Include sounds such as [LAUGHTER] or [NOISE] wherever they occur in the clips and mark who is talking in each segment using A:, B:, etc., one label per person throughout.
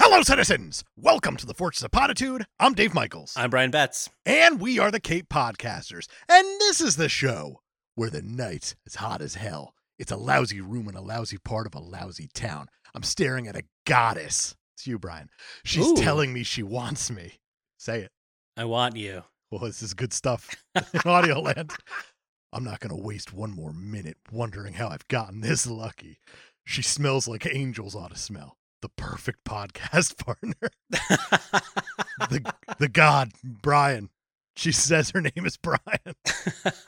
A: Hello, citizens! Welcome to the Fortress of Potitude. I'm Dave Michaels.
B: I'm Brian Betts.
A: and we are the Cape Podcasters. And this is the show where the night is hot as hell. It's a lousy room in a lousy part of a lousy town. I'm staring at a goddess. It's you, Brian. She's
B: Ooh.
A: telling me she wants me. Say it.
B: I
C: [LAUGHS]
B: want you.
A: Well, this is
B: [LAUGHS]
A: good stuff in audio land. I'm not going to waste one more minute wondering how I've gotten this lucky. She smells like angels ought to smell. The perfect podcast [LAUGHS] partner. the the god Brian. She says her name is Brian. That's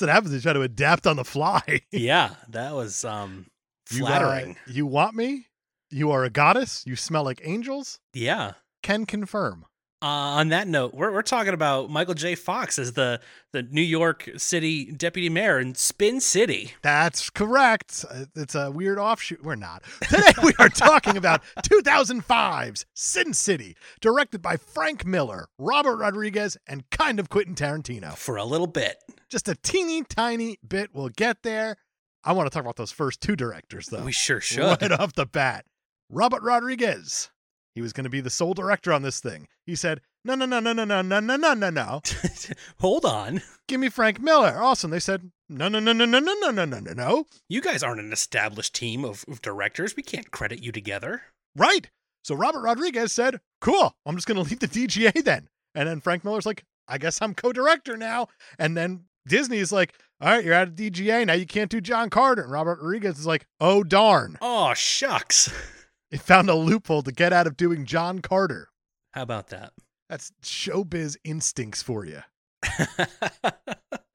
A: what happens. You try to adapt on the fly.
B: yeah, that was um
A: You, uh,
B: flattering.
A: You, want me? You are a goddess. You smell like angels.
B: yeah.
A: Can confirm.
B: Uh, on that note, we're we're talking about Michael J. Fox as the the New York City deputy mayor in Spin City.
A: That's correct. Uh, It's a weird offshoot. We're not. Today we are talking about 2005's Sin City, directed by Frank Miller, Robert Rodriguez, and kind of Quentin Tarantino.
B: For a little bit.
A: just a teeny tiny bit. We'll get there. I want to talk about those first two directors, though.
B: we sure should.
A: Right off the bat, Robert Rodriguez. He was going to be the sole director on this thing. He said, "No, no, no, no, no, no, no, no, no, no,
B: [LAUGHS]
A: no.
B: Hold on.
A: Give me Frank Miller." Awesome. They said, "No, no, no, no, no, no, no, no, no, no, no."
B: You guys aren't an established team of, of directors. We can't credit you together.
A: Right. So Robert Rodriguez said, Cool, I'm just going to leave the DGA then. And then Frank Miller's like, I guess I'm co director now. And then Disney's like, All right, you're out of DGA. Now you can't do John Carter. And Robert Rodriguez is like, Oh, darn.
B: Oh shucks.
A: He found a loophole to get out of doing John Carter.
B: How about that?
A: That's showbiz instincts for you.
B: [LAUGHS]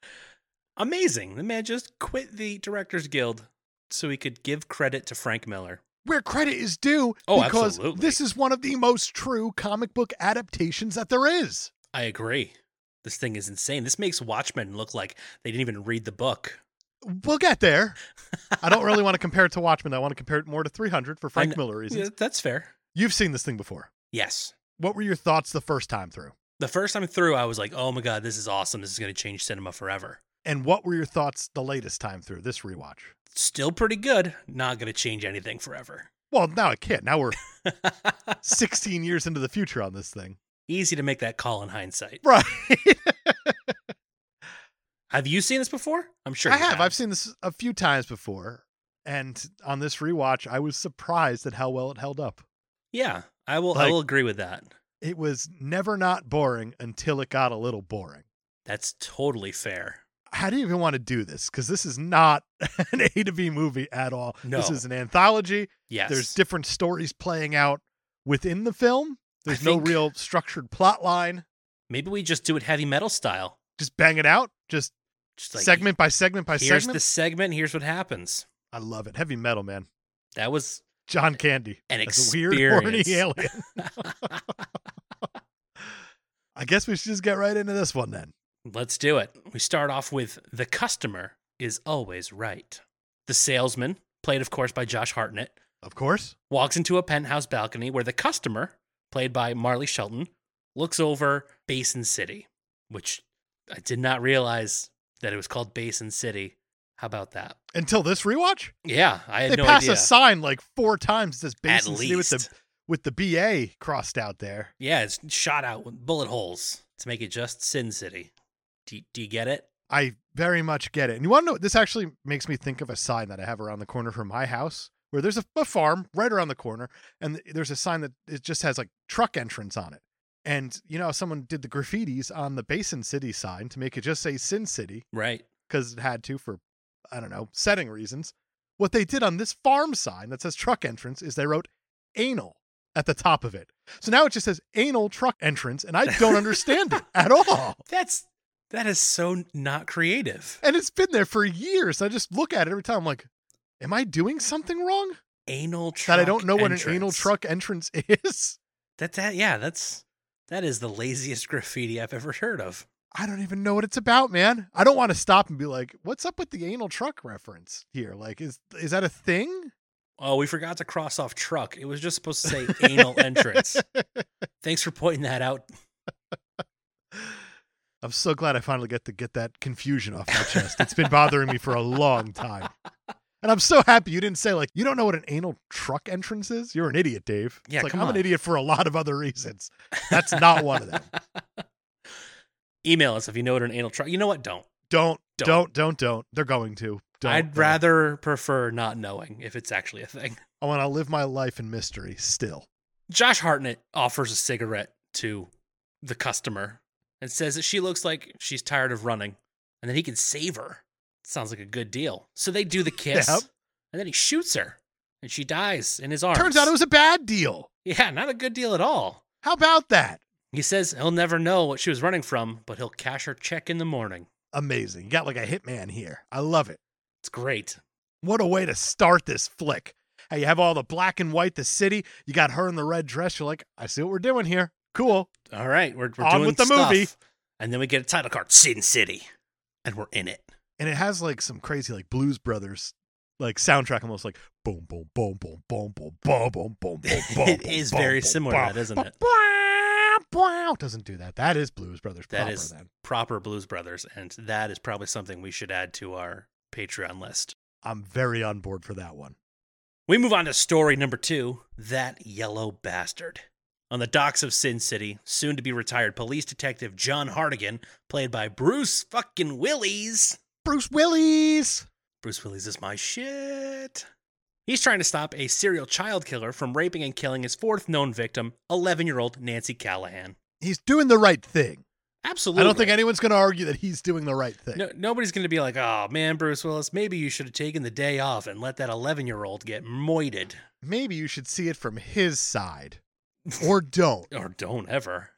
B: Amazing. The man just quit the Directors Guild so he could give credit to Frank Miller.
A: Where credit is due
B: Oh,
A: because
B: absolutely.
A: this is one of the most true comic book adaptations that there is.
B: I agree. This thing is insane. This makes Watchmen look like they didn't even read the book.
A: We'll get there. I don't really want to compare it to Watchmen. though. I want to compare it more to
B: [LAUGHS]
A: 300 for Frank
B: kn-
A: Miller reasons.
B: Yeah, that's fair.
A: You've seen this thing before.
B: Yes.
A: What were your thoughts the first time through?
B: The first time through, I was like, oh my God, this is awesome. This is going to change cinema forever.
A: And what were your thoughts the latest time through this rewatch?
B: Still pretty good. Not going to change anything forever. [LAUGHS]
A: Well, now I can't. Now we're 16 years into the future on this thing.
B: Easy to make that call in hindsight.
A: Right. [LAUGHS]
B: Have you seen this before? I'm sure
A: I
B: you
A: have. I've seen this a few times before. And on this rewatch, I was surprised at how well it held up.
B: Yeah, I will.
A: Like-
B: I will agree with that.
A: It was never not boring until it got a little boring.
B: That's totally fair.
A: how do you even want to do this? Because this is not [LAUGHS] an A to B movie at all. This
B: No.
A: is an anthology.
B: Yes.
A: There's different stories playing out within the film.
B: I
A: There's no
B: think-
A: real structured plot line.
B: Maybe we just do it heavy metal style.
A: Just bang it out. Just
B: Just like
A: segment by segment by
B: Here's
A: segment.
B: the segment. Here's what happens.
A: I love it. Heavy metal, man.
B: That was
A: John Candy.
B: an
A: As
B: experience.
A: a weird, [LAUGHS] horny alien. I guess we should just get right into this one then.
B: Let's do it. We start off with the customer is always right. The salesman, played of course by Josh Hartnett,
A: Of course.
B: walks into a penthouse balcony where the customer, played by Marley Shelton, looks over Basin City, which I did not realize that it was called Basin City. How about that?
A: Until this rewatch,
B: Yeah, I had
A: they
B: no
A: pass
B: idea.
A: a sign like four times. This
B: At
A: basin city with the
B: least.
A: with the BA crossed out there.
B: yeah, it's shot out with bullet holes to make it just Sin City. Do, do you get it?
A: I very much get it. And you want to know, this actually makes me think of a sign that I have around the corner from my house where there's a, a farm right around the corner and th- there's a sign that it just has like truck entrance on it. And you know, someone did the graffitis on the Basin City sign to make it just say Sin City
B: Right.
A: because it had to for, I don't know, setting reasons. What they did on this farm sign that says truck entrance is they wrote anal at the top of it. So now it just says anal truck entrance and I don't understand it at all.
B: [LAUGHS] That's that is so not creative.
A: And it's been there for years. I just look at it every time. I'm like, am I doing something wrong?
B: anal truck.
A: that I don't know what an anal
B: entrance.
A: truck entrance [LAUGHS] is.
B: That that yeah, that's that is the laziest [LAUGHS] graffiti I've ever heard of.
A: I don't even know what it's about, man. I don't want to stop and be like, "What's up with the anal truck reference here? Like, is is that a thing?"
B: Oh, we forgot to cross off truck. It was just supposed to say
A: [LAUGHS]
B: anal entrance. Thanks for pointing that out.
A: I'm so glad I finally get to get that confusion off my chest. It's been bothering me for a
B: [LAUGHS]
A: long time. And I'm so happy you didn't say like you don't know what an anal truck entrance is. You're an idiot, Dave.
B: Yeah,
A: it's like
B: come
A: I'm
B: on.
A: an idiot for a lot of
B: [LAUGHS]
A: other reasons. That's not one of them.
B: Email us if you know what an anal truck. You know what? Don't.
A: Don't,
B: Don't.
A: don't, don't, don't. They're going to. Don't.
B: I'd
A: rather.
B: rather prefer not knowing if it's actually a thing.
A: I want to live my life in mystery still.
B: Josh Hartnett offers a cigarette to the customer and says that she looks like she's tired of running and that he can save her. Sounds like a good deal. So they do the kiss
A: [LAUGHS] Yep.
B: and then he shoots her and she dies in his arms.
A: Turns out it was a bad deal.
B: Yeah, not a good deal at all.
A: How about that?
B: He says he'll never know what she was running from, but he'll cash her check in the morning.
A: Amazing. You got like a hitman here. I love it.
B: It's great.
A: What a way to start this flick. Hey, you have all the black and white, the city. You got her in the red dress. You're like, I see what we're doing here. Cool.
B: All right, we're, we're
A: On
B: doing
A: with the
B: stuff.
A: movie.
B: And then we get a title card, Sin City, and we're in it.
A: And it has like some crazy like Blues Brothers like soundtrack almost like boom boom boom boom boom boom boom boom
B: [LAUGHS]
A: boom boom boom.
B: It is very similar to that, isn't it?
A: it? Doesn't do that. That is Blues Brothers
B: That
A: proper
B: is-
A: then.
B: Proper Blues Brothers, and that is probably something we should add to our Patreon list.
A: I'm very on board for that one.
B: We move on to story number two That Yellow Bastard. On the docks of Sin City, soon to be retired police detective John Hardigan, played by Bruce fucking Willis.
A: Bruce Willis.
B: Bruce Willis is my shit. He's trying to stop a serial child killer from raping and killing his fourth known victim, 11 year old Nancy Callahan.
A: He's doing the right thing.
B: Absolutely.
A: I don't think anyone's going to argue that he's doing the right thing.
B: No, nobody's going to be like, oh man, Bruce Willis, maybe you should have taken the day off and let that 11 year old get moited.
A: Maybe you should see it from his side or don't.
B: Or don't ever.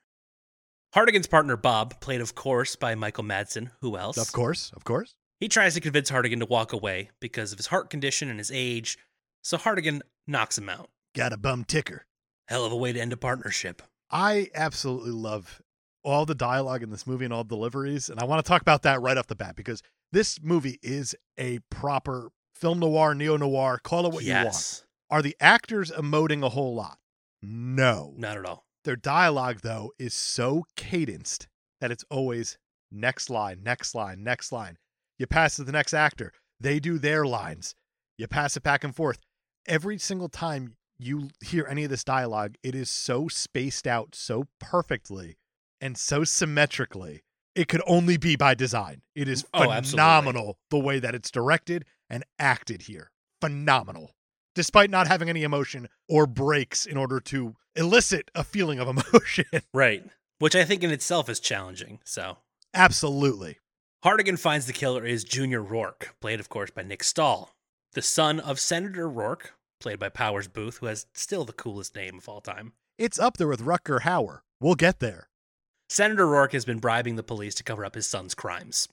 B: Hardigan's partner, Bob, played, of course, by Michael Madsen. Who else?
A: Of course, of course.
B: He tries to convince Hardigan to walk away because of his heart condition and his age. So Hardigan knocks him out.
A: Got a bum ticker.
B: Hell of a way to end a partnership.
A: I absolutely love all the dialogue in this movie and all the deliveries. And I want to talk about that right off the bat because this movie is a proper film noir, neo noir, call it what you want.
B: yes.
A: Are the actors emoting a whole lot? No.
B: Not at all.
A: Their dialogue, though, is so cadenced that it's always next line, next line, next line. You pass to the next actor, they do their lines. You pass it back and forth. Every single time you hear any of this dialogue, it is so spaced out so perfectly and so symmetrically. It could only be by design. It is
B: Oh, absolutely.
A: phenomenal the way that it's directed and acted here. Phenomenal despite not having any emotion or breaks in order to elicit a feeling of emotion. [LAUGHS]
B: Right. Which I think in itself is challenging. So
A: Absolutely.
B: Hardigan finds the killer is Junior Rourke, played, of course, by Nick Stahl, the son of Senator Rourke, played by Powers Booth, who has still the coolest name of all time.
A: It's up there with Rutger Hauer. We'll get there.
B: Senator Rourke has been bribing the police to cover up his son's crimes.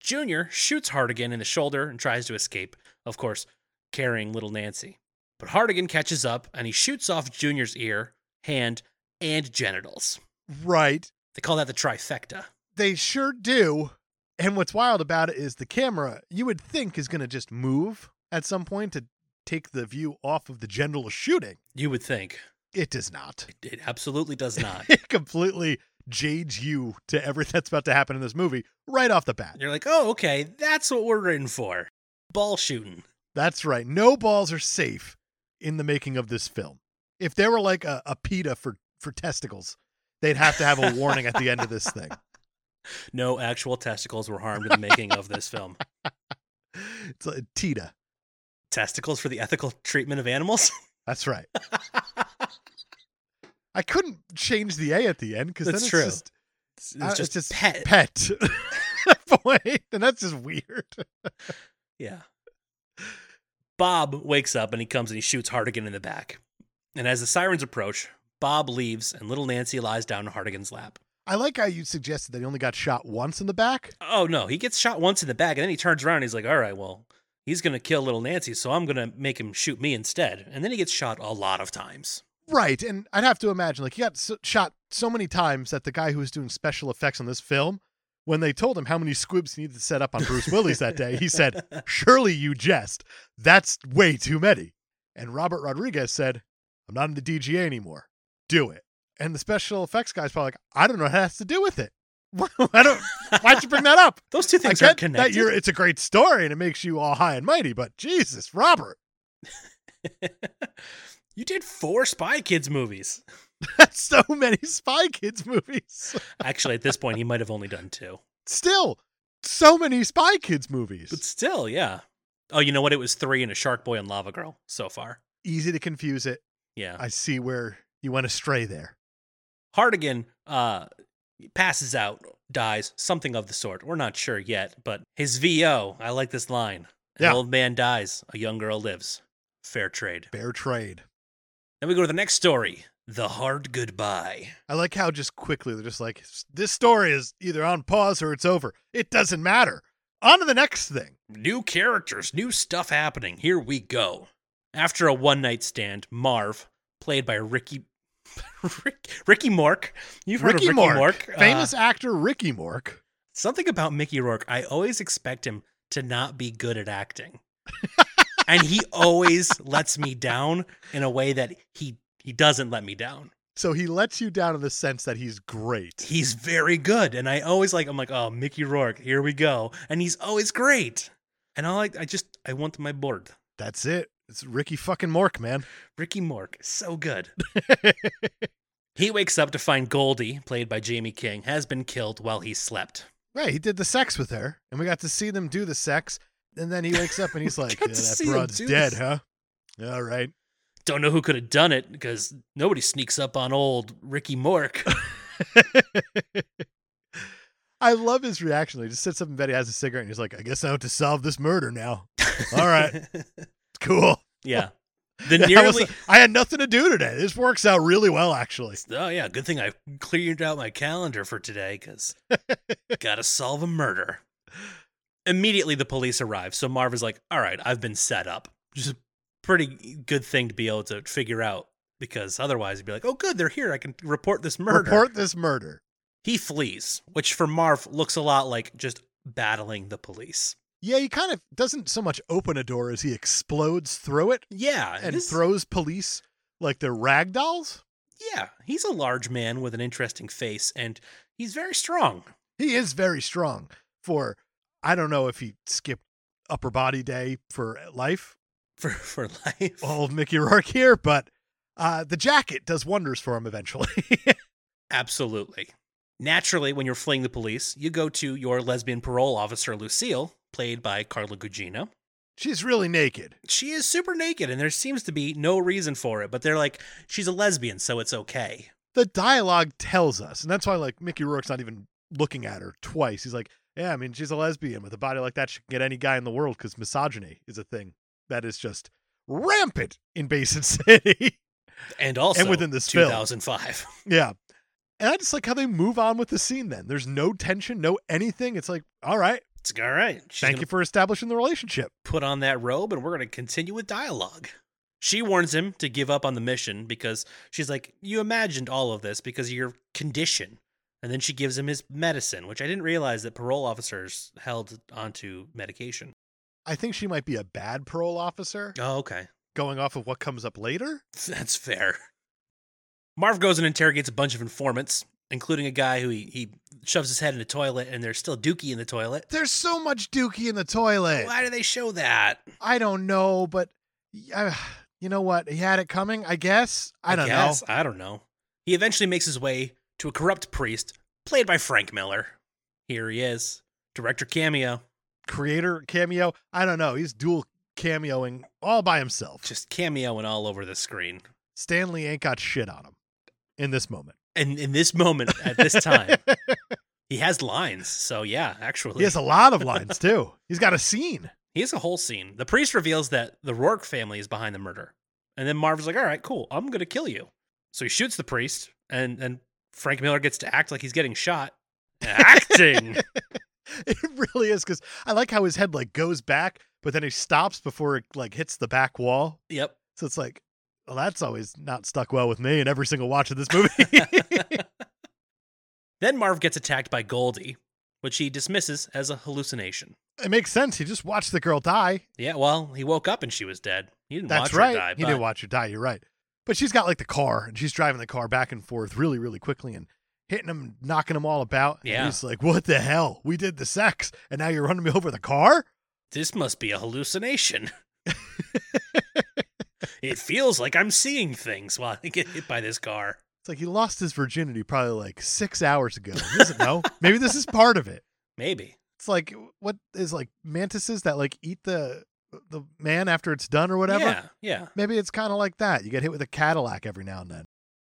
B: Junior shoots Hardigan in the shoulder and tries to escape, of course, carrying little Nancy. But Hardigan catches up and he shoots off Junior's ear, hand, and genitals.
A: Right.
B: They call that the trifecta.
A: They sure do. And what's wild about it is the camera, you would think, is going to just move at some point to take the view off of the general shooting.
B: You would think.
A: It does not.
B: It absolutely does not.
A: [LAUGHS] It completely jades you to everything that's about to happen in this movie right off the bat.
B: You're like, oh, okay, that's what we're in for. Ball shooting.
A: That's right. No balls are safe in the making of this film. If there were like a, a PETA for, for testicles, they'd have to have a warning at the end of this [LAUGHS] thing.
B: No actual testicles were harmed in the making of this
A: [LAUGHS]
B: film.
A: It's like E TETA.
B: Testicles for the ethical treatment of animals? [LAUGHS]
A: That's right. I couldn't change the A at the end because then
B: That's
A: it's
B: true.
A: just
B: It's,
A: Uh,
B: it's just,
A: it's just
B: pet.
A: pet. [LAUGHS] Wait, and that's just weird.
B: Yeah. Bob wakes up and he comes and he shoots Hardigan in the back. And as the sirens approach, Bob leaves and little Nancy lies down in Hardigan's lap.
A: I like how you suggested that he only got shot once in the back.
B: Oh no, he gets shot once in the back and then he turns around and he's like, all right, well, he's going to kill little Nancy, so I'm going to make him shoot me instead. And then he gets shot a lot of times.
A: Right, and I'd have to imagine like he got so, shot so many times that the guy who was doing special effects on this film, when they told him how many squibs he needed to set up on Bruce Willis that day, he said, "Surely you jest. That's way too many." And Robert Rodriguez said, "I'm not in the DGA anymore. Do it." And the special effects guy's probably like, "I don't know what that has to do with it. [LAUGHS] I don't. Why'd you bring that up?
B: Those two [LAUGHS] things
A: I
B: are
A: get that
B: connected.
A: you're. It's a great story and it makes you all high and mighty, but Jesus, Robert, [LAUGHS]
B: [LAUGHS] you did four Spy Kids movies.
A: that's so many Spy Kids movies." [LAUGHS]
B: Actually, at this point, he might have only done two.
A: still so many spy kids movies
B: But still, yeah. Oh, you know what? It was three and a Shark Boy and Lava Girl so far.
A: easy to confuse it
B: Yeah.
A: i see where you went astray there
B: Hardigan uh, passes out, dies, something of the sort. We're not sure yet, but his VO, I like this line. An
A: Yeah.
B: old man dies, a young girl lives. Fair trade.
A: fair trade
B: Then we go to the next story The Hard Goodbye.
A: i like how just quickly they're just like this story is either on pause or it's over it doesn't matter on to the next thing
B: New characters, new stuff happening. Here we go. After a one night stand, Marv, played by Ricky. [LAUGHS] Rick, Ricky Mork. You've heard
A: ricky
B: of Ricky
A: mork,
B: Mork. uh,
A: famous actor ricky mork
B: Something about Mickey Rourke, I always expect him to not be good at
A: [LAUGHS]
B: acting. and he always lets me down in a way that he he doesn't let me down.
A: so he lets you down in the sense that he's great
B: He's very good and I always like I'm like, "Oh, Mickey Rourke, here we go." And he's always great. And I like I just I want my board.
A: that's it it's ricky fucking mork man
B: Ricky Mork, so
A: [LAUGHS]
B: good. he wakes up to find Goldie, played by Jamie King, has been killed while he slept.
A: right he did the sex with her and we got to see them do the sex and then he wakes up
B: [LAUGHS]
A: and he's like
B: got
A: yeah,
B: to
A: that
B: see them
A: broad's
B: do
A: dead
B: this."
A: huh all right
B: Don't know who could have done it because nobody sneaks up on old Ricky Mork.
A: I love his reaction. He just sits up in bed, he has a cigarette, and he's like, I guess I have to solve this
B: [LAUGHS]
A: murder now. All right, cool.
B: yeah.
A: [LAUGHS]
B: The
A: That was-
B: nearly.
A: I had nothing to do today. This works out really well, actually.
B: oh yeah, good thing I cleared out my calendar for today
A: [LAUGHS]
B: because gotta solve a murder. Immediately, the police arrive, so Marv is like, "All right, I've been set up." Just a pretty good thing to be able to figure out because otherwise, you'd be like, "Oh, good, they're here. I can report this murder."
A: Report this murder.
B: He flees, which for Marv looks a lot like just battling the police.
A: Yeah, he kind of doesn't so much open a door as he explodes through it
B: Yeah,
A: and
B: this-
A: throws police like they're rag dolls.
B: Yeah, he's a large man with an interesting face, and he's very strong. [LAUGHS]
A: He is very strong for, I don't know if he skipped upper body day for life,
B: for for life.
A: old Mickey Rourke here, but uh, the jacket does wonders for him eventually. [LAUGHS]
B: Absolutely. Naturally, when you're fleeing the police, you go to your lesbian parole officer Lucille, played by Carla Gugino.
A: She's really naked.
B: She is super naked, and there seems to be no reason for it. But they're like, she's a lesbian, so it's okay.
A: the dialogue tells us, and that's why like Mickey Rourke's not even looking at her twice. He's like, yeah, I mean, she's a lesbian with a body like that. She can get any guy in the world because misogyny is a thing that is just rampant in Basin [LAUGHS] City.
B: And also,
A: within this film.
B: 2005.
A: yeah. And I just like how they move on with the scene then. There's no tension, no anything. It's like, all right,
B: [LAUGHS] It's like, all right. She's
A: thank you for establishing the relationship.
B: put on that robe and we're going to continue with dialogue. She warns him to give up on the mission because she's like, You imagined all of this because of your condition. And then she gives him his medicine, which I didn't realize that parole officers held onto medication.
A: I think she might be a bad parole officer
B: Oh, okay. [LAUGHS]
A: going off of what comes up later.
B: That's fair. Marv goes and interrogates a bunch of informants, including a guy who he, he shoves his head in the toilet and there's still Dookie in the toilet.
A: There's so much dookie in the toilet.
B: Why do they show that?
A: I don't know, but uh, [SIGHS] you know what? He had it coming, I guess. I don't
B: guess. I don't know. He eventually makes his way to a corrupt priest, played by Frank Miller. Here he is, director cameo,
A: know. Creator cameo. I don't know. He's dual cameoing all by himself.
B: just cameoing all over the screen.
A: Stanley ain't got shit on him in this moment.
B: And in this moment, at this
A: [LAUGHS]
B: time, he has lines. So yeah, actually,
A: he has a lot of lines too. He's got a scene. [LAUGHS]
B: he has a whole scene. The priest reveals that the Rourke family is behind the murder, and then Marv's like, "All right, cool, I'm gonna kill you." So he shoots the priest, and and Frank Miller gets to act like he's getting
A: [LAUGHS]
B: shot. Acting.
A: It really is because I like how his head like goes back, but then he stops before it like hits the back wall.
B: Yep.
A: So it's like, well, that's always not stuck well with me in every single watch of this movie. [LAUGHS]
B: [LAUGHS] then Marv gets attacked by Goldie, which he dismisses as a hallucination.
A: it makes sense. He just watched the girl die.
B: Yeah, well, he woke up and she was dead. He didn't watch
A: That's
B: her
A: right.
B: die.
A: he didn't
B: but-
A: watch her die. You're right. But she's got like the car, and she's driving the car back and forth really, really quickly, and hitting him, knocking him all about. And
B: Yeah.
A: he's like, "What the hell? We did the sex, and now you're running me over the car."
B: This must be a
A: [LAUGHS]
B: hallucination. [LAUGHS] it feels like I'm seeing things while I get hit by this car.
A: It's like he lost his virginity probably like six hours ago. He
B: [LAUGHS]
A: doesn't know. Maybe this is part of it.
B: Maybe.
A: It's like what is like mantises that like eat the the man after it's done or whatever.
B: Yeah, yeah.
A: Maybe it's kind of like that. You get hit with a Cadillac every now and then.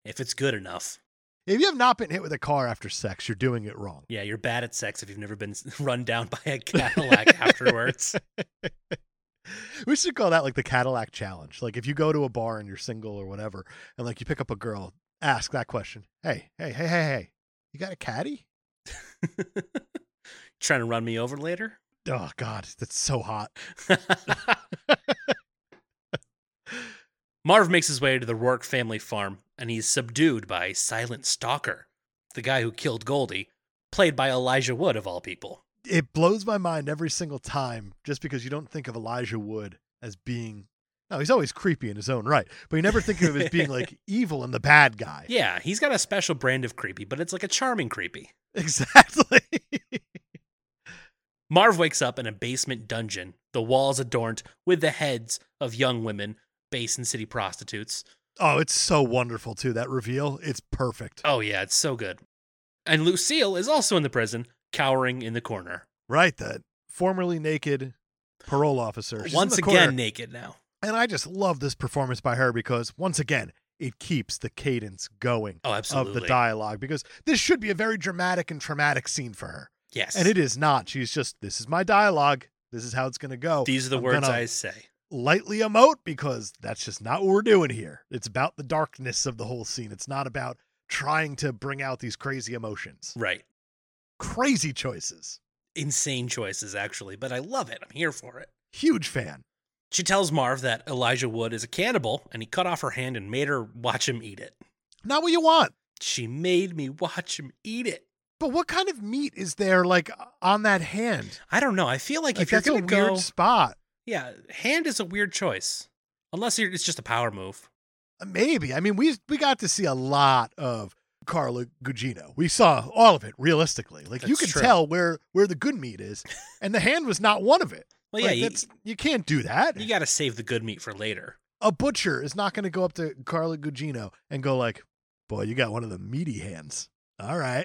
B: If it's good enough.
A: If you have not been hit with a car after sex, you're doing it wrong.
B: Yeah, you're bad at sex if you've never been [LAUGHS] run down by a
A: [LAUGHS]
B: Cadillac afterwards.
A: We should call that like the Cadillac challenge. Like if you go to a bar and you're single or whatever, and like you pick up a girl, ask that question. Hey, hey, hey, hey, hey, you got a caddy?
B: Trying to run me over later?
A: Oh God, that's so hot.
B: Marv makes his way to the Rourke family farm and he's subdued by Silent Stalker, the guy who killed Goldie, played by Elijah Wood of all people.
A: It blows my mind every single time, just because you don't think of Elijah Wood as being. No, he's always creepy in his own right, but you never think of him as
B: [LAUGHS]
A: being like evil and the bad guy.
B: Yeah, he's got a special brand of creepy, but it's like a charming creepy.
A: [LAUGHS] Exactly.
B: Marv wakes up in a basement dungeon, the walls adorned with the heads of young women, basin city prostitutes.
A: oh, it's so wonderful too. That reveal, it's perfect.
B: Oh, yeah, it's so good. And Lucille is also in the prison, cowering in the corner.
A: Right, the formerly naked parole officer. She's in
B: Once
A: the corner.
B: again, naked now.
A: And I just love this performance by her because, once again, it keeps the cadence going
B: Oh, absolutely.
A: of the dialogue because this should be a very dramatic and traumatic scene for her.
B: Yes.
A: And it is not. She's just, this is my dialogue. This is how it's going to go.
B: These are the
A: Oh, I'm
B: words
A: gonna
B: I say.
A: lightly emote because that's just not what we're doing here. It's about the darkness of the whole scene. It's not about trying to bring out these crazy emotions.
B: Right.
A: Crazy choices.
B: Insane choices, actually, but I love it. I'm here for it.
A: Huge fan.
B: She tells Marv that Elijah Wood is a cannibal and he cut off her hand and made her watch him eat it.
A: Not what you want.
B: She made me watch him eat it.
A: But what kind of meat is there like on that hand?
B: I don't know. I feel like,
A: Like
B: if you're
A: that's a
B: going
A: weird
B: to go.
A: spot.
B: Yeah, hand is a weird choice. Unless you're, it's just a power move.
A: Uh, Maybe. I mean, we we got to see a lot of Carla Gugino. We saw all of it realistically. Like you
B: That's
A: can
B: true.
A: tell where where the good
B: [LAUGHS]
A: meat is, and the hand was not one of it.
B: Well,
A: Like,
B: yeah,
A: that's, you can't do that.
B: you, you got to save the good meat for
A: [LAUGHS]
B: later.
A: a butcher is not going to go up to Carla Gugino and go like, "Boy, you got one of the meaty hands." All right,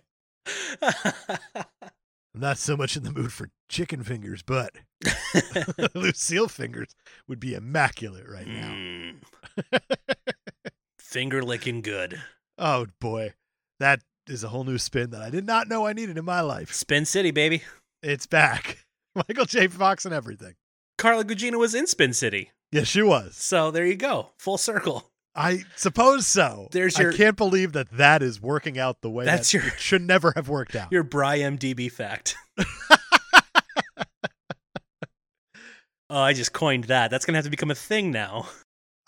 A: I'm not so much in the mood for chicken fingers,
B: [LAUGHS]
A: but [LAUGHS] Lucille fingers would be immaculate right now. [LAUGHS]
B: Mm. Finger licking good.
A: Oh boy, that is a whole new spin that I did not know I needed in my life.
B: Spin City, baby.
A: It's back. [LAUGHS] Michael J. Fox and everything.
B: Carla Gugino was in Spin City.
A: Yes, she was.
B: So there you go. Full circle.
A: I suppose so.
B: There's your-
A: I can't believe that that is working out the way
B: That's
A: that
B: your-
A: it should never have worked
B: [LAUGHS]
A: out.
B: Your Bry MDB fact. [LAUGHS] oh, I just coined that. That's going to have to become a thing now. [LAUGHS]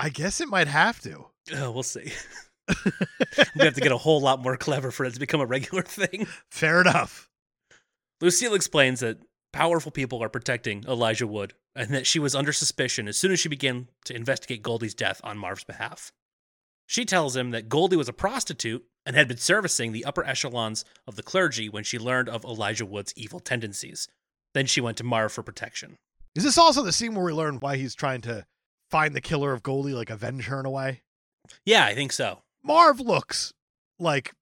A: I guess it might have to.
B: Oh, we'll see. [LAUGHS] we have to get a whole lot more clever for it to become a regular [LAUGHS] thing.
A: Fair enough.
B: Lucille explains that powerful people are protecting Elijah Wood and that she was under suspicion as soon as she began to investigate Goldie's death on Marv's behalf. She tells him that Goldie was a prostitute and had been servicing the upper echelons of the clergy when she learned of Elijah Wood's evil tendencies. Then she went to Marv for protection.
A: Is this also the scene where we learn why he's trying to find the killer of Goldie, like avenge her in a way?
B: Yeah, I think so.
A: Marv looks like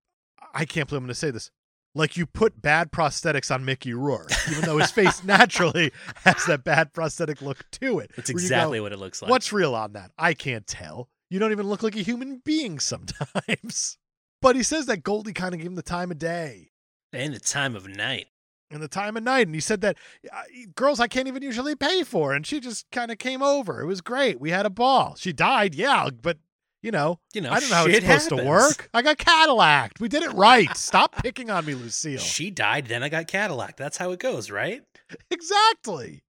A: I can't believe I'm going to say this. Like you put bad prosthetics on Mickey Rourke, even though
B: [LAUGHS]
A: his face naturally has that bad prosthetic look to it.
B: That's
A: where you go,
B: exactly what it looks like.
A: What's real on that? I can't tell. You don't even look like a human being [LAUGHS] sometimes. But he says that Goldie kind of gave him the time of day
B: and the time of night.
A: and the time of night, and he said that "I- girls I can't even usually pay for, and she just kind of came over. It was great. We had a ball. She died, yeah, but you know,
B: You know,
A: I don't know how it's
B: shit
A: supposed to
B: happens.
A: work. I got Cadillac. We did it
B: [LAUGHS]
A: right. Stop picking on me,
B: [LAUGHS]
A: Lucille.
B: She died, then I got Cadillac. That's how it goes, right?
A: [LAUGHS] Exactly.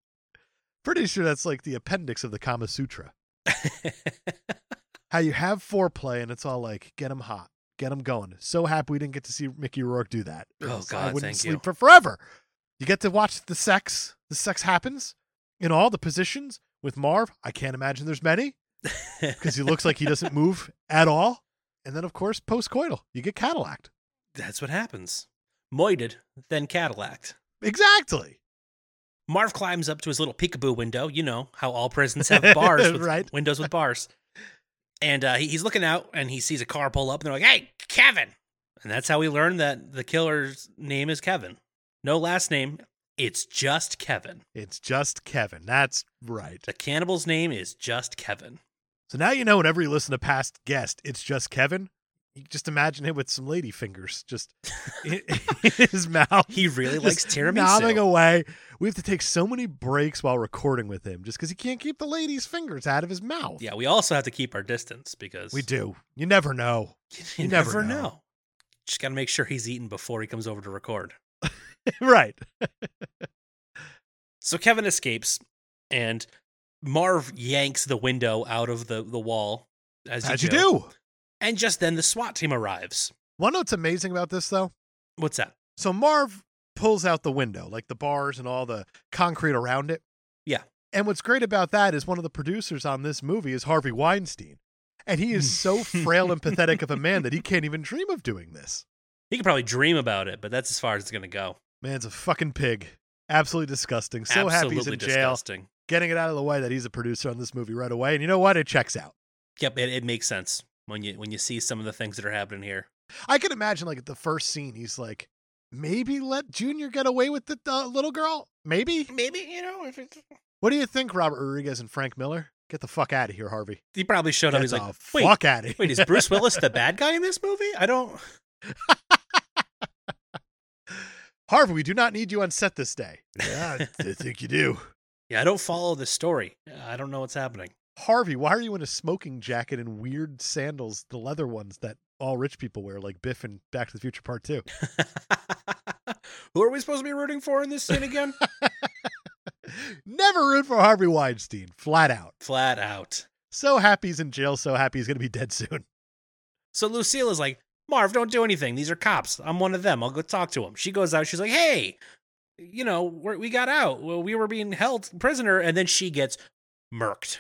A: Pretty sure that's like the appendix of the Kama Sutra. How you have foreplay and it's all like, get him hot, get him going. So happy we didn't get to see Mickey Rourke do that.
B: Oh,
A: So I
B: God,
A: wouldn't
B: thank
A: sleep
B: you.
A: for forever. You get to watch the sex. The sex happens in all the positions with Marv. I can't imagine there's many because he looks like he
B: [LAUGHS]
A: doesn't move at all. And then, of course, postcoital, you get Cadillac.
B: That's what happens. Moited, then Cadillac.
A: Exactly.
B: Marv climbs up to his little peekaboo window. You know how all prisons have bars, with,
A: Right.
B: Windows with bars. And uh, he, he's looking out, and he sees a car pull up, and they're like, "Hey, Kevin!" And that's how we learn that the killer's name is Kevin. No last name. It's just Kevin.
A: It's just Kevin. That's right.
B: The cannibal's name is just Kevin.
A: So now you know whenever you listen to past guest, it's just Kevin. You just imagine him with some lady fingers
B: [LAUGHS]
A: just in, [LAUGHS] in his mouth.
B: He
A: [LAUGHS]
B: really likes
A: just nobbing
B: tiramisu.
A: away. We have to take so many breaks while recording with him just because he can't keep the lady's fingers out of his mouth.
B: Yeah, we also have to keep our distance because [LAUGHS]
A: We do. You never know. [LAUGHS]
B: You,
A: You never
B: never,
A: know.
B: know. Just got to make sure he's eaten before he comes over to record.
A: right.
B: So Kevin escapes, and Marv yanks the window out of the, the wall. As
A: How'd you do?
B: And just then the SWAT team arrives.
A: One note's amazing about this though.
B: What's that?
A: So Marv pulls out the window, like the bars and all the concrete around it.
B: Yeah.
A: And what's great about that is one of the producers on this movie is Harvey Weinstein. And he is
B: [LAUGHS]
A: so frail and pathetic of a man that he can't even dream of doing this.
B: He could probably dream about it, but that's as far as it's going to go.
A: Man's a fucking pig. Absolutely disgusting. So happy
B: Absolutely
A: he's in jail.
B: disgusting.
A: Getting it out of the way that he's a producer on this movie right away. And you know what? It checks out.
B: Yep, it, it makes sense when you when you see some of the things that are happening here.
A: I can imagine, like, at the first scene, he's like, maybe let Junior get away with the uh, little girl. Maybe.
B: Maybe you know if it's
A: What do you think, Robert Rodriguez and Frank Miller? Get the fuck out of here, Harvey.
B: he probably showed up.
A: Get
B: He's
A: the
B: like, wait,
A: fuck out of here.
B: wait, is Bruce Willis the bad guy in this movie? I don't.
A: [LAUGHS] Harvey, we do not need you on set
B: [LAUGHS]
A: this day. Yeah, I think you do.
B: Yeah, I don't follow the story. I don't know what's happening. [LAUGHS]
A: Harvey, why are you in a smoking jacket and weird sandals, the leather ones that all rich people wear, like Biff and Back to the Future Part 2?
B: Who are we supposed to be rooting for in this scene
A: [LAUGHS]
B: again?
A: [LAUGHS] Never root for Harvey Weinstein, flat out.
B: Flat out.
A: So happy he's in jail, so happy he's going to be dead soon. [LAUGHS]
B: So Lucille is like, Marv, don't do anything. These are cops. I'm one of them. I'll go talk to him. She goes out. She's like, hey, you know, we're, we got out. Well, we were being held prisoner. And then she gets murked.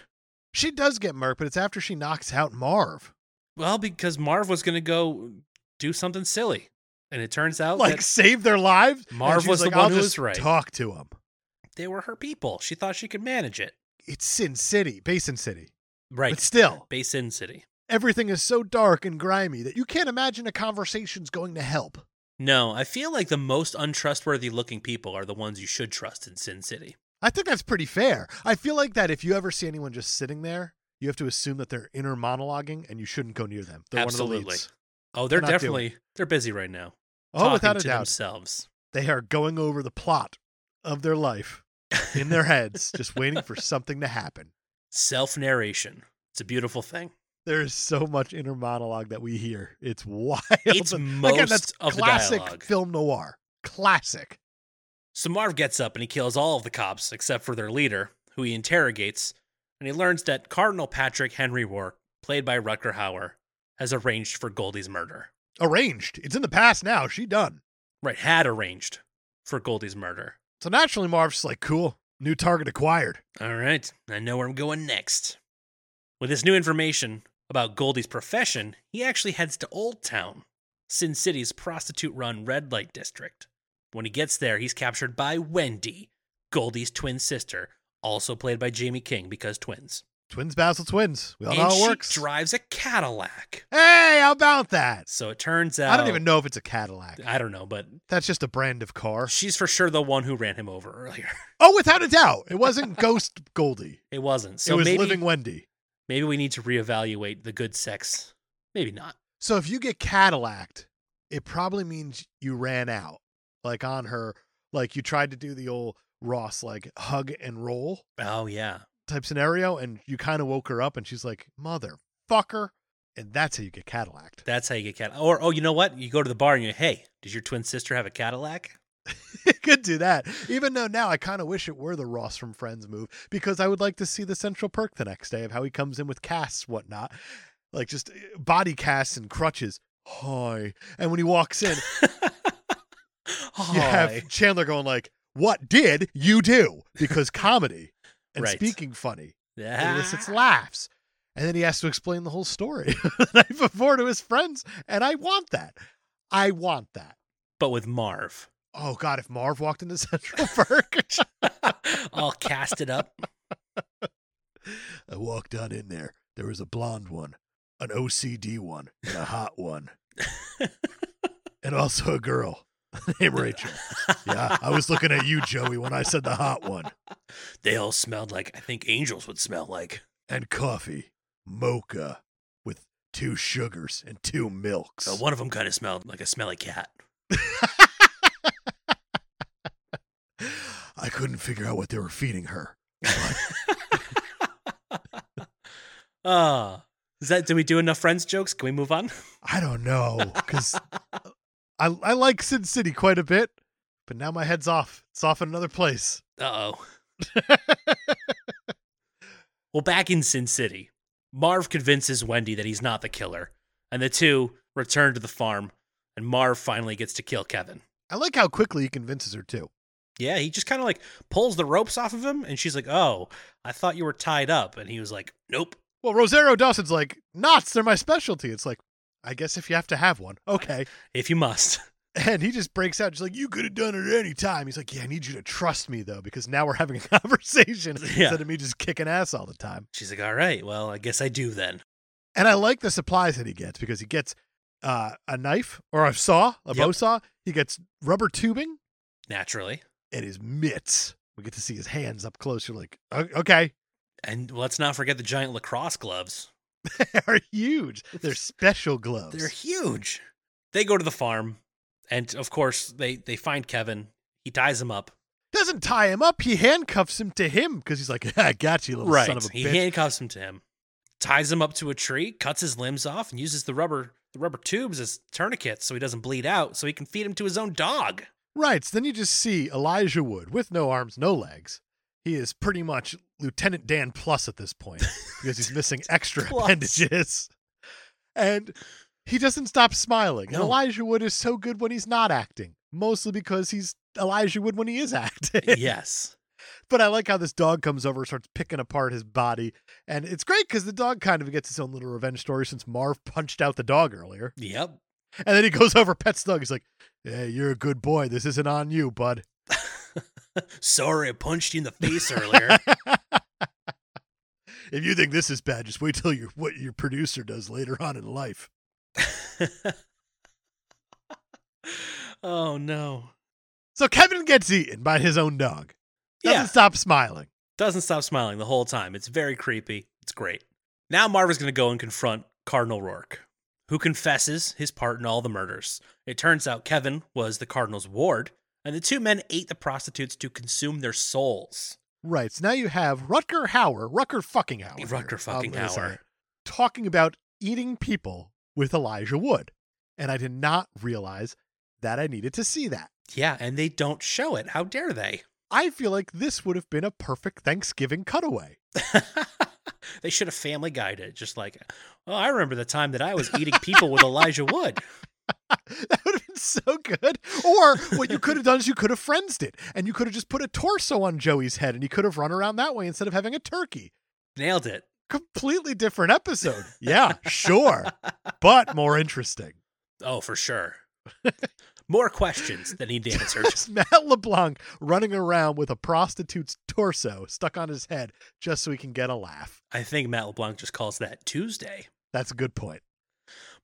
A: She does get murked, but it's after she knocks out Marv.
B: Well, because Marv was going to go do something silly. And it turns out
A: Like,
B: that
A: save their lives. And
B: Oh, Marv
A: she's
B: was the
A: like,
B: one
A: I'll
B: who
A: just
B: was right.
A: Talk to him.
B: they were her people. She thought she could manage it.
A: It's Sin City, Basin City. But
B: Right.
A: still,
B: Basin City.
A: everything is so dark and grimy that you can't imagine a conversation's going to help.
B: No, I feel like the most untrustworthy looking people are the ones you should trust in Sin City.
A: I think that's pretty fair. I feel like that if you ever see anyone just sitting there, you have to assume that they're inner monologuing and you shouldn't go near them. They're one of the
B: Absolutely.
A: leads.
B: Oh, they're
A: They're not doing
B: definitely they're busy right now.
A: Oh,
B: talking
A: without a
B: to
A: doubt.
B: themselves.
A: They are going over the plot of their life in their heads, just
B: [LAUGHS]
A: waiting for something to happen.
B: Self narration. It's a beautiful
A: [LAUGHS]
B: thing.
A: There is so much inner monologue that we hear. It's wild. [LAUGHS]
B: It's
A: Again,
B: most
A: that's
B: of the
A: classic
B: dialogue.
A: film noir. Classic.
B: So Marv gets up and he kills all of the cops except for their leader, who he interrogates, and he learns that Cardinal Patrick Henry Rourke, played by Rutger Hauer, has arranged for Goldie's murder.
A: Arranged. It's in the past now. She done.
B: Right, had arranged for Goldie's murder.
A: So naturally, Marv's just like, cool, new target acquired.
B: All right, I know where I'm going next. With this new information about Goldie's profession, he actually heads to Old Town, Sin City's prostitute run red light district. When he gets there, he's captured by Wendy, Goldie's twin sister, also played by Jamie King because twins.
A: Twins Basil twins. We all
B: and
A: know how
B: she
A: it works.
B: drives a Cadillac.
A: hey, how about that?
B: So it turns out
A: I don't even know if it's a Cadillac.
B: I don't know, but
A: That's just a brand of car.
B: she's for sure the one who ran him over [LAUGHS] earlier.
A: Oh, without a doubt.
B: [LAUGHS]
A: It wasn't Ghost Goldie.
B: It wasn't. So
A: it was
B: maybe
A: Living Wendy.
B: maybe we need to reevaluate the good sex. Maybe not.
A: So if you get Cadillaced, it probably means you ran out. Like on her, like you tried to do the old Ross, like hug and roll
B: Oh yeah.
A: type scenario, and you kind of woke her up, and she's like, motherfucker. And that's how you [LAUGHS] get Cadillaced.
B: That's how you get cat. Or oh, you know what? You go to the bar and you hey, does your twin sister have a Cadillac?
A: it could do that. Even though now I kind of wish it were the Ross from Friends move because I would like to see the central perk the next day of how he comes in with casts, whatnot, like just uh, body casts and crutches. Hi, and when he walks in,
B: [LAUGHS]
A: you
B: Hi.
A: have Chandler going like, "What did you do?"
B: [LAUGHS]
A: Because comedy and
B: Right. Ah.
A: speaking funny it
B: Yeah.
A: elicits laughs. And then he has to explain the whole story [LAUGHS] the night before to his friends. And I want that. I want that.
B: But with Marv. [LAUGHS]
A: Oh God, if Marv walked into [LAUGHS] Central Park.
B: All casted up.
A: I walked on in there. There was a blonde one, an OCD one, and a hot
B: [LAUGHS]
A: one. and also a girl [LAUGHS]
B: [LAUGHS]
A: named Rachel. Yeah, I was looking at you, Joey, when I said the hot one.
B: They all smelled like I think angels would smell like.
A: And coffee, mocha, with two sugars and two milks.
B: Uh, one of them kind of smelled like a smelly cat.
A: I couldn't figure out what they were feeding her.
B: Ah, is that? Do we do enough friends jokes? Can we move on? [LAUGHS]
A: I don't know because I I like Sin City quite a bit, but now my head's off. It's off in another place.
B: Uh
A: [LAUGHS]
B: oh. well, back in Sin City, Marv convinces Wendy that he's not the killer, and the two return to the farm, and Marv finally gets to kill Kevin.
A: I like how quickly he convinces her too.
B: Yeah, he just kind of like pulls the ropes off of him, and she's like, Oh, I thought you were tied up. And he was like, Nope.
A: Well, Rosario Dawson's like knots. They're my specialty. It's like I guess if you have to have one, okay. [LAUGHS]
B: If you must. [LAUGHS]
A: And he just breaks out. She's like, "You could have done it any time." He's like, "Yeah, I need you to trust me though, because now we're having a [LAUGHS] conversation
B: Yeah.
A: instead of me just kicking ass all the time."
B: She's like, All right, well, I guess I do then.
A: And I like the supplies that he gets because he gets uh, a knife or a saw, a
B: Yep.
A: bow saw. He gets rubber tubing
B: Naturally.
A: and his mitts. We get to see his hands up close. You're like, "O- okay, [LAUGHS]
B: And let's not forget the giant lacrosse gloves.
A: they are huge.
B: [LAUGHS]
A: They're special gloves.
B: They're huge. They go to the farm, and of course they they find Kevin. He ties him up.
A: Doesn't tie him up. He handcuffs him to him because he's like, [LAUGHS] I got you, little son of a
B: he
A: bitch.
B: handcuffs him to him, ties him up to a tree, cuts his limbs off, and uses the rubber the rubber tubes as tourniquets so he doesn't bleed out, so he can feed him to his own dog.
A: [LAUGHS] right. So then you just see Elijah Wood with no arms, no legs. He is pretty much Lieutenant Dan Plus at
B: [LAUGHS]
A: this point because he's missing extra
B: Plus.
A: appendages. And he doesn't stop smiling. And
B: No.
A: Elijah Wood is so good when he's not acting, mostly because he's Elijah Wood when he is [LAUGHS] acting.
B: yes.
A: But I like how this dog comes over, starts picking apart his body. And it's great because the dog kind of gets his own little revenge story since Marv punched out the dog earlier.
B: Yep.
A: And then he goes [LAUGHS] over, pets the dog. He's like, Hey, you're a good boy. This isn't on you, bud.
B: Sorry, I punched you in the face [LAUGHS] earlier.
A: if you think this is bad, just wait till your what your producer does later on in life.
B: oh no.
A: So Kevin gets eaten by his own dog. Doesn't
B: Yeah.
A: stop smiling.
B: doesn't stop smiling the whole time. It's very creepy. It's great. Now Marv is going to go and confront Cardinal Rourke, who confesses his part in all the murders. It turns out Kevin was the Cardinal's ward, and the two men ate the prostitutes to consume their souls.
A: Right. So now you have Rutger Hauer, Rutger fucking Hauer. here.
B: Rutger fucking
A: I'm gonna say
B: Hauer.
A: it. Talking about eating people with Elijah Wood. And I did not realize that I needed to see that.
B: Yeah, and they don't show it. How dare they? [LAUGHS]
A: I feel like this would have been a perfect Thanksgiving cutaway.
B: they should have family guided it, just like, oh, I remember the time that I was eating people with Elijah Wood.
A: [LAUGHS] that would have been so good. Or what you could have done is you could have friendsed it and you could have just put a torso on Joey's head and he could have run around that way instead of having a turkey.
B: Nailed it.
A: Completely different episode. Yeah, sure. but more interesting. [LAUGHS]
B: Oh, for sure. More questions that need answered.
A: [LAUGHS] It's Matt LeBlanc running around with a prostitute's torso stuck on his head just so he can get a laugh.
B: I think Matt LeBlanc just calls that Tuesday.
A: That's a good point.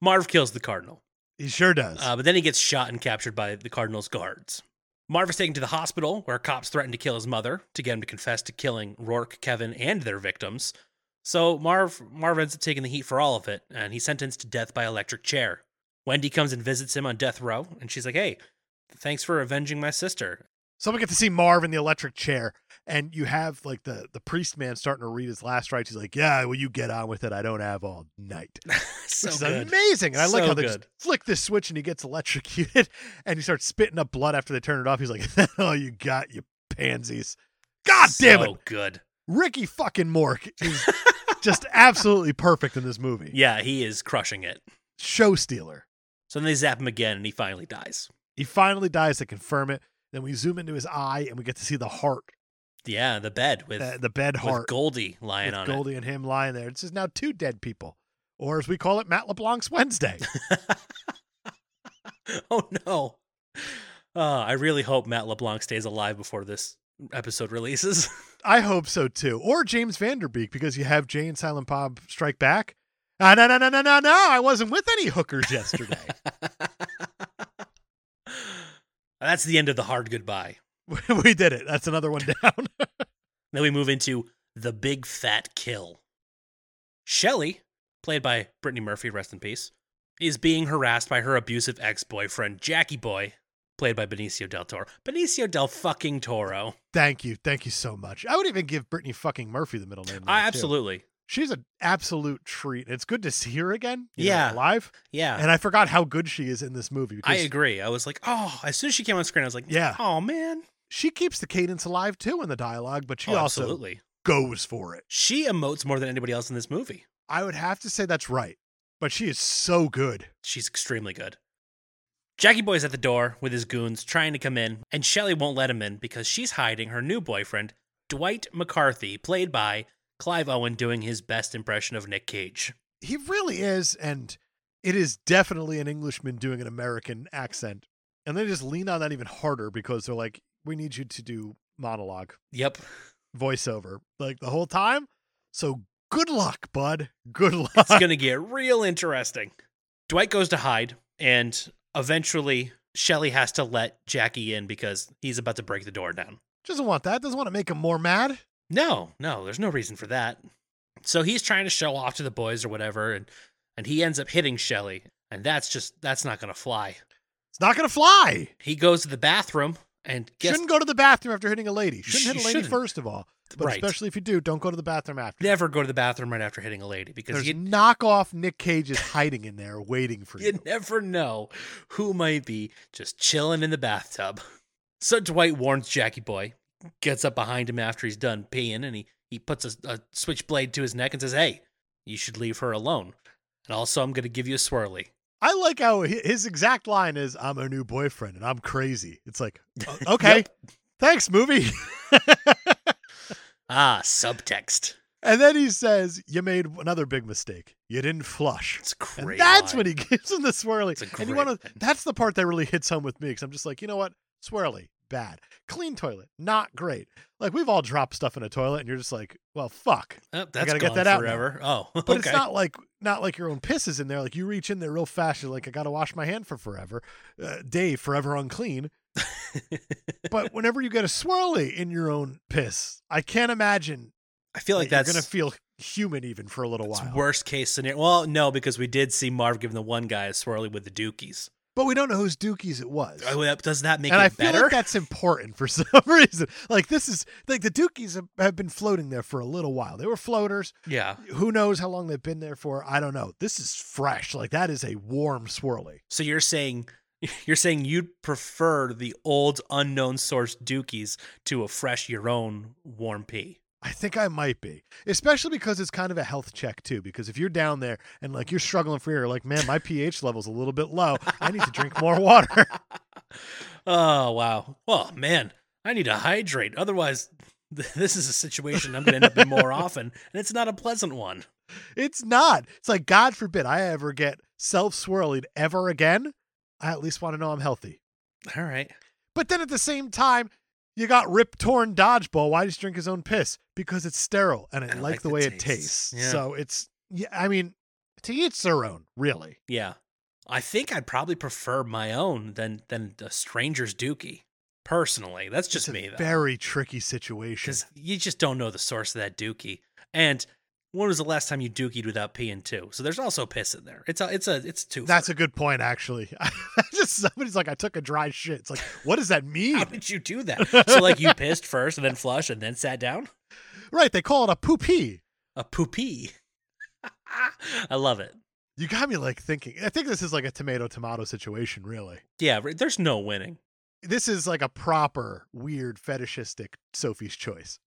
B: Marv kills the Cardinal,
A: He sure does.
B: uh, but then he gets shot and captured by the Cardinal's guards. Marv is taken to the hospital where cops threaten to kill his mother to get him to confess to killing Rourke, Kevin, and their victims. So Marv Marv ends up taking the heat for all of it, and he's sentenced to death by electric chair. Wendy comes and visits him on death row,
A: [LAUGHS]
B: and she's like, "Hey, thanks for avenging my sister."
A: so we get to see Marv in the electric chair, and you have like the the priest man starting to read his last rites. He's like, "Yeah, well, you get on with it. I don't have all night."
B: so
A: Which is
B: good.
A: amazing, and I like
B: So
A: how they just
B: good.
A: flick this switch and he gets electrocuted, [LAUGHS] and he starts spitting up blood after they turn it off. He's like, [LAUGHS] "Oh, you got you pansies! God damn it,
B: So good.
A: Ricky fucking Mork
B: [LAUGHS]
A: is just absolutely perfect in this movie.
B: Yeah, he is crushing it.
A: Show stealer.
B: So then they zap him again and he finally dies.
A: He finally dies to confirm it. Then we zoom into his eye and we get to see the heart, uh,
B: Yeah, the bed with,
A: the, the bed
B: with
A: heart,
B: Goldie lying
A: with
B: on
A: Goldie and him lying there. This is now two dead people, or as we call it, Matt LeBlanc's Wednesday.
B: it. [LAUGHS] Oh no. Uh, I really hope Matt LeBlanc stays alive before this episode releases. [LAUGHS]
A: I hope so too. Or James Vanderbeek, because you have Jay and Silent Bob strike back. Ah, no, no, no, no, no, no. I wasn't with
B: [LAUGHS]
A: any hookers yesterday. [LAUGHS]
B: That's the end of the hard goodbye.
A: we did it. That's another one down. [LAUGHS]
B: Then we move into the big fat kill. Shelly, played by Brittany Murphy, rest in peace, is being harassed by her abusive ex boyfriend, Jackie Boy, played by Benicio del Toro. Benicio del fucking Toro.
A: Thank you. Thank you so much. I would even give Brittany fucking Murphy the middle name.
B: I
A: there, too.
B: absolutely.
A: She's an absolute treat. It's good to see her again. you know,
B: Yeah.
A: alive.
B: Yeah.
A: And I forgot how good she is in this movie.
B: I
A: Because
B: agree. I was like, oh, as soon as she came on screen, I was like,
A: Yeah.
B: oh man.
A: She keeps the cadence alive too in the dialogue, but she
B: Oh,
A: also
B: absolutely.
A: goes for it.
B: She emotes more than anybody else in this movie.
A: I would have to say that's right. But she is so good.
B: She's extremely good. Jackie Boy's at the door with his goons trying to come in, and Shelly won't let him in because she's hiding her new boyfriend, Dwight McCarthy, played by Clive Owen doing his best impression of Nick Cage.
A: He really is, and it is definitely an Englishman doing an American accent. And they just lean on that even harder because they're like, we need you to do monologue,
B: Yep.
A: voiceover, like the whole time. So good luck, bud. Good [LAUGHS] luck.
B: It's going to get real interesting. Dwight goes to hide, and eventually Shelly has to let Jackie in because he's about to break the door down.
A: Doesn't want that. Doesn't want to make him more mad.
B: No, no, there's no reason for that. So he's trying to show off to the boys or whatever, and and he ends up hitting Shelly, and that's just that's not gonna fly.
A: It's not going to fly.
B: He goes to the bathroom and guess
A: shouldn't go to the bathroom after hitting a lady. Shouldn't
B: sh-
A: hit a
B: you
A: lady
B: shouldn't.
A: first of all. But
B: right.
A: especially if you do, don't go to the bathroom after.
B: Never go to the bathroom right after hitting a lady because
A: There's
B: you,
A: knockoff Nick Cage is hiding in there waiting for you.
B: you never know who might be just chilling in the bathtub. So Dwight warns Jackie Boy, gets up behind him after he's done peeing, and he, he puts a, a switchblade to his neck and says, Hey, you should leave her alone. And also, I'm going to give you a swirly.
A: I like how hi- his exact line is, "I'm her new boyfriend and I'm crazy." It's like,
B: [LAUGHS]
A: "O- okay,
B: Yep.
A: thanks, movie. [LAUGHS]
B: Ah, subtext.
A: and then he says, "You made another big mistake. You didn't flush."
B: It's
A: And
B: great.
A: that's
B: line.
A: when he [LAUGHS] gives him the swirly.
B: It's a
A: and you
B: great
A: want to
B: line.
A: that's the part that really hits home with me because I'm just like, you know what? Swirly, bad. Clean toilet, not great. Like we've all dropped stuff in a toilet and you're just like, well, fuck.
B: Oh, that's
A: gotta get
B: gone
A: that out now.
B: forever. Oh,
A: But
B: okay.
A: it's not like not like your own piss is in there. Like you reach in there real fast. You're like, I gotta wash my hand for forever, uh, day forever unclean.
B: [LAUGHS]
A: but whenever you get a swirly in your own piss, I can't imagine
B: I feel like
A: that
B: that's
A: you're gonna feel human even for a little
B: it's
A: while.
B: worst case scenario. Well, no, because we did see Marv giving the one guy a swirly with the dookies.
A: but we don't know whose dookies it was.
B: Oh, that- Does that make
A: and
B: it
A: I feel
B: better?
A: like that's important for [LAUGHS] some reason. Like this is like the Dookies have- have been floating there for a little while. They were floaters.
B: yeah.
A: Who knows how long they've been there for? I don't know. This is fresh. Like that is a warm swirly.
B: So you're saying you're saying you'd prefer the old unknown source dookies to a fresh your own warm pea.
A: I think I might be, especially because it's kind of a health check too. Because if you're down there and like you're struggling for air, like man, my pH level's a little bit low. I need to drink more water. [LAUGHS]
B: Oh wow. Well, man, I need to hydrate. Otherwise, [LAUGHS] th- this is a situation I'm going to end up in
A: [LAUGHS]
B: more often, and it's not a pleasant one.
A: It's not. It's like God forbid I ever get self swirling ever again. I at least want to know I'm healthy.
B: All right.
A: But then at the same time, you got Rip Torn Dodgeball. Why does he drink his own piss? Because it's sterile and I,
B: I
A: like, the, way it tastes.
B: Yeah.
A: So it's, yeah, I mean, to each their own, really.
B: Yeah. I think I'd probably prefer my own than than a stranger's dookie. Personally, that's just
A: it's
B: me
A: a
B: though.
A: very tricky situation.
B: Cuz you just don't know the source of that dookie. And When was the last time you dookied without peeing too? So there's also piss in there. It's a it's a it's two.
A: That's a good point, actually. [LAUGHS] Just somebody's like, I took a dry shit. It's like, what does that
B: How
A: mean?
B: did you do
A: [LAUGHS]
B: that? So like you pissed first and then flushed and then sat down?
A: right? They call it a poopee.
B: A poopee. [LAUGHS] I love it.
A: You got me like thinking. I think this is like a tomato tomato situation, really.
B: Yeah, r- there's no winning.
A: This is like a proper weird fetishistic Sophie's choice.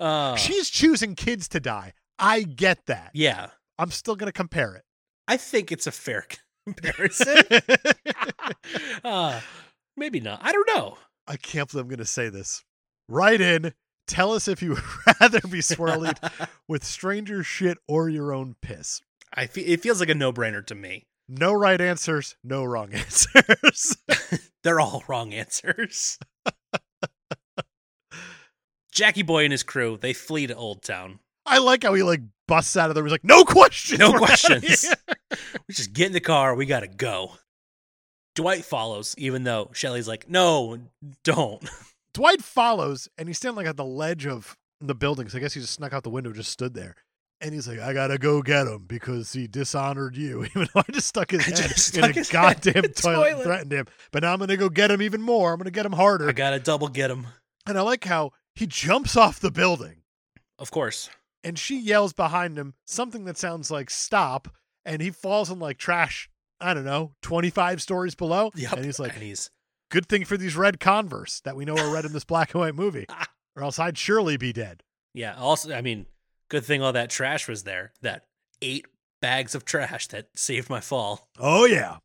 B: uh,
A: She's choosing kids to die. I get that.
B: yeah,
A: I'm still gonna compare it.
B: I think it's a fair [LAUGHS] comparison.
A: [LAUGHS]
B: uh, maybe not. I don't know.
A: I can't believe I'm gonna say this. Write in. Tell us if you would [LAUGHS] rather
B: [LAUGHS]
A: be swirled with stranger shit or your own piss.
B: I fe- it feels like a no-brainer to me.
A: No right answers, no wrong [LAUGHS] answers.
B: They're all [LAUGHS] wrong answers. Jackie Boy and his crew, they flee to Old
A: [LAUGHS]
B: Town.
A: I like how he like busts out of there. He's like, no questions.
B: No
A: [LAUGHS] we're outta
B: questions. [LAUGHS]
A: here."
B: We just get in the car. We got to go. Dwight follows, even though Shelly's like, no, don't.
A: Dwight follows and he's standing like at the ledge of the building. So I guess he just snuck out the window, just stood there. And he's like, I gotta go get him because he dishonored you. [LAUGHS] Even though I just stuck his
B: I
A: head
B: just
A: in
B: stuck
A: a
B: his head
A: goddamn
B: in the
A: toilet, and
B: toilet.
A: threatened him. But now I'm gonna go get him even more. I'm gonna get him
B: [LAUGHS]
A: harder.
B: I got to double get him.
A: and I like how he jumps off the building
B: Of course.
A: and she yells behind him something that sounds like stop. And he falls in like trash, I don't know, 25 stories below.
B: Yep.
A: And he's like,
B: and he's,
A: good thing for these red Converse that we know are red in this black and
B: [LAUGHS]
A: white movie,
B: Ah.
A: or else I'd surely be dead.
B: yeah. Also, I mean, good thing all that trash was there. That eight bags of trash that saved my fall.
A: Oh, yeah.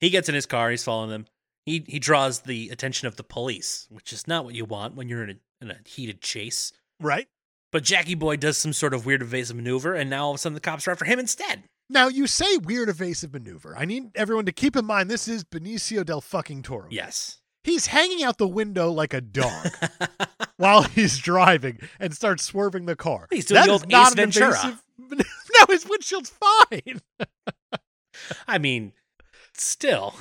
B: He gets in his car. He's following them. He he draws the attention of the police, which is not what you want when you're in a, in a heated chase.
A: Right?
B: But Jackie Boy does some sort of weird evasive maneuver, and now all of a sudden the cops are after him instead.
A: Now, you say weird evasive maneuver. I need everyone to keep in mind this is Benicio del fucking Toro.
B: Yes.
A: He's hanging out the window like
B: [LAUGHS]
A: a dog while he's driving and starts swerving the car.
B: He's doing
A: That
B: the
A: is
B: old
A: not
B: Ace
A: an
B: Ventura.
A: evasive [LAUGHS] man- No, his windshield's fine.
B: I mean,
A: [LAUGHS]
B: still.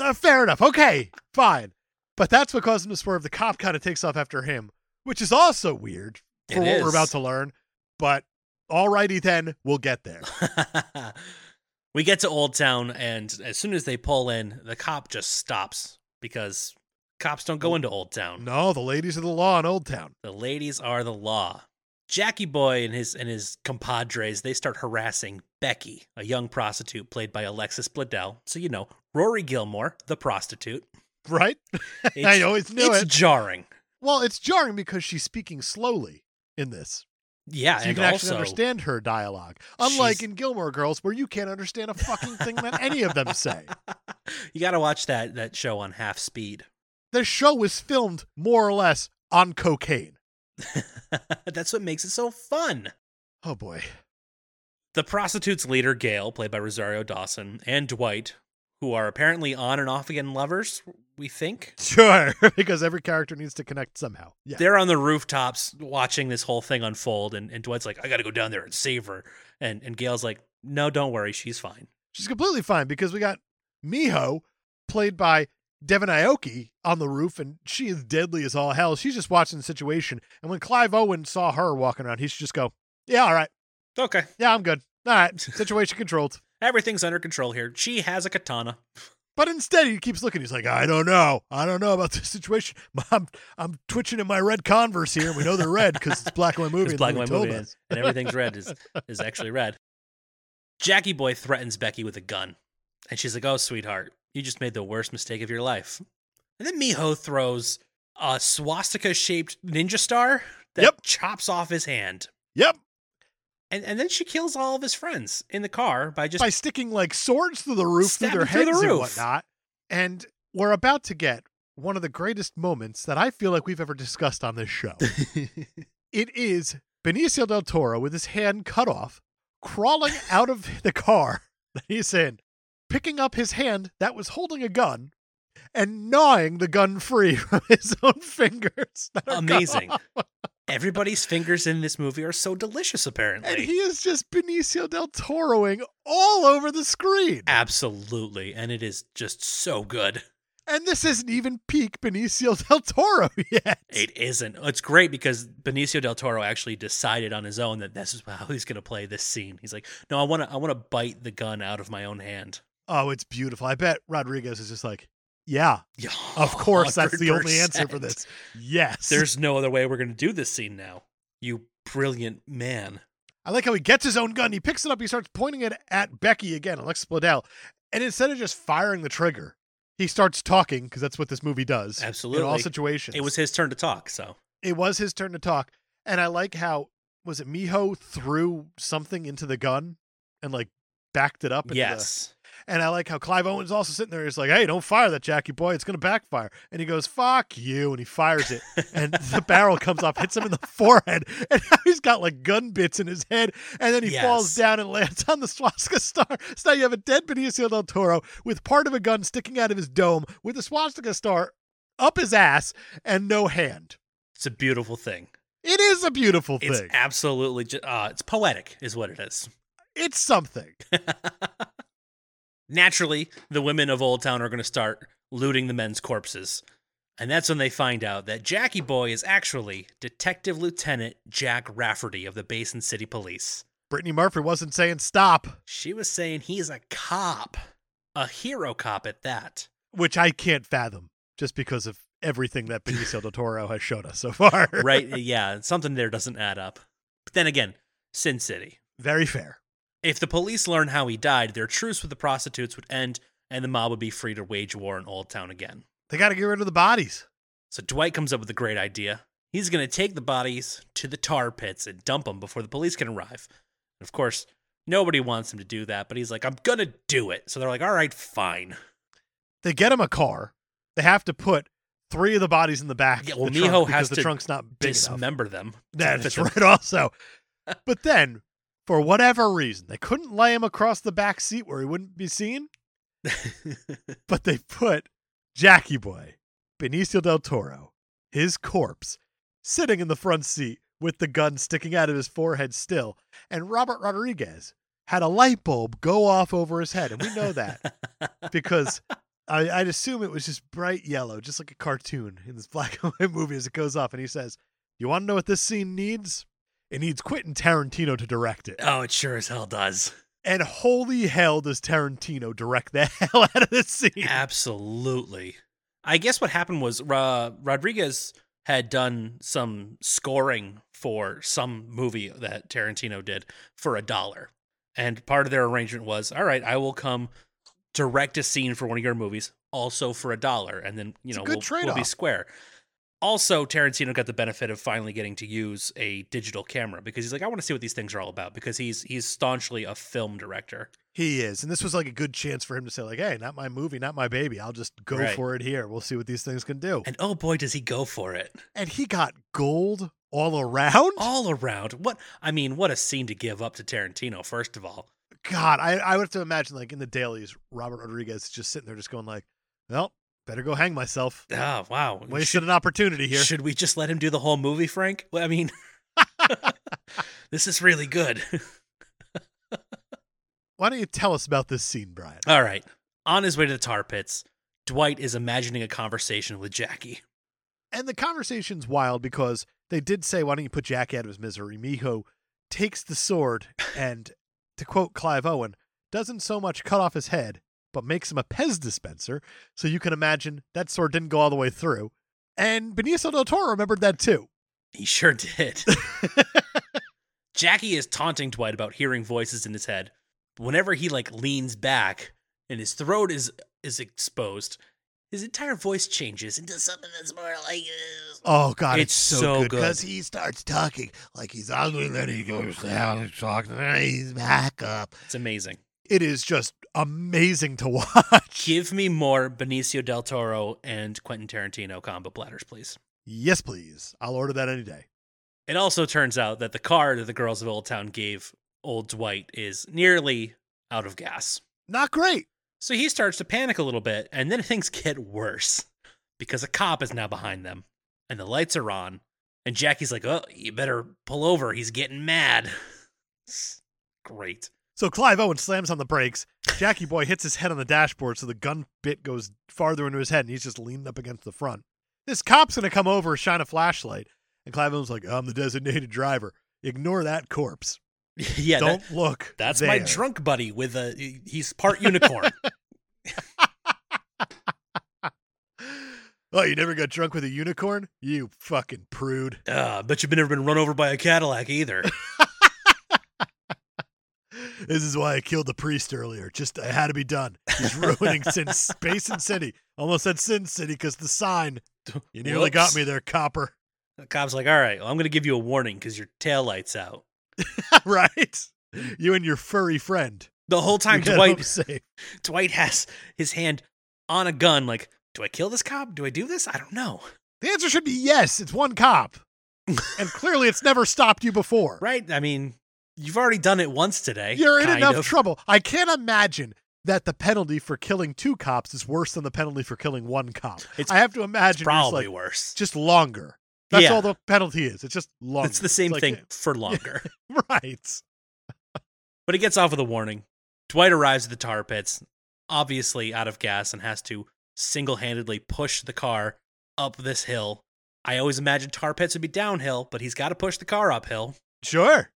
A: Uh, fair enough. Okay, fine. But that's what caused him to swerve. The cop kind of takes off after him, which is also weird for
B: It
A: what we're
B: is.
A: about to learn. But alrighty then, we'll get
B: [LAUGHS]
A: there.
B: we get to Old Town, and as soon as they pull in, the cop just stops because cops don't
A: Oh,
B: go into Old Town.
A: No, the ladies of the law in Old Town.
B: The ladies are the law. Jackie Boy and his and his compadres they start harassing Becky, a young prostitute played by Alexis Bledel. So you know Rory Gilmore, the prostitute.
A: Right? [LAUGHS] I
B: It's-
A: always knew
B: it's
A: it.
B: jarring.
A: Well, it's jarring because she's speaking slowly in this.
B: Yeah,
A: So you
B: and
A: can actually
B: also
A: understand her dialogue. Unlike
B: She's-
A: in Gilmore Girls, where you can't understand a fucking thing that any of them
B: [LAUGHS]
A: say.
B: you got to watch that that show on half speed. [LAUGHS]
A: The show was filmed more or less on cocaine.
B: That's what makes it so fun.
A: Oh boy.
B: The prostitute's leader, Gail, played by Rosario Dawson, and Dwight, who are apparently on and off again lovers, we think.
A: Sure. [LAUGHS] because every character needs to connect somehow. Yeah.
B: They're on the rooftops watching this whole thing unfold, and, and Dwight's like, I gotta go down there and save her. And and Gail's like, No, don't worry, she's fine.
A: She's completely fine because we got Miho, played by Devin Aoki, on the roof, and she is deadly as all hell. She's just watching the situation. And when Clive Owen saw her walking around, he should just go, Yeah, all right.
B: Okay.
A: Yeah, I'm good.
B: [LAUGHS]
A: All right. Situation controlled.
B: Everything's under control here. She has a katana.
A: But instead, he keeps looking. He's like, I don't know. I don't know about this situation. [LAUGHS] I'm, I'm twitching in my red Converse here. And we know they're red because it's black and white movie.
B: It's
A: and
B: black
A: the
B: and white movie,
A: movie told
B: and,
A: us.
B: and everything's red is is actually red. Jackie Boy threatens Becky with a gun, and she's like, "Oh, sweetheart, you just made the worst mistake of your life." And then Miho throws a swastika-shaped ninja star that
A: Yep.
B: chops off his hand,
A: Yep.
B: and and then she kills all of his friends in the car by just
A: by sticking like swords through the roof through
B: Stabbing
A: their
B: through
A: heads
B: the
A: and
B: roof.
A: whatnot. And we're about to get one of the greatest moments that I feel like we've ever discussed on
B: [LAUGHS]
A: this show. [LAUGHS] it is Benicio del Toro with his hand cut off, crawling out of the car [LAUGHS] that he's in, picking up his hand that was holding a gun. And gnawing the gun free [LAUGHS] from his own fingers. that are cut
B: amazing.
A: off.
B: Everybody's fingers in this movie are so delicious,
A: And
B: apparently.
A: he is just Benicio del Toroing all over the screen.
B: Absolutely, and it is just so good.
A: And this isn't even peak Benicio del Toro [LAUGHS] yet.
B: It isn't. It's great because Benicio del Toro actually decided on his own that this is how he's going to play this scene. He's like, "No, I want to I want to bite the gun out of my own hand."
A: Oh, it's beautiful. I bet Rodriguez is just like, yeah, of course, that's the only answer for
B: [LAUGHS] 100%.
A: this. Yes.
B: There's no other way we're going to do this scene now. You brilliant man.
A: I like how he gets his own gun. He picks it up. He starts pointing it at Becky again, Alexa Bledel. And instead of just firing the trigger, he starts talking because that's what this movie does.
B: Absolutely.
A: In all situations.
B: It was his turn to talk, so
A: it was his turn to talk. And I like how was it Miho threw something into the gun and like backed it up. Into the-
B: yes.
A: and I like how Clive Owen's also sitting there. He's like, "Hey, don't fire that, Jackie boy. It's gonna backfire." And he goes, "Fuck you!" And he fires it,
B: [LAUGHS]
A: and the barrel comes off, hits him in the forehead, and now he's got like gun bits in his head. And then he
B: Yes.
A: falls down and lands on the swastika star. So now you have a dead Benicio del Toro with part of a gun sticking out of his dome, with the swastika star up his ass, and no hand.
B: It's a beautiful thing.
A: It is a beautiful
B: It's
A: thing.
B: absolutely ju- uh, it's poetic is what it is.
A: it's something. [LAUGHS]
B: Naturally, the women of Old Town are going to start looting the men's corpses. And that's when they find out that Jackie Boy is actually Detective Lieutenant Jack Rafferty of the Basin City Police.
A: Brittany Murphy wasn't saying stop,
B: She was saying he's a cop, a hero cop at that.
A: which I can't fathom just because of everything that Benicio del Toro has showed us so [LAUGHS] far.
B: Right? yeah, something there doesn't add up. But then again, Sin City.
A: Very fair.
B: If the police learn how he died, their truce with the prostitutes would end and the mob would be free to wage war in Old Town again.
A: They got to get rid of the bodies.
B: So Dwight comes up with a great idea. He's going to take the bodies to the tar pits and dump them before the police can arrive. And of course, nobody wants him to do that, but he's like, I'm going to do it. So they're like, all right, fine.
A: They get him a car. They have have to put three of the bodies in the back.
B: Yeah,
A: of
B: well,
A: the
B: Miho
A: trunk,
B: has
A: because the
B: to
A: trunk's not big enough.
B: Dismember them.
A: [LAUGHS] That
B: Fit
A: is
B: them.
A: right. Also, but then for whatever reason, they couldn't lay him across the back seat where he wouldn't be seen. but they put Jackie Boy, Benicio del Toro, his corpse, sitting in the front seat with the gun sticking out of his forehead still. And Robert Rodriguez had a light bulb go off over his head. And we
B: [LAUGHS]
A: know that because I, I'd assume it was just bright yellow, just like a cartoon in this [LAUGHS] black and white movie as it goes off. And he says, You want to know what this scene needs? It needs Quentin Tarantino to direct it.
B: [LAUGHS] oh, it sure as hell does.
A: And holy hell, does Tarantino direct the [LAUGHS] hell out of this scene?
B: Absolutely. I guess what happened was Ra- Rodriguez had done some scoring for some movie that Tarantino did for a dollar. And part of their arrangement was, all right, I will come direct a scene for one of your movies, also for a dollar. And then, you
A: It's a
B: know,
A: good
B: we'll, we'll be
A: trade-off.
B: square. Also, Tarantino got the benefit of finally getting to use a digital camera because he's like, I want to see what these things are all about because he's he's staunchly a film director.
A: He is. And this was like a good chance for him to say, like, hey, not my movie, not my baby. I'll just go
B: Right.
A: for it here. We'll see what these things can do. And,
B: And oh boy, does he go for it.
A: he got gold all around.
B: all around. What I mean, what a scene to give up to Tarantino. First of all,
A: God, I, I would have to imagine like in the dailies, Robert Rodriguez is just sitting there just going like, Well, better go hang myself.
B: oh wow,
A: Wasted an opportunity here.
B: should we just let him do the whole movie, Frank? Well, I mean, [LAUGHS] this is really good. [LAUGHS]
A: Why don't you tell us about this scene, Brian?
B: all right, on his way to the tar pits, Dwight is imagining a conversation with Jackie.
A: And the conversation's wild because they did say, why don't you put Jack out of his misery? Miho takes the sword and, to quote Clive Owen, doesn't so much cut off his head, but makes him a Pez dispenser. So you can imagine that sword didn't go all the way through. And Benicio del Toro remembered that too.
B: He sure did. Jackie is taunting Dwight about hearing voices in his head. Whenever he like leans back and his throat is is exposed, his entire voice changes into something that's more like uh,
A: Oh, God.
B: It's so good.
A: Because he starts talking like he's ugly, then he goes down and talks, and then he's back up.
B: It's amazing.
A: It is just amazing to [LAUGHS]
B: [LAUGHS]
A: watch.
B: Give me more Benicio del Toro and Quentin Tarantino combo platters, please.
A: Yes, please. I'll order that any day.
B: It also turns out that the car that the girls of Old Town gave old Dwight is nearly out of gas.
A: Not great.
B: So he starts to panic a little bit, and then [LAUGHS] things get worse because a cop is now behind them, and the lights are on. And Jackie's like, Oh, you better pull over. He's getting mad. [LAUGHS] Great. [LAUGHS]
A: So Clive Owen slams on the brakes. Jackie Boy hits his head on the dashboard, so the gun bit goes farther into his head, and he's just leaned up against the front. This cop's gonna come over, shine a flashlight, and Clive Owen's like, "I'm the designated driver. Ignore that corpse.
B: yeah, that-
A: Don't look.
B: that's
A: there.
B: my drunk buddy with a he's part unicorn.
A: Oh, you never got drunk with a unicorn? You fucking prude.
B: uh, bet you've never been run over by a Cadillac
A: [LAUGHS]
B: either.
A: This is why I killed the priest earlier. Just I had to be done. He's
B: [LAUGHS]
A: ruining Sin Space and City. Almost said Sin City because
B: [LAUGHS]
A: the sign. You nearly got
B: Whoops.
A: me there, copper.
B: The cop's like, all right, well, I'm going to give you a warning because your tail light's out.
A: [LAUGHS] right? You and your furry friend. [LAUGHS]
B: The whole time,
A: You get
B: Dwight
A: home safe.
B: Dwight has his hand on a gun. Like, do I kill this cop? Do I do this? I don't
A: [LAUGHS]
B: know.
A: The answer should be yes. It's one cop, and clearly it's never stopped
B: [LAUGHS]
A: you before.
B: Right? I mean, you've already done it once today.
A: You're in
B: kind
A: enough
B: of.
A: trouble. I can't imagine that the penalty for killing two cops is worse than the penalty for killing one cop.
B: It's-
A: I have to imagine
B: It's
A: it's
B: probably
A: like,
B: worse.
A: just longer. That's
B: Yeah.
A: all the penalty is. It's just longer.
B: It's the same
A: like-
B: thing for longer.
A: [LAUGHS] right.
B: but he gets off with a warning. Dwight arrives at the tar pits, obviously out of gas, and has to single handedly push the car up this hill. I always imagined tar pits would be downhill, but he's got to push the car uphill.
A: Sure.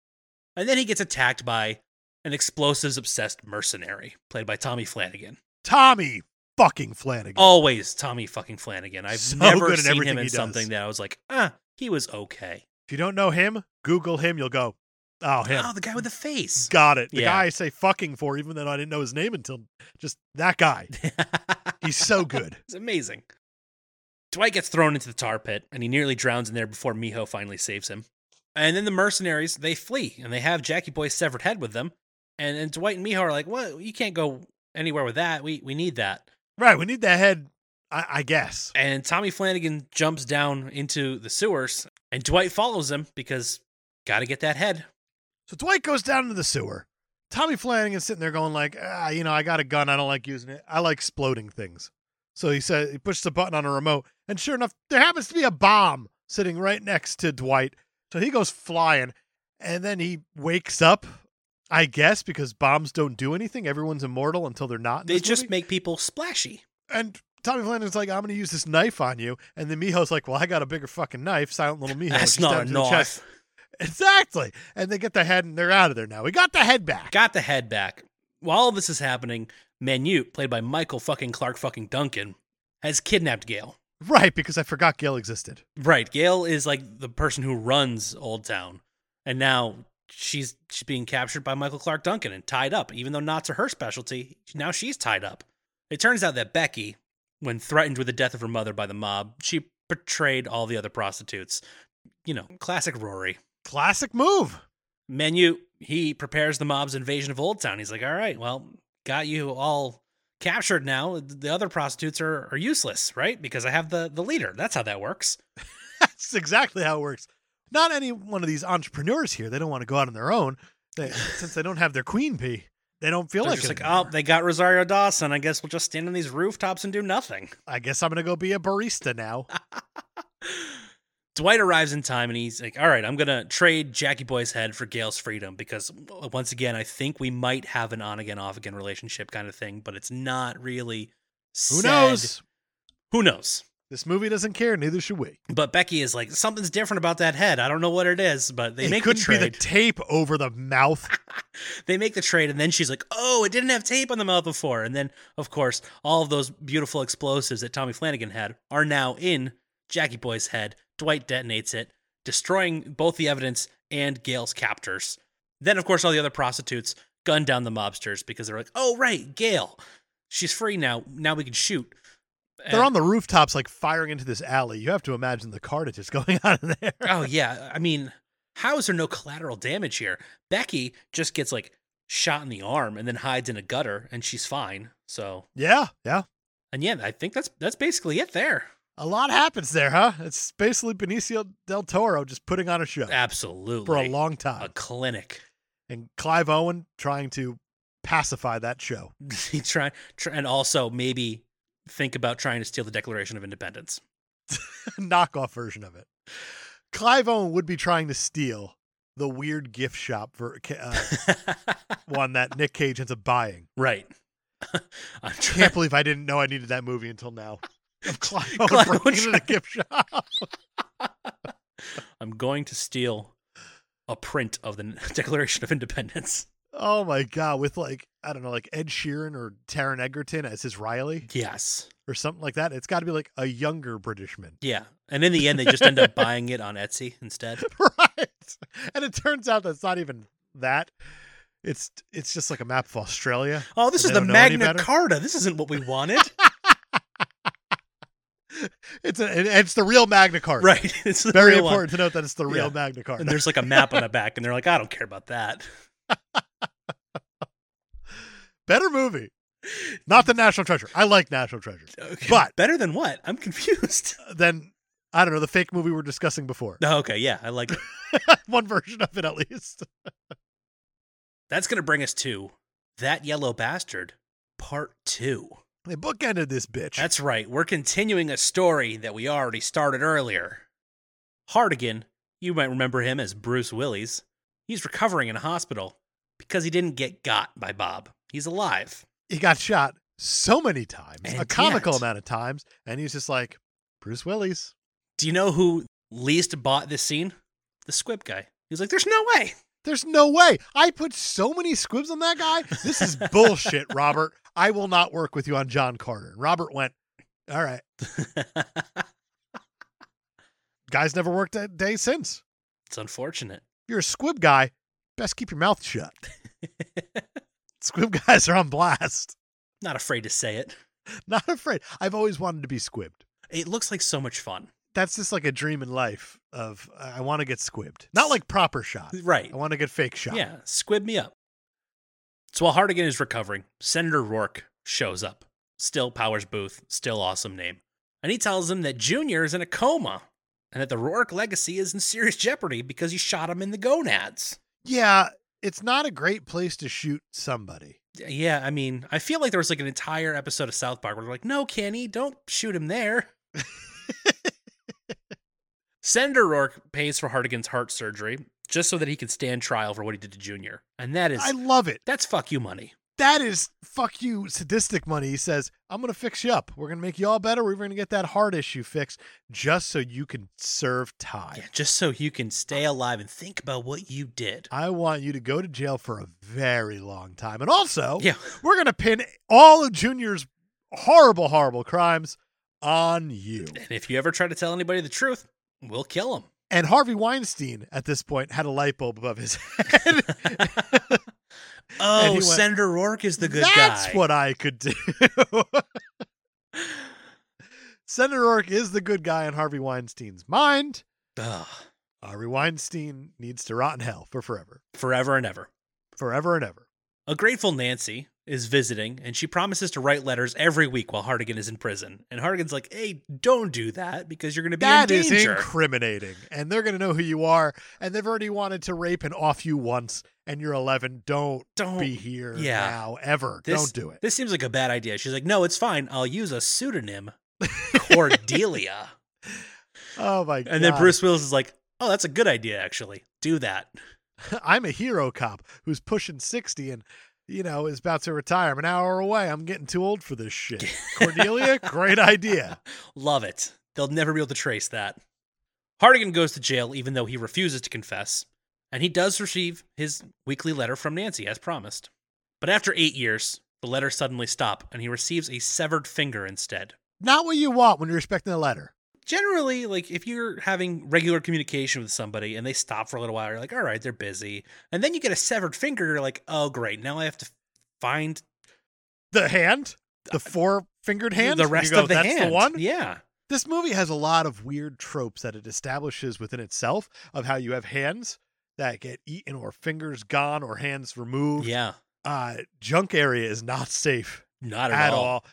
B: And then he gets attacked by an explosives obsessed mercenary, played by Tommy Flanagan.
A: Mm. Tommy fucking Flanagan.
B: Oh. Always Tommy fucking Flanagan. I've
A: So good
B: never
A: at
B: seen
A: everything
B: him
A: he
B: in
A: does.
B: something that I was like, ah, he was okay.
A: If you don't know him, Google him. You'll go, oh, him.
B: Oh, the guy with the face.
A: Got it. The
B: Yeah.
A: guy I say fucking for, even though I didn't know his name until just that guy.
B: [LAUGHS] it's
A: He's so good.
B: amazing. Dwight gets thrown into the tar pit and he nearly drowns in there before Miho finally saves him. And then the mercenaries, they flee and they have Jackie Boy's severed head with them. And, and Dwight and Miho are like, well, you can't go anywhere with that. We, we need that.
A: right. We need that head, I, I guess.
B: And Tommy Flanagan jumps down into the sewers, and Dwight follows him because got to get that head.
A: So Dwight goes down into the sewer. Tommy Flanagan's sitting there going like, ah, you know, I got a gun. I don't like using it. I like exploding things. So he said he pushes a button on a remote, and sure enough, there happens to be a bomb sitting right next to Dwight. So he goes flying, and then he wakes up, I guess, because bombs don't do anything. Everyone's immortal until they're not. in
B: They
A: this
B: just
A: movie.
B: make people splashy.
A: And Tommy Flanagan's like, I'm gonna use this knife on you. And then Miho's like, Well, I got a bigger fucking knife. Silent little Miho.
B: That's
A: She
B: not
A: stabs
B: a
A: him in the chest.
B: knife.
A: Exactly. And they get the head and they're out of there now. We got the head back.
B: Got the head back. While all this is happening, Manute, played by Michael fucking Clark fucking Duncan, has kidnapped Gail.
A: Right, because I forgot Gail existed.
B: Right, Gail is like the person who runs Old Town, and now she's she's being captured by Michael Clark Duncan and tied up. Even though knots are her specialty, now she's tied up. It turns out that Becky, when threatened with the death of her mother by the mob, she betrayed all the other prostitutes. You know, classic Rory.
A: Classic move. [LAUGHS]
B: Menu, he prepares the mob's invasion of Old Town. He's like, all right, well, got you all captured now. The other prostitutes are, are useless, right? Because I have the, the leader. That's how that works.
A: That's exactly how it works. Not any one of these entrepreneurs here. They don't want to go out on their own.
B: [LAUGHS]
A: They, since they don't have their queen bee, they don't feel
B: They're
A: like,
B: just
A: it
B: like, oh,
A: anymore.
B: they got Rosario Dawson. I guess we'll just stand on these rooftops and do nothing.
A: I guess I'm gonna go be a
B: [LAUGHS]
A: barista now.
B: Dwight arrives in time and he's like, all right, I'm going to trade Jackie Boy's head for Gail's freedom because, w- once again, I think we might have an on again, off again relationship kind of thing, but it's not really.
A: Who
B: said.
A: knows?
B: Who knows?
A: This movie doesn't care, neither should we.
B: But Becky is like, something's different about that head. I don't know what it is, but they
A: it
B: make the
A: couldn't be
B: trade.
A: the tape over the mouth.
B: they make the trade, and then she's like, "Oh, it didn't have tape on the mouth before." And then, of course, all of those beautiful explosives that Tommy Flanagan had are now in Jackie Boy's head. Dwight detonates it, destroying both the evidence and Gail's captors. Then, of course, all the other prostitutes gun down the mobsters because they're like, "Oh, right, Gail, she's free now. Now we can shoot."
A: They're
B: And-
A: on the rooftops, like firing into this alley. You have to imagine the carnage that's going [LAUGHS] on in there.
B: [LAUGHS] oh yeah i mean how is there no collateral damage here becky just gets like shot in the arm and then hides in a gutter and she's fine so
A: Yeah, yeah.
B: and yeah i think that's that's basically it there
A: A lot happens there, huh? It's basically Benicio del Toro just putting on a show
B: absolutely
A: for a long
B: a
A: time,
B: clinic [LAUGHS]
A: and Clive Owen trying to pacify that show. [LAUGHS]
B: He try, try and also maybe think about trying to steal the declaration of independence [LAUGHS]
A: knockoff version of it. Clive Owen would be trying to steal the weird gift shop for, uh, one that Nick Cage ends up buying.
B: Right. [LAUGHS] I'm trying.
A: Can't believe I didn't know I needed that movie
B: [LAUGHS]
A: until now. Of Clive
B: Clive
A: Owen bringing it in a
B: Owen-
A: gift shop.
B: I'm going to steal a print of the [LAUGHS] Declaration of Independence.
A: Oh my god, with like I don't know, like Ed Sheeran or Taron Egerton as his Riley
B: Yes.
A: or something like that. It's got to be like a younger Britishman, [LAUGHS]
B: Yeah. And in the end, they just end up buying it on Etsy instead.
A: right? And it turns out that's not even that. It's it's just like a map of Australia.
B: Oh, this
A: So
B: is
A: they
B: the
A: don't know any
B: Magna
A: better?
B: Carta. This isn't what we
A: [LAUGHS]
B: wanted.
A: It's a, and it's the real Magna Carta.
B: right. [LAUGHS] It's the
A: Very
B: real one.
A: important to note that it's the real
B: Yeah.
A: Magna Carta.
B: And there's like a map on the back, and they're like, I don't care about that.
A: Better movie. Not the National Treasure. I like National Treasure.
B: Okay.
A: But-
B: better than what? I'm confused. [LAUGHS]
A: Then I don't know the fake movie we were discussing before. [LAUGHS]
B: Oh, okay. Yeah. I like it.
A: One version of it at least.
B: That's going to bring us to That Yellow Bastard, Part Two.
A: They bookended this bitch.
B: That's right. We're continuing a story that we already started earlier. Hardigan, you might remember him as Bruce Willis, he's recovering in a hospital because he didn't get got by Bob. He's alive.
A: he got shot so many times, a
B: And
A: comical
B: yet-
A: amount of times, and he's just like Bruce Willis.
B: Do you know who least bought this scene? The squib guy. He was like, There's no way. [LAUGHS]
A: There's no way. I put so many squibs on that guy. This is
B: [LAUGHS]
A: bullshit, Robert. I will not work with you on John Carter. And Robert went, All right. Guy's never worked that day since.
B: it's unfortunate.
A: You're a squib guy. Best keep your
B: [LAUGHS]
A: mouth shut. Squib guys are on blast.
B: Not afraid to say it.
A: Not afraid. I've always wanted to be squibbed.
B: It looks like so much fun.
A: That's just like a dream in life of uh, I want to get squibbed. Not like proper shot.
B: Right.
A: I want to get fake shot.
B: Yeah, squib me up. So while Hardigan is recovering, Senator Rourke shows up. Still Powers Booth, still awesome name. And he tells him that Junior is in a coma and that the Rourke legacy is in serious jeopardy because he shot him in the gonads.
A: Yeah, it's not a great place to shoot somebody.
B: Yeah, I mean, I feel like there was like an entire episode of South Park where they're like, no, Kenny, don't shoot him there. Senator Rourke pays for Hardigan's heart surgery just so that he can stand trial for what he did to Junior. And that is,
A: I love it.
B: that's fuck you money.
A: That is fuck you, sadistic money. He says, I'm going to fix you up. We're going to make you all better. We're going to get that heart issue fixed just so you can serve time.
B: Yeah, just so you can stay alive and think about what you did.
A: I want you to go to jail for a very long time. And also,
B: Yeah,
A: we're going to pin all of Junior's horrible, horrible crimes on you.
B: [LAUGHS] and if you ever try to tell anybody the truth, we'll kill [LAUGHS] him.
A: And Harvey Weinstein at this point had a light bulb above his [LAUGHS] head.
B: oh,
A: went,
B: Senator Oh, Rourke is the good
A: That's
B: guy.
A: what I could do. [LAUGHS] Senator Ork is the good guy in Harvey Weinstein's mind.
B: Ugh.
A: Harvey Weinstein needs to rot in hell for forever,
B: forever and ever.
A: forever and ever.
B: A grateful Nancy is visiting, and she promises to write letters every week while Hardigan is in prison. And Hardigan's like, "Hey, don't do that because you're going to be
A: That
B: in
A: is
B: danger."
A: incriminating, and they're going to know who you are. And they've already wanted to rape and off you once, and you're 11. Don't
B: don't
A: be here
B: Oh, yeah.
A: now, ever.
B: This-
A: Don't do it.
B: This seems like a bad idea. She's like, "No, it's fine. I'll use a [LAUGHS] pseudonym, Cordelia."
A: Oh my god!
B: And then Bruce Willis is like, "Oh, that's a good idea, actually. Do that."
A: I'm a hero cop who's pushing 60 and you know is about to retire. I'm an hour away. I'm getting too old for this
B: [LAUGHS]
A: shit. Cordelia, great idea.
B: Love it. They'll never be able to trace that. Hardigan goes to jail, even though he refuses to confess, and he does receive his weekly letter from Nancy, as promised. But after eight years, the letters suddenly stop, and he receives a severed finger instead.
A: Not what you want when you're expecting a letter.
B: Generally, like if you're having regular communication with somebody and they stop for a little while, you're like, all right, they're busy. And then you get a severed finger, you're like, oh, great. Now I have to find
A: The hand, the four fingered hand.
B: Uh, the
A: You
B: rest
A: go,
B: of the
A: That's
B: hand.
A: the one.
B: Yeah.
A: This movie has a lot of weird tropes that it establishes within itself of how you have hands that get eaten or fingers gone or hands removed.
B: Yeah.
A: Uh, junk area is not safe
B: Not
A: at,
B: at,
A: all.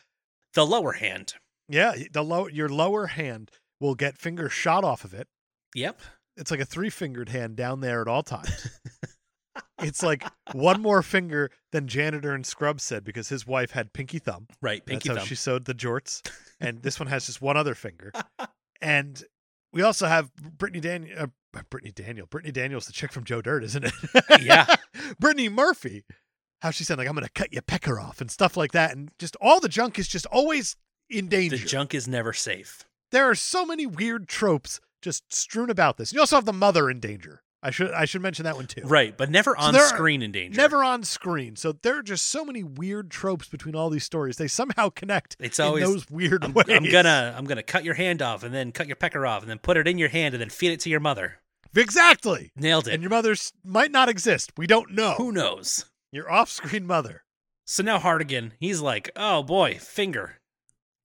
B: The lower hand.
A: Yeah, the low your lower hand will get fingers shot off of it.
B: Yep.
A: it's like a three fingered hand down there at all times.
B: [LAUGHS]
A: it's like one more finger than janitor and scrub said because his wife had pinky thumb.
B: Right. Pinky
A: That's how
B: thumb.
A: she sewed the jorts, and this one has just one
B: [LAUGHS]
A: other finger. And we also have Brittany Daniel. Uh, [LAUGHS] Brittany Daniel. Brittany Daniel's the chick from Joe Dirt, isn't it?
B: Yeah.
A: Brittany Murphy how she said like I'm gonna cut your pecker off and stuff like that, and just all the junk is just always in danger.
B: The junk is never safe.
A: there are so many weird tropes just strewn about this. You also have the mother in danger. I should I should mention that one too.
B: Right, but never
A: So
B: on
A: there are-
B: screen in danger.
A: Never on screen. So there are just so many weird tropes between all these stories. They somehow connect
B: It's
A: in
B: always
A: those weird
B: I'm,
A: ways.
B: I'm gonna I'm gonna cut your hand off and then cut your pecker off and then put it in your hand and then feed it to your mother.
A: [LAUGHS] Exactly.
B: Nailed it.
A: And your mother's might not exist. We don't know.
B: Who knows?
A: Your off screen mother. [LAUGHS]
B: So now Hardigan, he's like, oh boy, finger.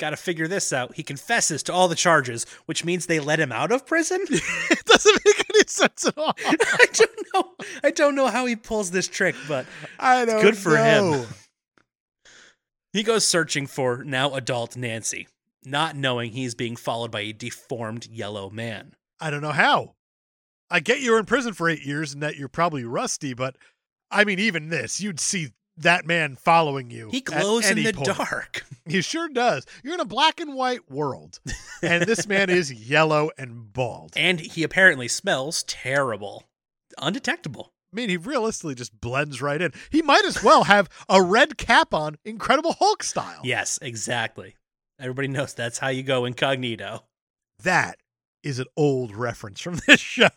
B: Gotta figure this out. He confesses to all the charges, which means they let him out of prison? [LAUGHS]
A: It doesn't make any sense at all.
B: I don't know. I don't know how he pulls this trick, but
A: I don't
B: good for him.
A: know.
B: he goes searching for now adult Nancy, not knowing he's being followed by a deformed yellow man.
A: I don't know how. I get you were in prison for eight years and that you're probably rusty, but I mean, even this, you'd see that man following you.
B: He
A: at
B: glows in
A: any
B: the
A: point.
B: dark.
A: [LAUGHS] He sure does. You're in a black and white world, and
B: [LAUGHS]
A: this man is yellow and bald. I
B: And he apparently smells terrible. Undetectable.
A: mean, he realistically just blends right in. He might as well have a red cap on, Incredible Hulk style.
B: Yes, exactly. Everybody knows that's how you go incognito.
A: That is an old reference from this [LAUGHS] show.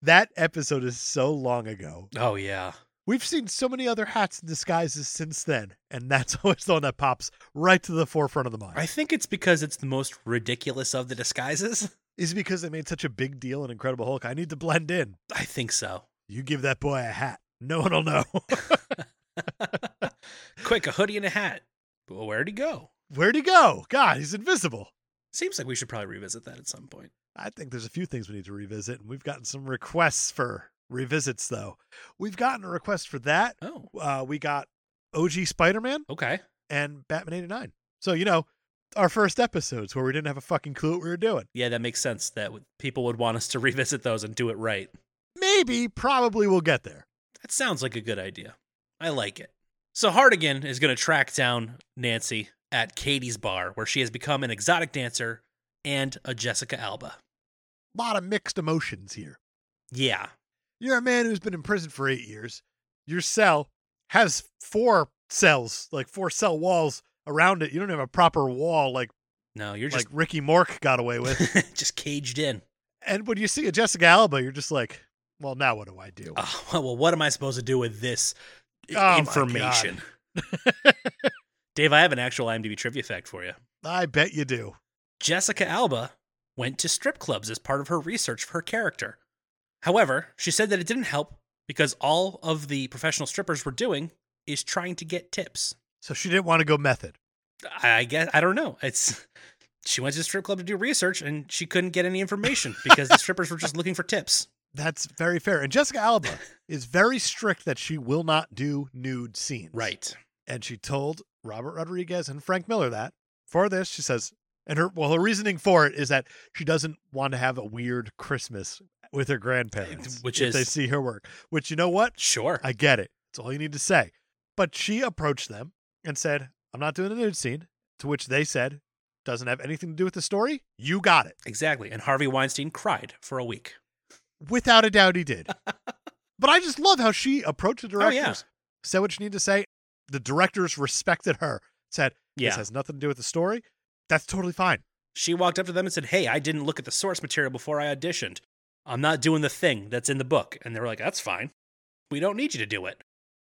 A: that episode is so long ago.
B: Oh, yeah.
A: We've seen so many other hats and disguises since then, and that's [LAUGHS] always the one that pops right to the forefront of the mind.
B: I think it's because it's the most ridiculous of the disguises.
A: Is it because they made such a big deal in Incredible Hulk? I need to blend in.
B: I think so.
A: You give that boy a hat. No one will know. [LAUGHS]
B: Quick, a hoodie and a hat. Well, where'd he go?
A: Where'd he go? God, he's invisible.
B: Seems like we should probably revisit that at some point.
A: I think there's a few things we need to revisit, and we've gotten some requests for revisits, though. We've gotten a request for that.
B: Oh,
A: Uh, we got OG Spider Man
B: okay.
A: and Batman 89. So, you know, our first episodes where we didn't have a fucking clue what we were doing.
B: Yeah, that makes sense that w- people would want us to [LAUGHS] revisit those and do it right.
A: Maybe, probably we'll get there.
B: That sounds like a good idea. I like it. So Hardigan is going to track down Nancy at Katie's bar, where she has become an exotic dancer and a Jessica Alba.
A: A lot of mixed emotions here.
B: Yeah,
A: You're a man who's been in prison for eight years. Your cell has four cells, like four cell walls around it. You don't have a proper wall like
B: no, you're
A: like
B: just
A: Ricky Mork got away with.
B: [LAUGHS] just caged in.
A: and when you see a Jessica Alba, you're just like, well, now what do I do?
B: Oh, well, what am I supposed to do with this i-
A: Oh my [LAUGHS]
B: information? Dave, I have an actual IMDb trivia fact for you.
A: I bet you do.
B: Jessica Alba went to strip clubs as part of her research for her character. However, she said that it didn't help because all of the professional strippers were doing is trying to get tips.
A: So she didn't want to go method.
B: I guess I don't know. It's [LAUGHS] she went to the strip club to do research and she couldn't get any information because the strippers were just looking for tips.
A: That's very fair. And
B: [LAUGHS]
A: Jessica Alba is very strict that she will not do nude scenes.
B: Right.
A: and she told Robert Rodriguez and Frank Miller that for this she says and her well her reasoning for it is that she doesn't want to have a weird Christmas with her grandparents
B: [LAUGHS] Which
A: if they
B: is-
A: see her work which you know what
B: Sure.
A: I get it it's all you need to say but she approached them and said I'm not doing a nude scene to which they said doesn't have anything to do with the story you got it
B: exactly. And Harvey Weinstein cried for a week.
A: without a doubt
B: [LAUGHS]
A: he did but I just love how she approached the
B: Oh,
A: directors
B: yeah.
A: said what you need to say the directors respected her said
B: Yeah.
A: This has nothing to do with the story. That's totally fine.
B: She walked up to them and said, Hey, I didn't look at the source material before I auditioned. I'm not doing the thing that's in the book. And they were like, That's fine. We don't need you to do it.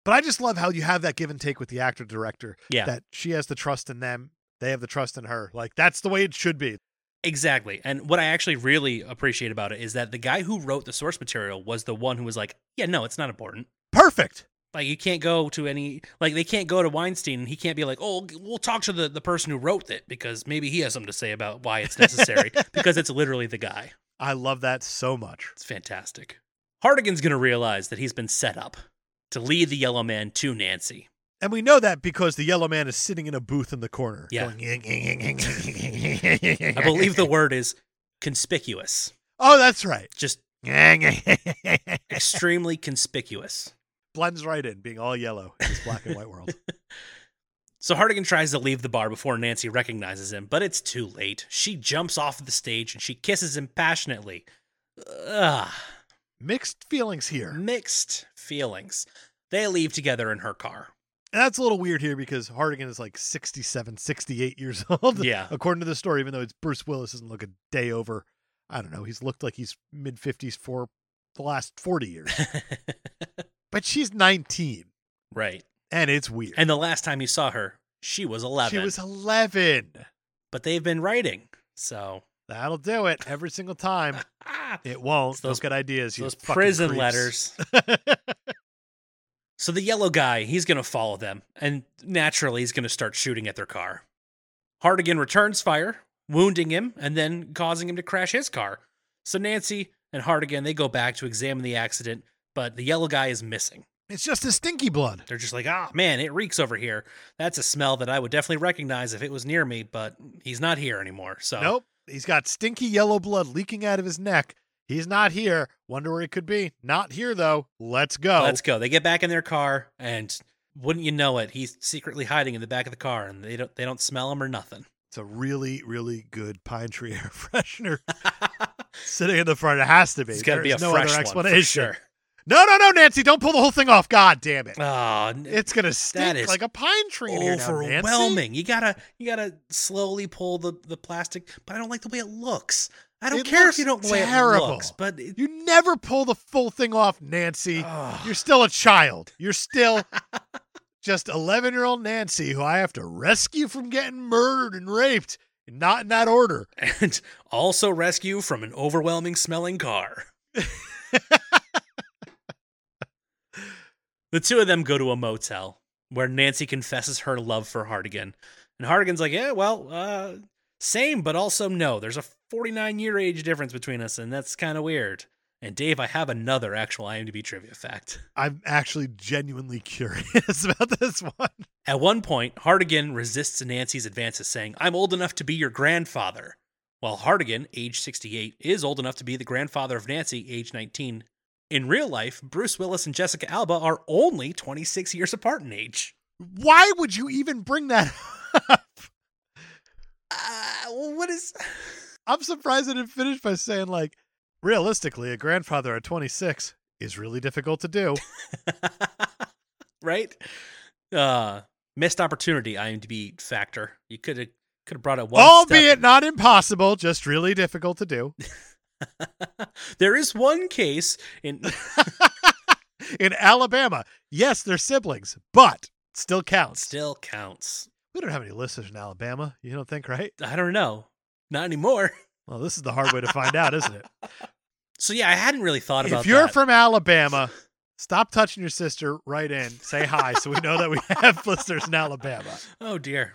A: But I just love how you have that give and take with the actor director
B: Yeah,
A: that she has the trust in them, they have the trust in her. Like that's the way it should be.
B: exactly. And what I actually really appreciate about it is that the guy who wrote the source material was the one who was like, Yeah, no, it's not important.
A: Perfect.
B: Like, you can't go to any, like, they can't go to Weinstein and he can't be like, Oh, we'll talk to the, the person who wrote it because maybe he has something to say about why it's necessary because it's literally the guy.
A: I love that so much.
B: It's fantastic. Hardigan's going to realize that he's been set up to lead the yellow man to Nancy.
A: And we know that because the yellow man is sitting in a booth in the corner.
B: Yeah.
A: going,
B: I believe
A: [LAUGHS]
B: the word is conspicuous.
A: Oh, that's right. [LAUGHS]
B: Just extremely conspicuous.
A: Blends right in, being all yellow in this black and white
B: [LAUGHS]
A: world.
B: So Hardigan tries to leave the bar before Nancy recognizes him, but it's too late. She jumps off the stage and she kisses him passionately. Ugh,
A: Mixed feelings here.
B: mixed feelings. They leave together in her car.
A: And that's a little weird here because Hardigan is like 67, 68 years [LAUGHS] old,
B: Yeah.
A: according to the story, even though it's Bruce Willis doesn't look a day over. I don't know. He's looked like he's mid 50s for the last 40
B: [LAUGHS]
A: years, but she's 19
B: right.
A: and it's weird.
B: And the last time you saw her, she was 11.
A: she was 11.
B: but they've been writing. So,
A: [LAUGHS] That'll do it every
B: [LAUGHS]
A: single time.
B: ah,
A: It won't.
B: It's
A: Those
B: those-
A: good ideas. you
B: those
A: fucking
B: prison
A: creeps.
B: letters. So the yellow guy, he's going to follow them, and naturally, he's going to start shooting at their car. Hardigan returns fire, wounding him, and then causing him to crash his car. So Nancy and Hardigan, they go back to examine the accident, but the yellow guy is missing.
A: [LAUGHS] it's just his stinky blood.
B: They're just like, ah, man, it reeks over here. That's a smell that I would definitely recognize if it was near me, but he's not here anymore. So
A: Nope. He's got stinky yellow blood leaking out of his neck. He's not here. Wonder where he could be. Not here though. Let's go.
B: let's go. They get back in their car, and wouldn't you know it, he's secretly hiding in the back of the car, and they don't they don't smell him or nothing.
A: It's a really, really good pine tree [LAUGHS] air
B: [LAUGHS]
A: freshener sitting in the front. It has to be.
B: It's got to be a
A: There's no
B: fresh
A: other
B: one
A: explanation.
B: for sure.
A: No, no, no, Nancy, don't pull the whole thing off. God damn it.
B: Oh, n-
A: It's gonna stink
B: is
A: like a pine tree in here now, Nancy.
B: overwhelming! you gotta you gotta slowly pull the the plastic. But I don't like the way it looks. I don't
A: It
B: care if you don't
A: looks
B: the way
A: terrible.
B: it looks, but it,
A: You never pull the full thing off, Nancy.
B: Ugh.
A: You're still a child. You're still
B: [LAUGHS]
A: just 11 year old Nancy, who I have to rescue from getting murdered and raped. Not in that order.
B: and also rescue from an overwhelming smelling car. the two of them go to a motel where Nancy confesses her love for Hardigan. And Hardigan's like, yeah, well, uh, same, but also no. There's a 49 year age difference between us, and that's kind of weird. And Dave, I have another actual IMDb trivia fact.
A: I'm actually genuinely [LAUGHS] curious about this one.
B: At one point, Hardigan resists Nancy's advances, saying, I'm old enough to be your grandfather. While Hardigan, age 68, is old enough to be the grandfather of Nancy, age 19. In real life, Bruce Willis and Jessica Alba are only 26 years apart in age.
A: Why would you even bring that up? [LAUGHS]
B: Uh, well, what is. [LAUGHS]
A: I'm surprised I didn't finish by saying, like, realistically, a grandfather at 26 is really difficult to do.
B: right? Uh, missed opportunity, IMDb factor. You could have could have brought it [LAUGHS] one step
A: Albeit not impossible, just really difficult
B: [LAUGHS]
A: to do.
B: there is one case in
A: in Alabama. Yes, they're siblings, but still counts.
B: still counts.
A: We don't have any listeners in Alabama. You don't think, right?
B: I don't know. Not anymore.
A: Well, this is the hard way to find out, isn't it?
B: So yeah, I hadn't really [LAUGHS] thought about
A: If you're
B: that.
A: from Alabama, stop touching your sister. Write in, say hi, so we know that we [LAUGHS] have listeners in Alabama.
B: oh dear.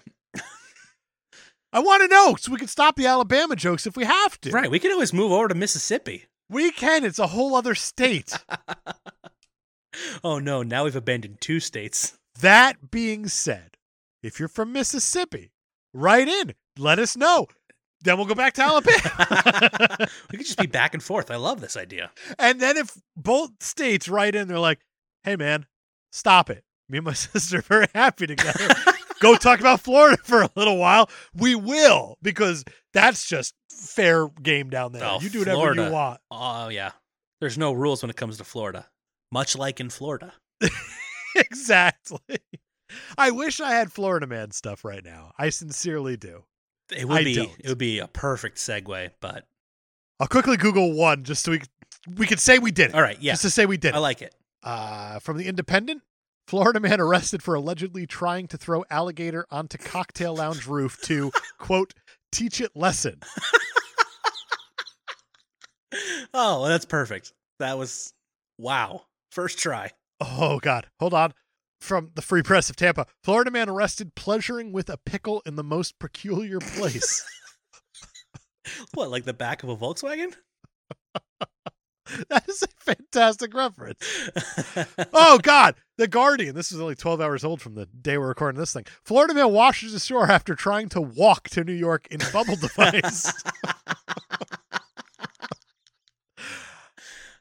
A: I want to know so we can stop the Alabama jokes if we have to.
B: Right, we could always move over to Mississippi.
A: We can. It's a whole
B: [LAUGHS]
A: other state.
B: Oh no, now we've abandoned two states. [LAUGHS]
A: That being said, if you're from Mississippi, write in. Let us know. Then we'll go back to Alabama.
B: we [LAUGHS] could just be back and forth. I love this idea.
A: And then if both states write in, they're like, hey, man, stop it. Me and my [LAUGHS] sister are very happy together. Go talk about Florida for a little while. We will, because that's just fair game down there.
B: Oh,
A: you do whatever
B: Florida.
A: you want.
B: Oh yeah. There's no rules when it comes to Florida. Much like in Florida.
A: [LAUGHS] exactly. I wish I had Florida man stuff right now. I sincerely do.
B: It would
A: I
B: be
A: don't.
B: it would be a perfect segue, but
A: I'll quickly Google one just so we, we can say we did it.
B: all right, yeah.
A: Just to say we did
B: I
A: it.
B: like it.
A: Uh, from the Independent, Florida man arrested for allegedly trying to throw alligator onto cocktail lounge roof
B: [LAUGHS]
A: to quote teach it lesson.
B: Oh, well, that's perfect. That was wow. First try.
A: Oh God, hold on. From the Free Press of Tampa, Florida man arrested pleasuring with a pickle in the most
B: [LAUGHS]
A: peculiar place. [LAUGHS]
B: What, like the back of a Volkswagen? [LAUGHS]
A: that is a fantastic reference. Oh God, The Guardian. This is only 12 hours old from the day we're recording this thing. Florida man washes ashore after trying to walk to New York in
B: [LAUGHS]
A: bubble device.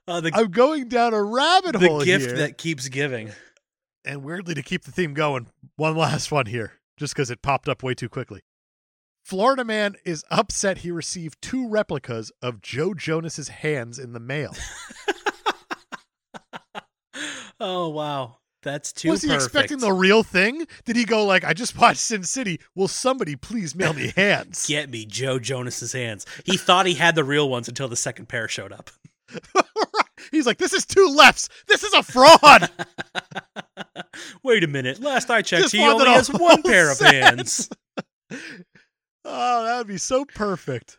B: Uh, the
A: I'm going down a rabbit hole
B: the gift
A: here.
B: that keeps giving.
A: and weirdly to keep the theme going, one last one here, just because it popped up way too quickly. Florida man is upset he received two replicas of
B: [LAUGHS]
A: Joe Jonas's hands in the mail.
B: Oh wow. That's too
A: was he
B: perfect.
A: expecting the real thing? Did he go like, "I just watched Sin City. Will somebody please mail me hands?"
B: Get me Joe Jonas's hands. He thought he had the real ones until the second pair showed up.
A: [LAUGHS] He's like, "This is two lefts. This is
B: [LAUGHS]
A: a fraud."
B: Wait a minute. Last I checked,
A: Just
B: he
A: wanted
B: only
A: a [LAUGHS]
B: has one
A: whole
B: pair
A: set.
B: of hands.
A: oh, that would be so perfect.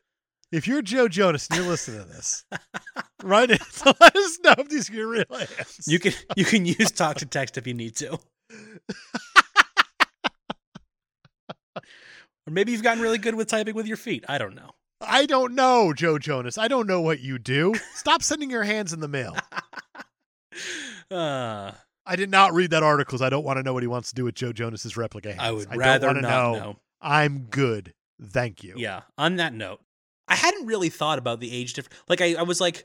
A: If you're Joe Jonas and you're listening to this, write in to [LAUGHS] let us know if these are your real hands.
B: You can you can use talk to text if you need
A: [LAUGHS]
B: to. or maybe you've gotten really good with typing with your feet. I don't know.
A: I don't know, Joe Jonas. I don't know what you do. Stop sending your hands in the mail.
B: Uh,
A: I did not read that article. so I don't want to know what he wants to do with Joe Jonas's replica hands.
B: I would
A: don't
B: rather
A: wanna
B: not
A: know.
B: know.
A: I'm good. Thank you.
B: Yeah. On that note, I hadn't really thought about the age difference. Like, I, I was like,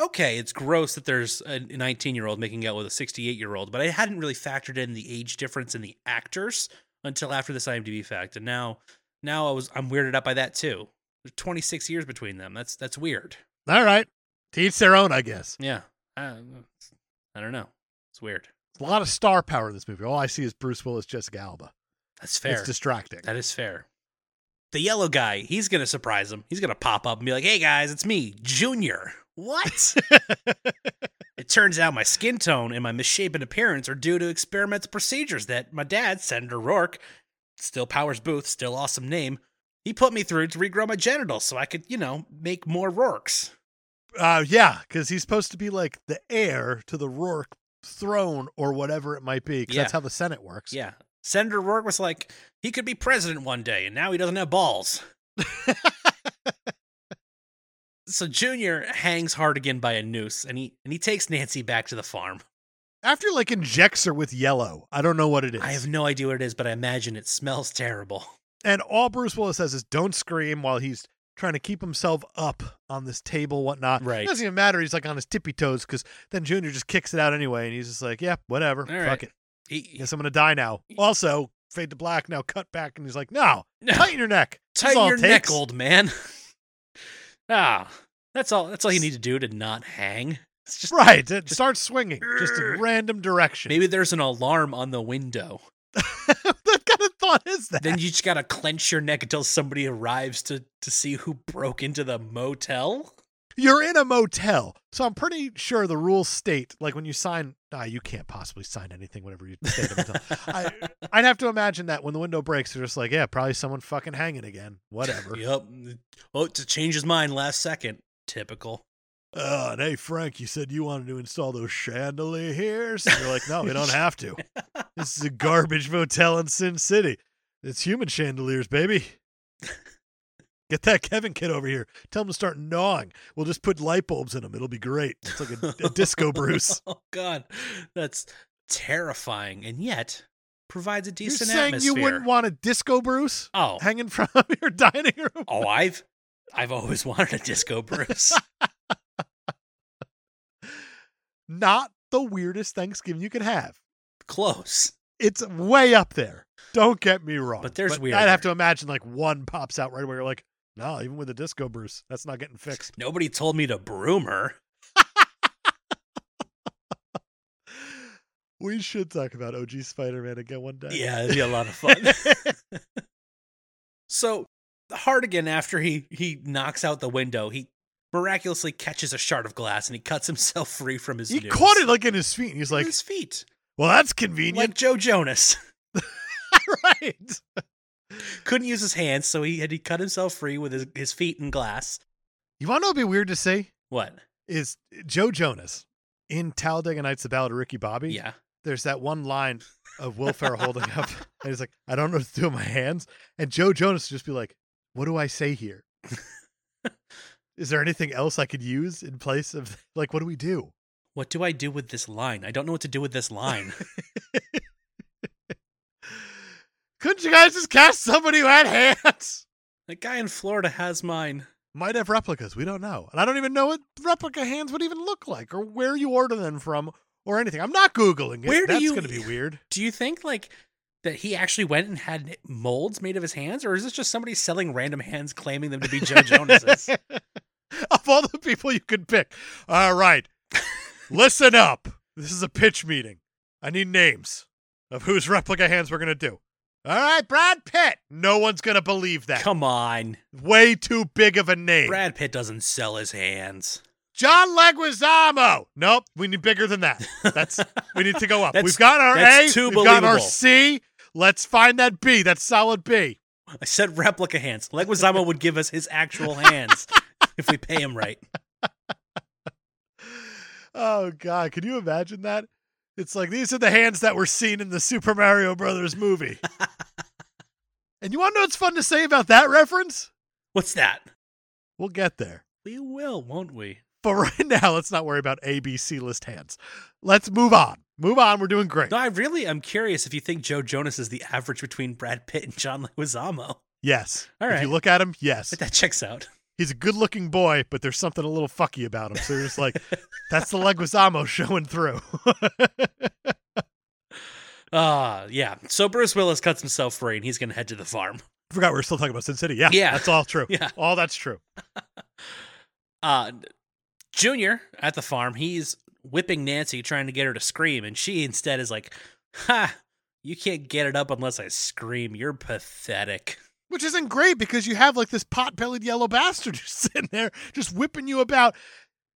B: okay, it's gross that there's a 19 year old making out with a 68 year old, but I hadn't really factored in the age difference in the actors until after this IMDb fact, and now, now I was I'm weirded out by that too. There's 26 years between them. That's that's weird.
A: All right. To each their own, I guess.
B: Yeah. I, I don't know. It's weird.
A: There's a lot of star power in this movie. All I see is Bruce Willis, Jessica Alba.
B: That's fair.
A: It's distracting.
B: That is fair. The yellow guy, he's gonna surprise him. He's gonna pop up and be like, "Hey guys, it's me, Junior." What? it turns out my skin tone and my misshapen appearance are due to experimental procedures that my dad, Senator Rourke, still Powers Booth, still awesome name, he put me through to regrow my genitals so I could, you know, make more Rourkes.
A: Uh, yeah, because he's supposed to be like the heir to the Rourke throne or whatever it might be. 'cause
B: Yeah.
A: that's how the Senate works.
B: Yeah. Senator Rourke was like, he could be president one day, and now he doesn't have balls.
A: [LAUGHS]
B: so Junior hangs Hardigan by a noose, and he and he takes Nancy back to the farm.
A: After like injects her with yellow, I don't know what it is.
B: I have no idea what it is, but I imagine it smells terrible.
A: and all Bruce Willis says is don't scream while he's trying to keep himself up on this table, whatnot.
B: Right.
A: It doesn't even matter. He's like on his tippy toes because then Junior just kicks it out anyway. And he's just like, yeah, whatever.
B: All
A: fuck
B: right.
A: it.
B: He, [LAUGHS]
A: Guess I'm going to die now. Also, fade to black. Now cut back. And he's like, no,
B: no,
A: tighten your neck. This is
B: tighten
A: all it
B: your neck,
A: takes.
B: old man. [LAUGHS] ah, that's all. That's all you need to do to not hang. It's just
A: Right. It starts swinging just
B: [LAUGHS]
A: in
B: Urgh.
A: random directions.
B: maybe there's an alarm on the window.
A: [LAUGHS] what kind of thought is that?
B: then you just gotta clench your neck until somebody arrives to to see who broke into the motel.
A: You're in a motel. So I'm pretty sure the rules state, like when you sign, ah, you can't possibly sign anything whenever you stay at a motel.
B: [LAUGHS]
A: I, I'd have to imagine that when the window breaks, they're just like, yeah, probably someone fucking hanging again. Whatever.
B: Yep. Oh, to change his mind last second. Typical. [LAUGHS]
A: Oh, and hey, Frank, you said you wanted to install those chandeliers. And you're like, no, we don't have to. This is a garbage motel in Sin City. It's human chandeliers, baby. Get that Kevin kid over here. Tell him to start gnawing. We'll just put light bulbs in them. It'll be great. It's like a, a disco Bruce.
B: Oh God, that's terrifying, and yet provides a
A: You're
B: decent
A: saying
B: atmosphere.
A: you wouldn't want a disco Bruce
B: oh,
A: hanging [LAUGHS] from your dining room?
B: oh, I've I've always [LAUGHS] wanted a disco
A: [LAUGHS]
B: Bruce.
A: Not the weirdest Thanksgiving you could have.
B: Close.
A: It's way up there. Don't get me wrong.
B: But there's
A: I'd
B: weirder.
A: have to imagine like one pops out right where you're like, no, even with a disco Bruce, that's not
B: [LAUGHS]
A: getting fixed.
B: Nobody told me to broom her.
A: We should talk about OG Spider Man again one day.
B: Yeah, it'd be a lot of
A: [LAUGHS]
B: fun. so Hardigan, after he he knocks out the window, he miraculously catches a shard of glass and he cuts himself [LAUGHS] free from his
A: He
B: noose.
A: caught it like in his feet. And he's
B: With
A: like,
B: his feet,
A: well, that's
B: like
A: convenient.
B: Joe Jonas.
A: [LAUGHS]
B: [LAUGHS]
A: right.
B: Couldn't use his hands, so he had to cut himself free with his, his feet and glass.
A: You want to know what'd be weird to see?
B: What?
A: Is Joe Jonas in Talladega Nights, The Ballad of Ricky Bobby?
B: Yeah.
A: there's that one line of Will Ferrell holding up, [LAUGHS] and he's like, I don't know what to do with my hands. And Joe Jonas would just be like, What do I say here? Is there anything else I could use in place of, [LAUGHS] like, what do we do?
B: What do I do with this line? I don't know what to do with this
A: [LAUGHS]
B: line.
A: Couldn't you guys just cast somebody who had hands? [LAUGHS]
B: that guy in Florida has mine.
A: Might have replicas. We don't know. And I don't even know what replica hands would even look like or where you order them from or anything. I'm not Googling it.
B: Where do
A: That's
B: you-
A: going to be weird.
B: Do you think like that he actually went and had molds made of his hands, or is this just somebody selling random hands claiming them to be Joe
A: [LAUGHS]
B: Jonas's?
A: of all the people you could pick. All right. Listen up. This is a pitch meeting. I need names of whose replica hands we're gonna do. All right, Brad Pitt. No one's gonna believe that.
B: Come on.
A: Way too big of a name.
B: Brad Pitt doesn't sell his hands.
A: John Leguizamo. Nope, we need bigger than that.
B: [LAUGHS]
A: That's we need to go up.
B: That's-
A: we've got our A,
B: that's too
A: we've got our
B: believable.
A: C. Let's find that B. That's solid B.
B: I said replica hands. Leguizamo would give us his actual hands if we pay him right.
A: Oh God, can you imagine that? It's like these are the hands that were seen in the Super Mario
B: [LAUGHS]
A: Brothers movie. and you want to know what's fun to say about that reference?
B: What's that?
A: We'll get there.
B: We will, won't we?
A: But [LAUGHS] right now, let's not worry about A, B, C list hands. Let's move on. Move on. We're doing great.
B: No, I really am curious if you think Joe Jonas is the average between Brad Pitt and John Leguizamo.
A: Yes.
B: All
A: If
B: right.
A: you look at him, yes.
B: But that checks out.
A: He's a good looking boy, but there's something a little fucky about him. So you're just like, that's the Leguizamo [LAUGHS] showing through.
B: Ah, yeah. So Bruce Willis cuts himself free and he's going to head to the farm. [LAUGHS]
A: Forgot we were still talking about Sin City. Yeah.
B: Yeah.
A: That's
B: [LAUGHS]
A: all true.
B: Yeah.
A: All that's true.
B: Uh, Junior at the farm, he's whipping Nancy, trying to get her to scream, and she instead is like, "Ha, you can't get it up unless I scream. You're pathetic."
A: Which isn't great because you have like this pot bellied yellow bastard [LAUGHS] who's sitting there just whipping you about.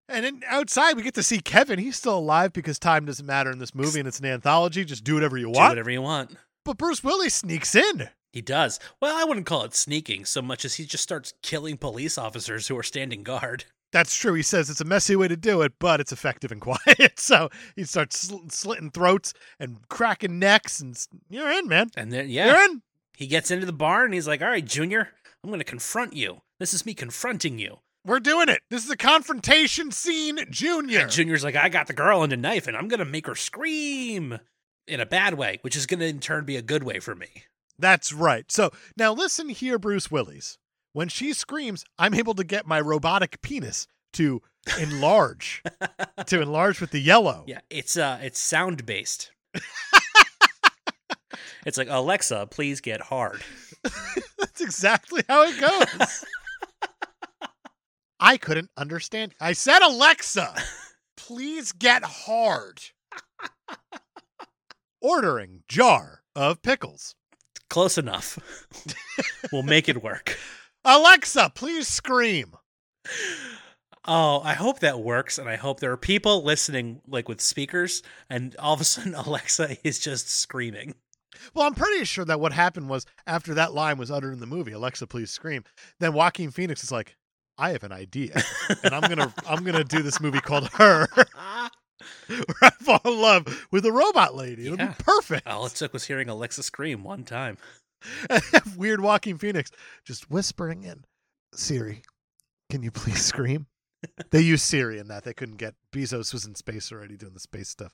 A: And then outside, we get to see Kevin. He's still alive because time doesn't matter in this movie and it's an anthology. Just do whatever you
B: Do
A: want.
B: whatever you want.
A: But Bruce Willis sneaks in.
B: He does. Well, I wouldn't call it sneaking so much as he just starts killing police officers who are standing guard.
A: That's true. He says it's a messy way to do it, but it's effective and [LAUGHS] quiet. So he starts sl- slitting throats and cracking necks, and s- you're in, man.
B: And then, yeah,
A: You're in.
B: he gets into the barn and he's like, "All right, Junior, I'm going to confront you. This is me confronting you."
A: We're doing it. This is a confrontation scene, Junior.
B: And Junior's like, I got the girl and a knife, and I'm gonna make her scream in a bad way, which is gonna in turn be a good way for me.
A: That's right. So now listen here, Bruce Willis. When she screams, I'm able to get my robotic penis to enlarge, to enlarge with the yellow.
B: Yeah, it's uh, it's sound based. it's like Alexa, please get hard.
A: That's exactly how it goes. I couldn't understand. I said, Alexa, please get hard. Ordering jar of pickles.
B: Close enough. we'll make it work.
A: Alexa, please scream.
B: Oh, I hope that works, and I hope there are people listening, like with speakers, and all of a sudden [LAUGHS] Alexa is just screaming.
A: Well, I'm pretty sure that what happened was after that line was uttered in the movie, Alexa, please scream. Then Joaquin Phoenix is like, I have an idea, and I'm gonna I'm gonna do this movie called Her, [LAUGHS] where I fall in love with a robot lady. It'll
B: Yeah.
A: be perfect.
B: all it took was hearing Alexa scream one time.
A: and have [LAUGHS] weird Walking Phoenix just whispering in Siri, can you please scream? they used Siri in that. They couldn't get Bezos was in space already doing the space stuff.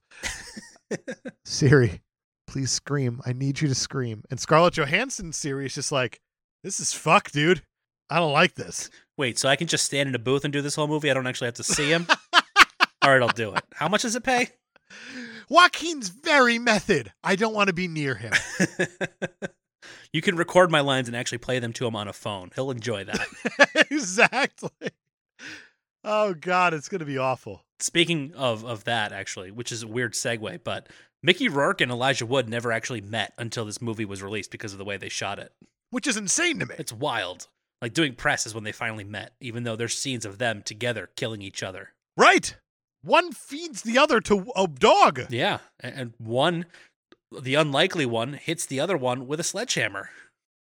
A: Siri, please scream. I need you to scream. And Scarlett Johansson Siri is just like, this is fuck, dude. I don't like this.
B: Wait, so I can just stand in a booth and do this whole movie? I don't actually have to see him? All right, I'll do it. How much does it pay?
A: Joaquin's very method. I don't want to be near him. [LAUGHS]
B: [LAUGHS] you can record my lines and actually play them to him on a phone. He'll enjoy that. [LAUGHS]
A: exactly. Oh God, it's gonna be awful.
B: Speaking of, of that, actually, which is a weird segue, but Mickey Rourke and Elijah Wood never actually met until this movie was released because of the way they shot it.
A: Which is insane to me.
B: It's wild. Like doing press is when they finally met, even though there's scenes of them together killing each other.
A: Right. One feeds the other to a dog.
B: Yeah. a- And one, the unlikely one, hits the other one with a sledgehammer.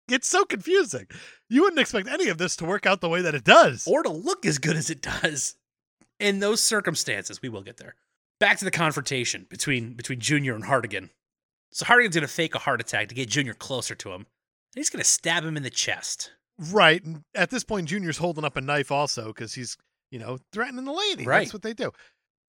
A: It's so confusing. You wouldn't expect any of this to work out the way that it does.
B: or to look as good as it does in those circumstances. We will get there. Back to the confrontation between between Junior and Hardigan. So Hardigan's gonna fake a heart attack to get Junior closer to him, and he's gonna stab him in the chest.
A: Right. And at this point, Junior's holding up a knife also because he's, you know, threatening the lady.
B: Right.
A: That's what they do.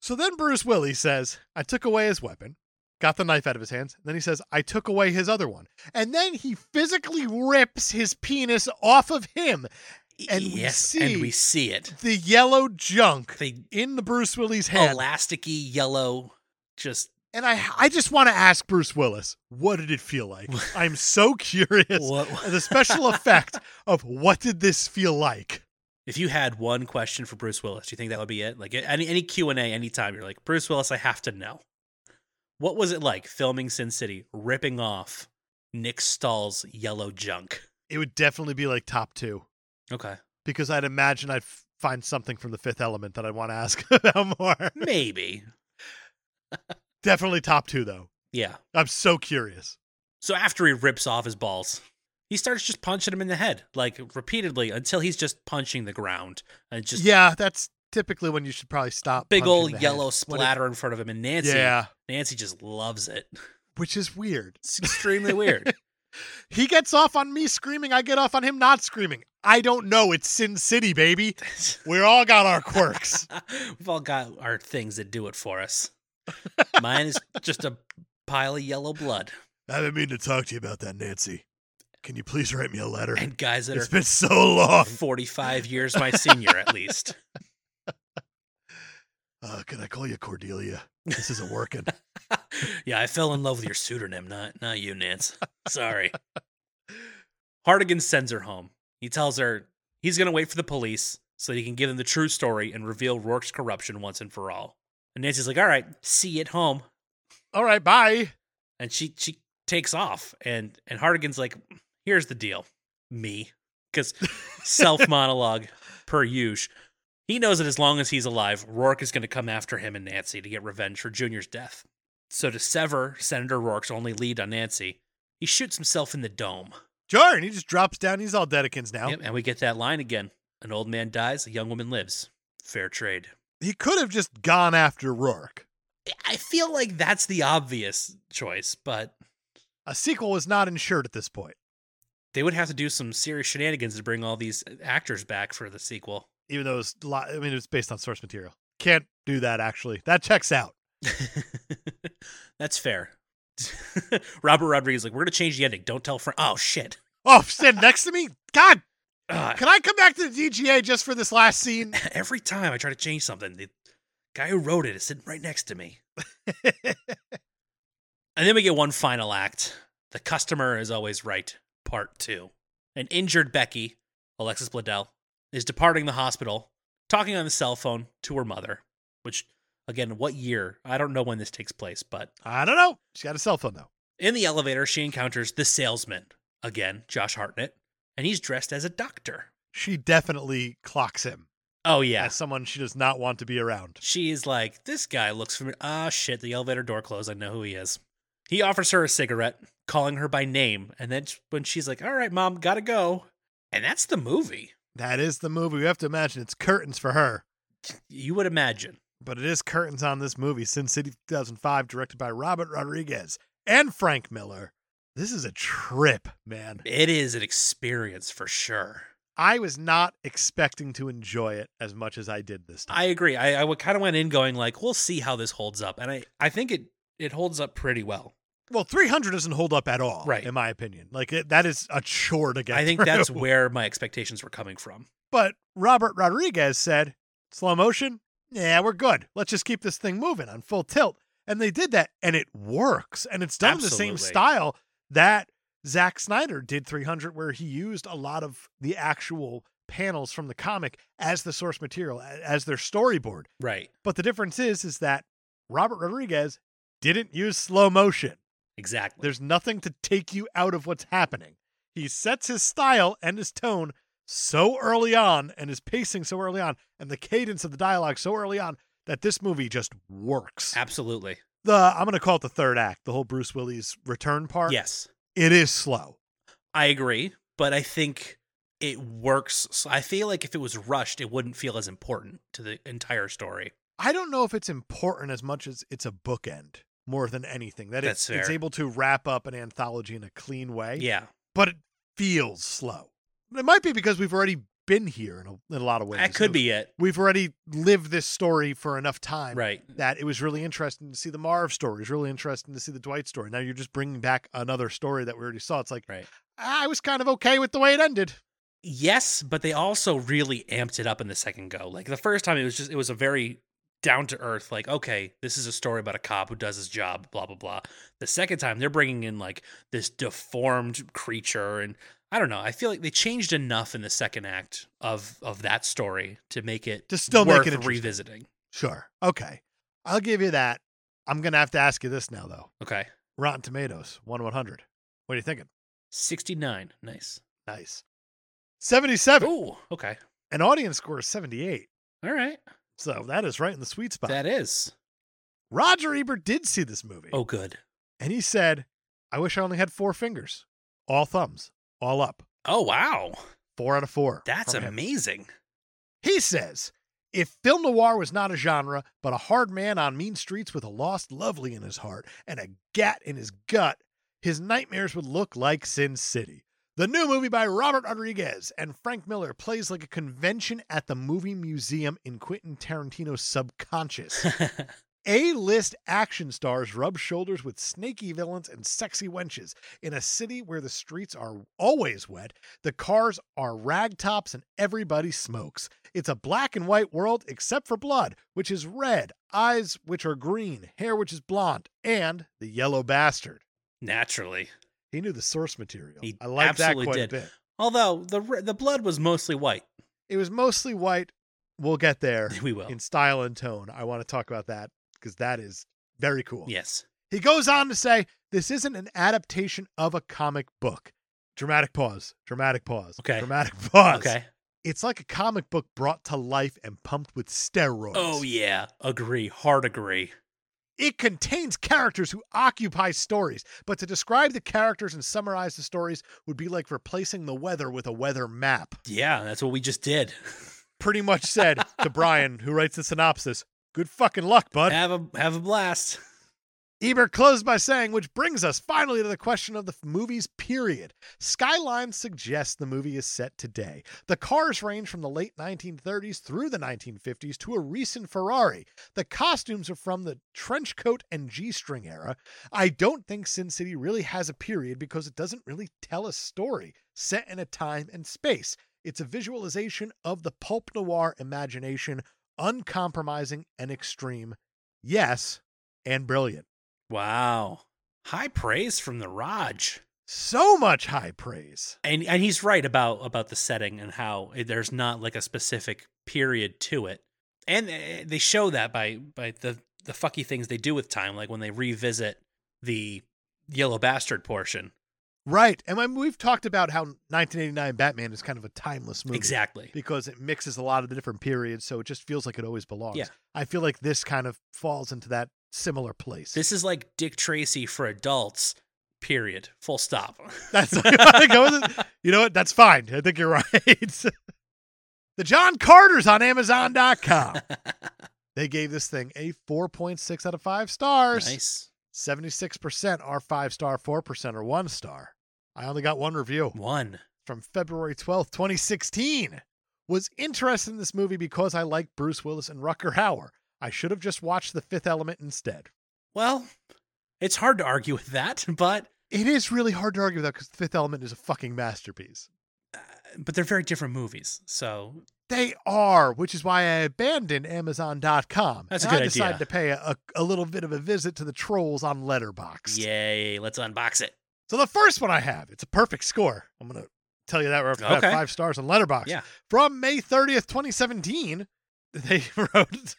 A: So then Bruce Willis says, I took away his weapon, got the knife out of his hands. And then he says, I took away his other one. And then he physically rips his penis off of him. And we see-
B: and we see it.
A: The yellow junk
B: The
A: in the Bruce Willis hand.
B: elasticy yellow, just
A: And I I just want to ask Bruce Willis, what did it feel [LAUGHS] like? I'm so curious.
B: what,
A: the special [LAUGHS] effect of what did this feel like?
B: if you had one question for Bruce Willis, do you think that would be it? Like any any Q and A, anytime you're like Bruce Willis, I have to know, What was it like filming Sin City, ripping off Nick Stahl's yellow junk?
A: It would definitely be like top two
B: Okay.
A: because I'd imagine I'd f- find something from the fifth element that I'd want to ask [LAUGHS] about more.
B: Maybe.
A: definitely top two, though.
B: Yeah.
A: I'm so curious.
B: So after he rips off his balls, he starts just punching him in the head, like repeatedly until he's just punching the ground. And just
A: yeah, that's typically when you should probably stop.
B: big
A: punching the
B: old
A: head.
B: yellow
A: When it-
B: splatter in front of him. And Nancy,
A: Yeah,
B: Nancy just loves it.
A: which is weird. [LAUGHS]
B: It's extremely weird.
A: He gets off on me screaming. I get off on him not screaming. I don't know. It's Sin City, baby. We all got our quirks.
B: [LAUGHS] We've all got our things that do it for
A: [LAUGHS]
B: us. Mine is just a pile of yellow blood
A: I've been meaning to talk to you about that, Nancy. Can you please write me a letter?
B: and guys that
A: It's
B: are
A: been so long.
B: 45 years my senior at
A: [LAUGHS]
B: least.
A: Uh, can I call you Cordelia? This [LAUGHS] isn't working.
B: yeah, I fell in love with your pseudonym, not not you, Nance.
A: [LAUGHS]
B: Sorry. Hardigan sends her home. He tells her he's going to wait for the police so that he can give them the true story and reveal Rourke's corruption once and for all. And Nancy's like, "All right, see you at home."
A: all right, bye.
B: And she she takes off and and Hardigan's like, "Here's the deal. Me." Cuz [LAUGHS] self monologue per usual. He knows that as long as he's alive, Rourke is going to come after him and Nancy to get revenge for Junior's death. So to sever Senator Rourke's only lead on Nancy, he shoots himself in the dome.
A: Jordan, he just drops down. He's all Dedekins now.
B: Yep, and we get that line again. An old man dies, a young woman lives. Fair trade.
A: He could have just gone after Rourke.
B: I feel like that's the obvious choice, but
A: A sequel was not insured at this point.
B: they would have to do some serious shenanigans to bring all these actors back for the sequel.
A: even though it's li- I mean it's based on source material. Can't do that actually. That checks out.
B: [LAUGHS] that's fair. [LAUGHS] Robert Rodriguez like, we're going to change the ending. Don't tell Frank. Oh, shit.
A: Oh, stand next to me. God,
B: Ugh. [LAUGHS]
A: can I come back to the DGA just for this last [LAUGHS] scene?
B: every time I try to change something, the guy who wrote it is sitting right next to me. and then we get one final act. The customer is always right, part two. An injured Becky, Alexis Bledel, is departing the hospital, talking on the cell phone to her mother, which, again, what year? I don't know when this takes place, but
A: I don't know. She got a cell phone though.
B: in the elevator, she encounters the salesman, again, Josh Hartnett, and he's dressed as a doctor.
A: She definitely clocks him
B: Oh, yeah.
A: as someone she does not want to be around.
B: She's like, this guy looks familiar. Ah, shit, the elevator door closed. I know who he is. He offers her a cigarette, calling her by name. And then sh- when she's like, all right, mom, gotta go. And that's the movie.
A: That is the movie. We have to imagine it's curtains for her,
B: You would imagine.
A: but it is curtains on this movie. Sin City 2005, directed by Robert Rodriguez and Frank Miller. This is a trip, man.
B: It is an experience for sure.
A: I was not expecting to enjoy it as much as I did this time.
B: I agree. I, I kind of went in going like, we'll see how this holds up. And I, I think it, it holds up pretty well.
A: Well, 300 doesn't hold up at all,
B: Right.
A: In my opinion, like it, that is a chore
B: [LAUGHS]
A: to get.
B: I think
A: through.
B: that's where my expectations were coming from.
A: But Robert Rodriguez said, "Slow motion, yeah, we're good. Let's just keep this thing moving on full tilt." And they did that, and it works, and it's done in the same
B: Absolutely.
A: style that Zack Snyder did 300, where he used a lot of the actual panels from the comic as the source material, a- as their storyboard.
B: Right.
A: But the difference is, is that Robert Rodriguez didn't use slow motion.
B: Exactly.
A: There's nothing to take you out of what's happening. He sets his style and his tone so early on and his pacing so early on and the cadence of the dialogue so early on that this movie just works.
B: Absolutely.
A: The I'm going to call it the third act, the whole Bruce Willis return part.
B: Yes.
A: It is slow.
B: I agree, but I think it works. So I feel like if it was rushed, it wouldn't feel as important to the entire story.
A: I don't know if it's important as much as it's a bookend more than anything. That it's,
B: That's
A: it's
B: fair.
A: able to wrap up an anthology in a clean way.
B: Yeah,
A: but it feels slow. It might be because we've already been here in a, in a lot of ways.
B: that could be it.
A: We've already lived this story for enough time
B: Right.
A: that it was really interesting to see the Marv story. It's really interesting to see the Dwight story. Now you're just bringing back another story that we already saw. It's like,
B: Right.
A: I was kind of okay with the way it ended.
B: Yes, but they also really amped it up in the second go. Like the first time, it was just it was a very down to earth. Like okay, this is a story about a cop who does his job. Blah blah blah. The second time, they're bringing in like this deformed creature, and I don't know. I feel like they changed enough in the second act of of that story to make it
A: To still make it
B: worth
A: interesting.
B: revisiting.
A: Sure. Okay. I'll give you that. I'm gonna have to ask you this now though.
B: Okay.
A: Rotten Tomatoes, one one hundred. What are you thinking?
B: 69. Nice.
A: Nice. Seventy-seven.
B: Oh, okay.
A: An audience score is seventy-eight.
B: All right.
A: So that is right in the sweet spot.
B: That is.
A: Roger Ebert did see this movie.
B: Oh, good.
A: And he said, I wish I only had four fingers. All thumbs. All up.
B: Oh, wow.
A: Four out of four.
B: That's
A: from him.
B: amazing. [LAUGHS]
A: He says, if film noir was not a genre, but a hard man on mean streets with a lost lovely in his heart and a gat in his gut, his nightmares would look like Sin City. The new movie by Robert Rodriguez and Frank Miller plays like a convention at the movie museum in Quentin Tarantino's subconscious. A-list action stars rub shoulders with snaky villains and sexy wenches in a city where the streets are always wet, the cars are rag tops, and everybody smokes. It's a black and white world except for blood, which is red, eyes which are green, hair which is blonde, and the yellow bastard.
B: Naturally.
A: He knew the source material.
B: He
A: I like that
B: absolutely
A: quite
B: did.
A: a bit.
B: Although the re- the blood was mostly white. [LAUGHS]
A: It was mostly white. We'll get there
B: We will.
A: in style and tone. I want to talk about that because that is very cool.
B: Yes.
A: He goes on to say, This isn't an adaptation of a comic book. Dramatic pause, dramatic pause,
B: Okay.
A: dramatic [LAUGHS] pause.
B: Okay.
A: It's like a comic book brought to life and pumped with steroids.
B: Oh yeah. Agree. Hard agree.
A: It contains characters who occupy stories, but to describe the characters and summarize the stories would be like replacing the weather with a weather map.
B: Yeah, that's what we just did.
A: Pretty much said
B: [LAUGHS]
A: to Brian, who writes the synopsis, Good fucking luck, bud.
B: have a have a blast.
A: Ebert closed by saying, which brings us finally to the question of the f- movie's period. Skyline suggests the movie is set today. The cars range from the late 1930s through the 1950s to a recent Ferrari. The costumes are from the trench coat and G string era. I don't think Sin City really has a period because it doesn't really tell a story set in a time and space. It's a visualization of the pulp noir imagination, uncompromising and extreme. Yes, and brilliant.
B: Wow. High praise from the Raj.
A: so much high praise.
B: And and he's right about about the setting and how it- there's not like a specific period to it. And eh, they show that by by the the fucky things they do with time, like when they revisit the yellow bastard portion.
A: Right. And when we've talked about how 1989 Batman is kind of a timeless movie.
B: Exactly.
A: Because it mixes a lot of the different periods, so it just feels like it always belongs.
B: Yeah.
A: I feel like this kind of falls into that similar place.
B: This is like Dick Tracy for adults. Period. Full stop.
A: [LAUGHS]
B: [LAUGHS]
A: That's you wanna go with it? You know what? That's fine. I think you're [LAUGHS] right. the John Carter's
B: [LAUGHS]
A: on Amazon.com. they gave this thing a 4.6 out of 5 stars.
B: nice.
A: 76% are 5 star, 4% are 1 star. I only got one review.
B: One.
A: from February 12th, 2016. Was interested in this movie because I like Bruce Willis and Rucker Hauer. I should have just watched The Fifth Element instead.
B: Well, it's hard to argue with that, [LAUGHS] but
A: It is really hard to argue with that because The Fifth Element is a fucking masterpiece.
B: but they're very different movies. So
A: They are, which is why I abandoned Amazon.com.
B: That's a
A: and I
B: good idea.
A: decided to pay a, a little bit of a visit to the trolls on Letterboxd.
B: yay, let's unbox it. [LAUGHS]
A: So the first one I have, it's a perfect score. I'm going to tell you that right off the bat.
B: Okay.
A: Five stars on Letterboxd.
B: Yeah.
A: From May 30th, 2017, [LAUGHS] they wrote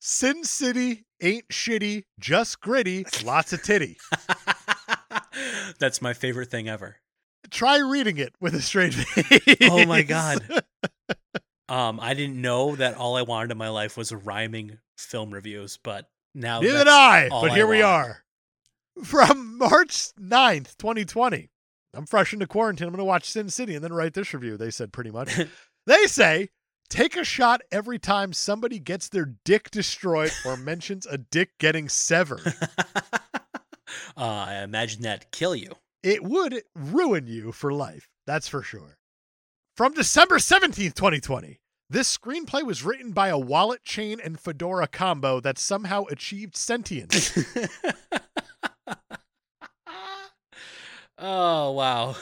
A: Sin City ain't shitty, just gritty, lots
B: [LAUGHS]
A: of titty.
B: That's my favorite thing ever.
A: Try reading it with a straight face.
B: Oh my god. um, I didn't know that all I wanted in my life was rhyming film reviews, but now
A: Neither
B: Oh, that's-
A: did I,
B: all
A: but
B: I
A: here we
B: want.
A: are. From [LAUGHS] March 9th, 2020. I'm fresh into quarantine. I'm going to watch Sin City and then write this review. They said pretty
B: [LAUGHS]
A: much. they say take a shot every time somebody gets their dick destroyed
B: [LAUGHS]
A: or mentions a dick getting severed.
B: [LAUGHS] uh, I imagine that kill you.
A: It would ruin you for life. That's for sure. From December 17th, 2020. This screenplay was written by a wallet chain and fedora combo that somehow achieved sentience.
B: [LAUGHS] oh wow.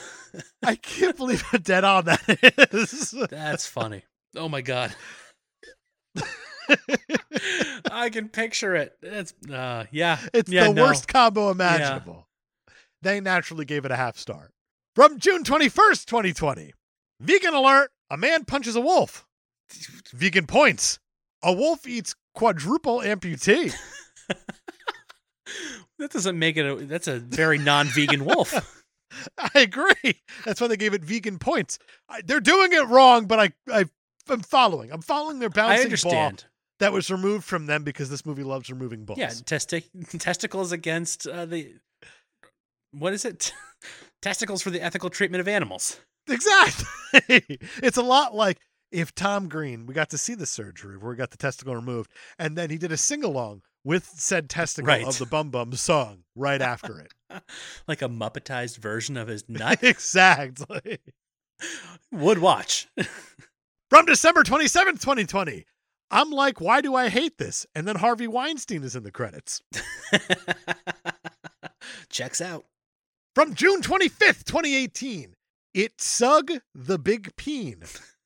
A: I can't believe how dead on that [LAUGHS] is.
B: That's funny. Oh my god. I can picture it. That's uh yeah.
A: It's
B: Yeah,
A: the
B: no.
A: worst combo imaginable. They naturally gave it a half star. From June 21st, 2020. Vegan alert. A man punches a wolf. Vegan points. A wolf eats quadruple amputee. [LAUGHS]
B: That doesn't make it a. That's a very non-vegan wolf.
A: I agree. That's why they gave it vegan points. I, they're doing it wrong, but I, I I'm following. I'm following their
B: I
A: bouncing ball
B: understand.
A: that was removed from them because this movie loves removing balls.
B: Yeah, testi- testicles against uh, the. What is it? [LAUGHS] testicles for the ethical treatment of animals.
A: Exactly. [LAUGHS] it's a lot like if Tom Green, we got to see the surgery where we got the testicle removed, and then he did a sing along with said testicle
B: Right.
A: of the Bum Bum song right after it.
B: Like a muppetized version of his
A: [LAUGHS]
B: nut.
A: exactly.
B: Would watch. [LAUGHS]
A: From December 27th, 2020. I'm like, why do I hate this? And then Harvey Weinstein is in the credits.
B: Checks out.
A: From June 25th, 2018. It sug the big peen.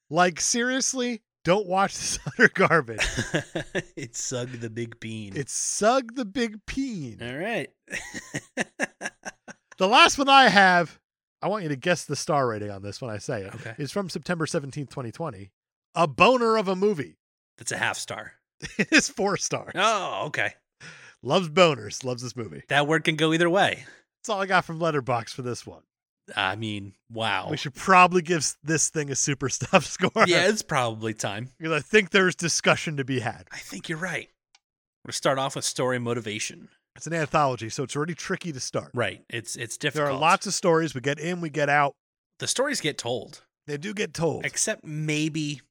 A: Like, seriously, don't watch this [LAUGHS] utter garbage.
B: [LAUGHS] it sugged the big bean.
A: It sug the big peen.
B: All right. [LAUGHS]
A: The last one I have, I want you to guess the star rating on this when I say it,
B: okay.
A: is from September 17th, 2020. A boner of a movie. [LAUGHS]
B: That's a half star.
A: It is four stars.
B: Oh, okay.
A: Loves boners, loves this movie.
B: That word can go either way.
A: That's all I got from Letterbox for this one.
B: I mean, wow.
A: We should probably give s- this thing a super [LAUGHS] stuff score.
B: Yeah, it's probably time.
A: Because I think there's discussion to be had.
B: I think you're right. We're gonna start off with story motivation.
A: It's an anthology, so it's already tricky to start.
B: Right. It's it's
A: There
B: difficult.
A: are lots of stories. We get in, we get out.
B: the stories get told,
A: They do get told,
B: except maybe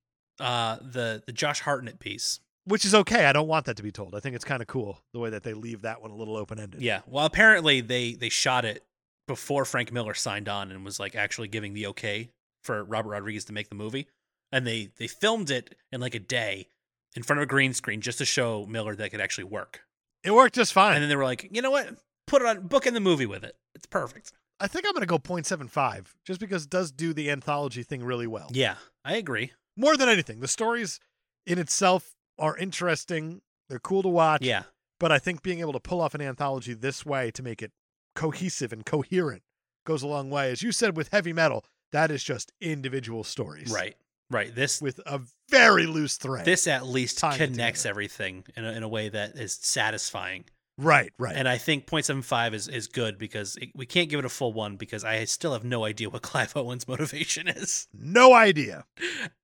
B: uh the the Josh Hartnett piece.
A: which is okay. I don't want that to be told. I think it's kind of cool the way that they leave that one a little open ended.
B: Yeah. Well, apparently they they shot it before Frank Miller signed on and was like actually giving the okay for Robert Rodriguez to make the movie, and they they filmed it in like a day in front of a green screen just to show Miller that it could actually work.
A: It worked just fine.
B: And then they were like, you know what? Put it on book in the movie with it. It's perfect.
A: I think I'm going to go 0.75 just because it does do the anthology thing really well.
B: Yeah, I agree.
A: More than anything, the stories in itself are interesting. They're cool to watch.
B: Yeah.
A: But I think being able to pull off an anthology this way to make it cohesive and coherent goes a long way. As you said with heavy metal, that is just individual stories.
B: Right. Right. This
A: With a very loose thread.
B: this at least
A: Tying it
B: connects
A: together.
B: everything in a, in a way that is satisfying.
A: right, right.
B: And I think 0.75 is, is good because it, we can't give it a full one because I still have no idea what [LAUGHS] Clive Owen's motivation is
A: no idea.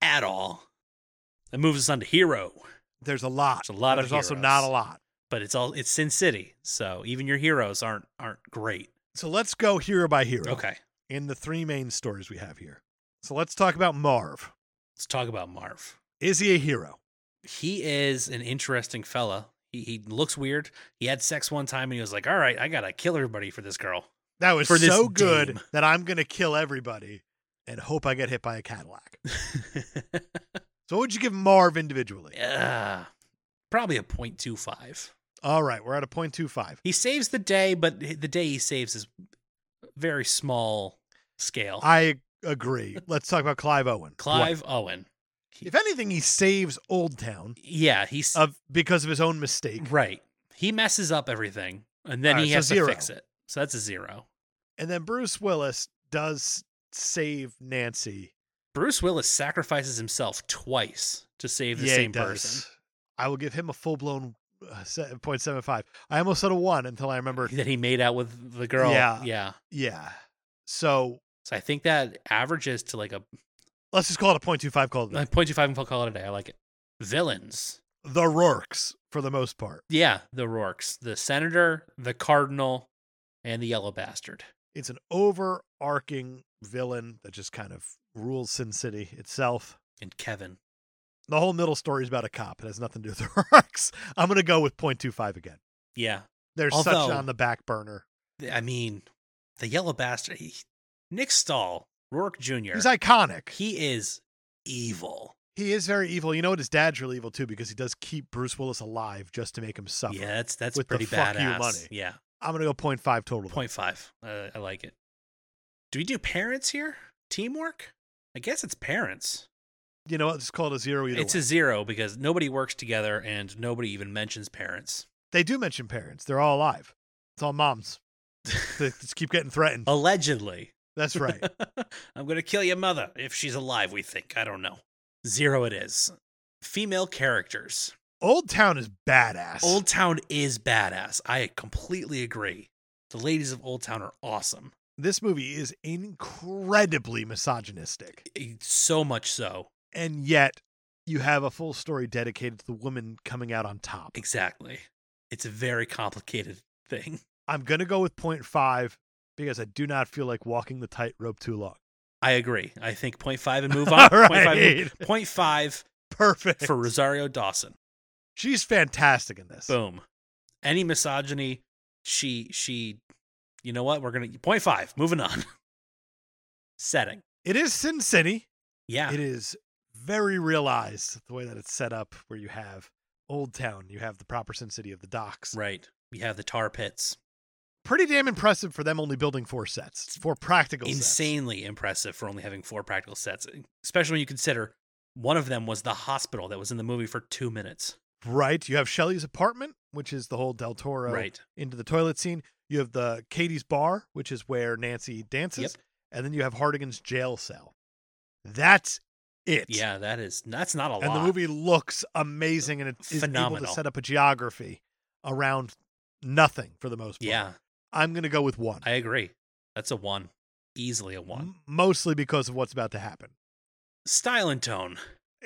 B: at all. It moves us on to Hero,
A: There's a lot.
B: There's a lot
A: but
B: of
A: There's also
B: heroes.
A: not a lot.
B: but it's all it's Sin City, so even your heroes aren't aren't great.
A: So let's go hero by hero
B: Okay,
A: in the three main stories we have here. So let's talk about Marv.
B: let's talk about Marv.
A: Is he a hero?
B: He is an interesting fella. He, he looks weird. He had sex one time and he was like, "All right, I gotta kill everybody for this girl." [LAUGHS]
A: That was
B: For this
A: so good
B: dame.
A: that I'm going to kill everybody and hope I get hit by a Cadillac. So, what would you give Marv individually?
B: Yeah. Ah, Probably a 0.25.
A: All right, we're at a 0.25.
B: He saves the day, but h- the day he saves is very small scale.
A: I agree. Let's talk about Clive Owen.
B: Clive Owen.
A: If anything, he saves Old Town
B: Yeah, he's
A: of because of his own mistake,
B: right. He messes up everything and then
A: All right,
B: he
A: so
B: has
A: zero.
B: to fix it. So that's a zero.
A: and then Bruce Willis does save Nancy.
B: Bruce Willis sacrifices himself twice to save the
A: Yeah, he
B: same
A: does.
B: person.
A: I will give him a full blown uh, se- 0.75. I almost said a one until I remember.
B: That [LAUGHS] he made out with the girl.
A: Yeah.
B: Yeah.
A: Yeah. So
B: So I think that averages to like a
A: let's just call it a 0.25. Call it a day.
B: like 0.25 and I'll call it a day. I like it. Villains.
A: the Rourkes for the most part.
B: Yeah, the Rourkes, the senator, the cardinal, and the yellow bastard.
A: It's an overarching villain that just kind of rules Sin City itself.
B: and Kevin.
A: The whole middle story is about a cop. It has nothing to do with [LAUGHS] the Rourkes. I'm going to go with 0.25 again.
B: Yeah,
A: They're such
B: Although-
A: on the back burner.
B: Th- I mean, the yellow bastard, he, Nick Stahl, Rourke Jr.
A: He's iconic. He,
B: he is evil.
A: is very evil. You know what? His dad's really evil too because he does keep Bruce Willis alive just to make him suffer.
B: Yeah, that's that's
A: With the
B: pretty
A: fuck you
B: badass.
A: money.
B: Yeah,
A: I'm going to go 0.5 total.
B: point five. Uh, I like it. Do we do parents here? Teamwork? I guess it's parents.
A: You know what? Just call it a zero either
B: it's
A: way.
B: a zero because nobody works together and nobody even mentions parents.
A: they do mention parents. They're all alive. It's all moms. [LAUGHS] they just keep getting
B: Oh.
A: threatened.
B: [LAUGHS] Allegedly,
A: That's right.
B: [LAUGHS] I'm gonna kill your mother if she's alive. We think. I don't know. Zero. It is. Female characters.
A: Old Town is badass.
B: Old Town is badass. I completely agree. The ladies of Old Town are awesome.
A: this movie is incredibly misogynistic.
B: Eh, So much so.
A: And yet, you have a full story dedicated to the woman coming out on top.
B: Exactly. It's a very complicated thing.
A: I'm going to go with point five because I do not feel like walking the tightrope too long.
B: I agree. I think 0.5 and
A: [LAUGHS]
B: move on.
A: All
B: 0.5 and move- [LAUGHS]
A: right.
B: 0.5
A: Perfect.
B: for Rosario Dawson.
A: She's fantastic in this.
B: Boom. Any misogyny, she she you know what? We're gonna point five, moving on. [LAUGHS] Setting.
A: It is Sin City.
B: Yeah.
A: It is very realized the way that it's set up, where you have Old Town, you have the proper Sin City of the docks.
B: right. We have the tar pits.
A: Pretty damn impressive for them only building four sets, four practical sets.
B: Insanely impressive for only having four practical sets, especially when you consider one of them was the hospital that was in the movie for two minutes.
A: Right. You have Shelley's apartment, which is the whole Del Toro
B: Right.
A: into the toilet scene. You have the Katie's bar, which is where Nancy dances,
B: Yep.
A: and then you have Hardigan's jail cell. That's it.
B: Yeah, that is that's not a
A: And
B: lot.
A: the movie looks amazing, and it is able to
B: Phenomenal.
A: set up a geography around nothing for the most part.
B: Yeah,
A: I'm gonna go with one.
B: I agree. That's a one. Easily a one.
A: M- mostly because of what's about to happen. Mm-hmm.
B: Style and tone.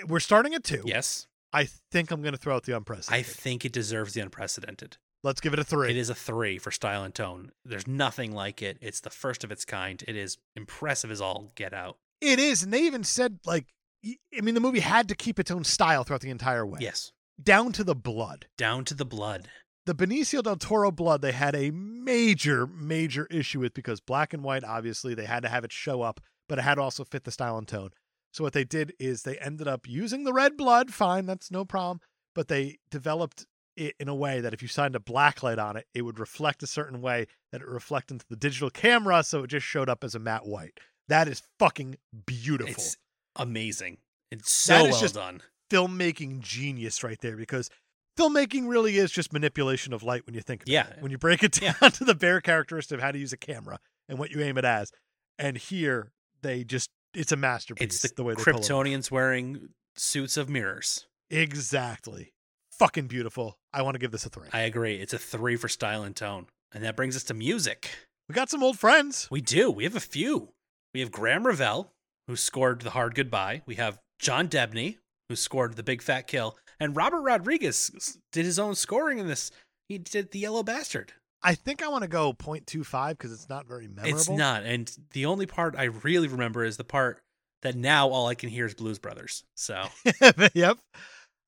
A: We're starting at two.
B: Yes.
A: I think I'm gonna throw out the
B: I
A: unprecedented.
B: think it deserves the unprecedented.
A: Let's give it a three.
B: It is a three for style and tone. There's nothing like it. It's the first of its kind. It is impressive as all get out.
A: It is, and they even said like, y- I mean, the movie had to keep its own style throughout the entire way,
B: Yes.
A: down to the blood.
B: Down to the blood.
A: The Benicio del Toro blood they had a major, major issue with because black and white, obviously, they had to have it show up, but it had to also fit the style and tone. So what they did is they ended up using the red blood. Fine, that's no problem. But they developed it in a way that if you shined a black light on it, it would reflect a certain way that it reflect into the digital camera, so it just showed up as a matte white. That is fucking beautiful.
B: It's amazing. It's
A: That
B: so
A: is
B: well
A: just- [LAUGHS]
B: done.
A: filmmaking genius right there because filmmaking really is just manipulation of light when you think about
B: Yeah.
A: it. When you break it down [LAUGHS]
B: Yeah.
A: to the bare characteristic of how to use a camera and what you aim it as. And here they just it's a masterpiece
B: It's the,
A: way they pull it off.
B: Kryptonians wearing suits of mirrors.
A: Exactly. Fucking beautiful. I want to give this a three.
B: I agree. It's a three for style and tone. And that brings us to music.
A: we got some old friends.
B: We do. We have a few. We have Graham Revell, who scored The Hard Goodbye. We have John Debney, who scored The Big Fat Kill. And Robert Rodriguez s- did his own scoring in this. He did The Yellow Bastard.
A: I think I want to go 0.25 because it's not very memorable.
B: It's not. And the only part I really remember is the part that now all I can hear is Blues Brothers. So
A: [LAUGHS] yep.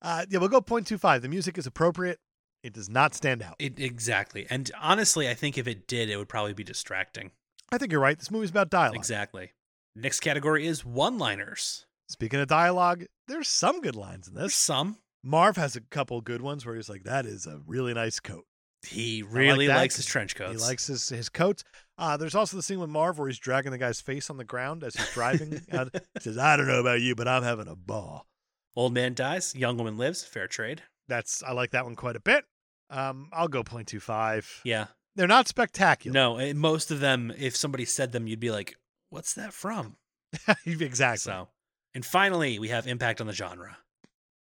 A: Uh, yeah, we'll go 0.25. The music is appropriate. It does not stand out.
B: it, exactly. And honestly, I think if it did, it would probably be distracting.
A: I think you're right. This movie's about dialogue.
B: Exactly. Next category is one liners.
A: Speaking of dialogue, there's some good lines in
B: There's
A: this.
B: some.
A: Marv has a couple good ones where he's like, "That is a really nice coat."
B: He really
A: that
B: likes
A: 'cause
B: his trench coats.
A: He likes his his coats. Uh, there's also the scene with Marv where he's dragging the guy's face on the ground as he's
B: [LAUGHS]
A: driving. uh, he says, "I don't know about you, but I'm having a ball."
B: Old man dies, young woman lives, fair trade.
A: That's I like that one quite a bit. Um, I'll go 0.25.
B: Yeah.
A: They're not spectacular.
B: No, eh, most of them, if somebody said them, you'd be like, what's that from?
A: [LAUGHS] exactly.
B: So, and finally, we have impact on the genre.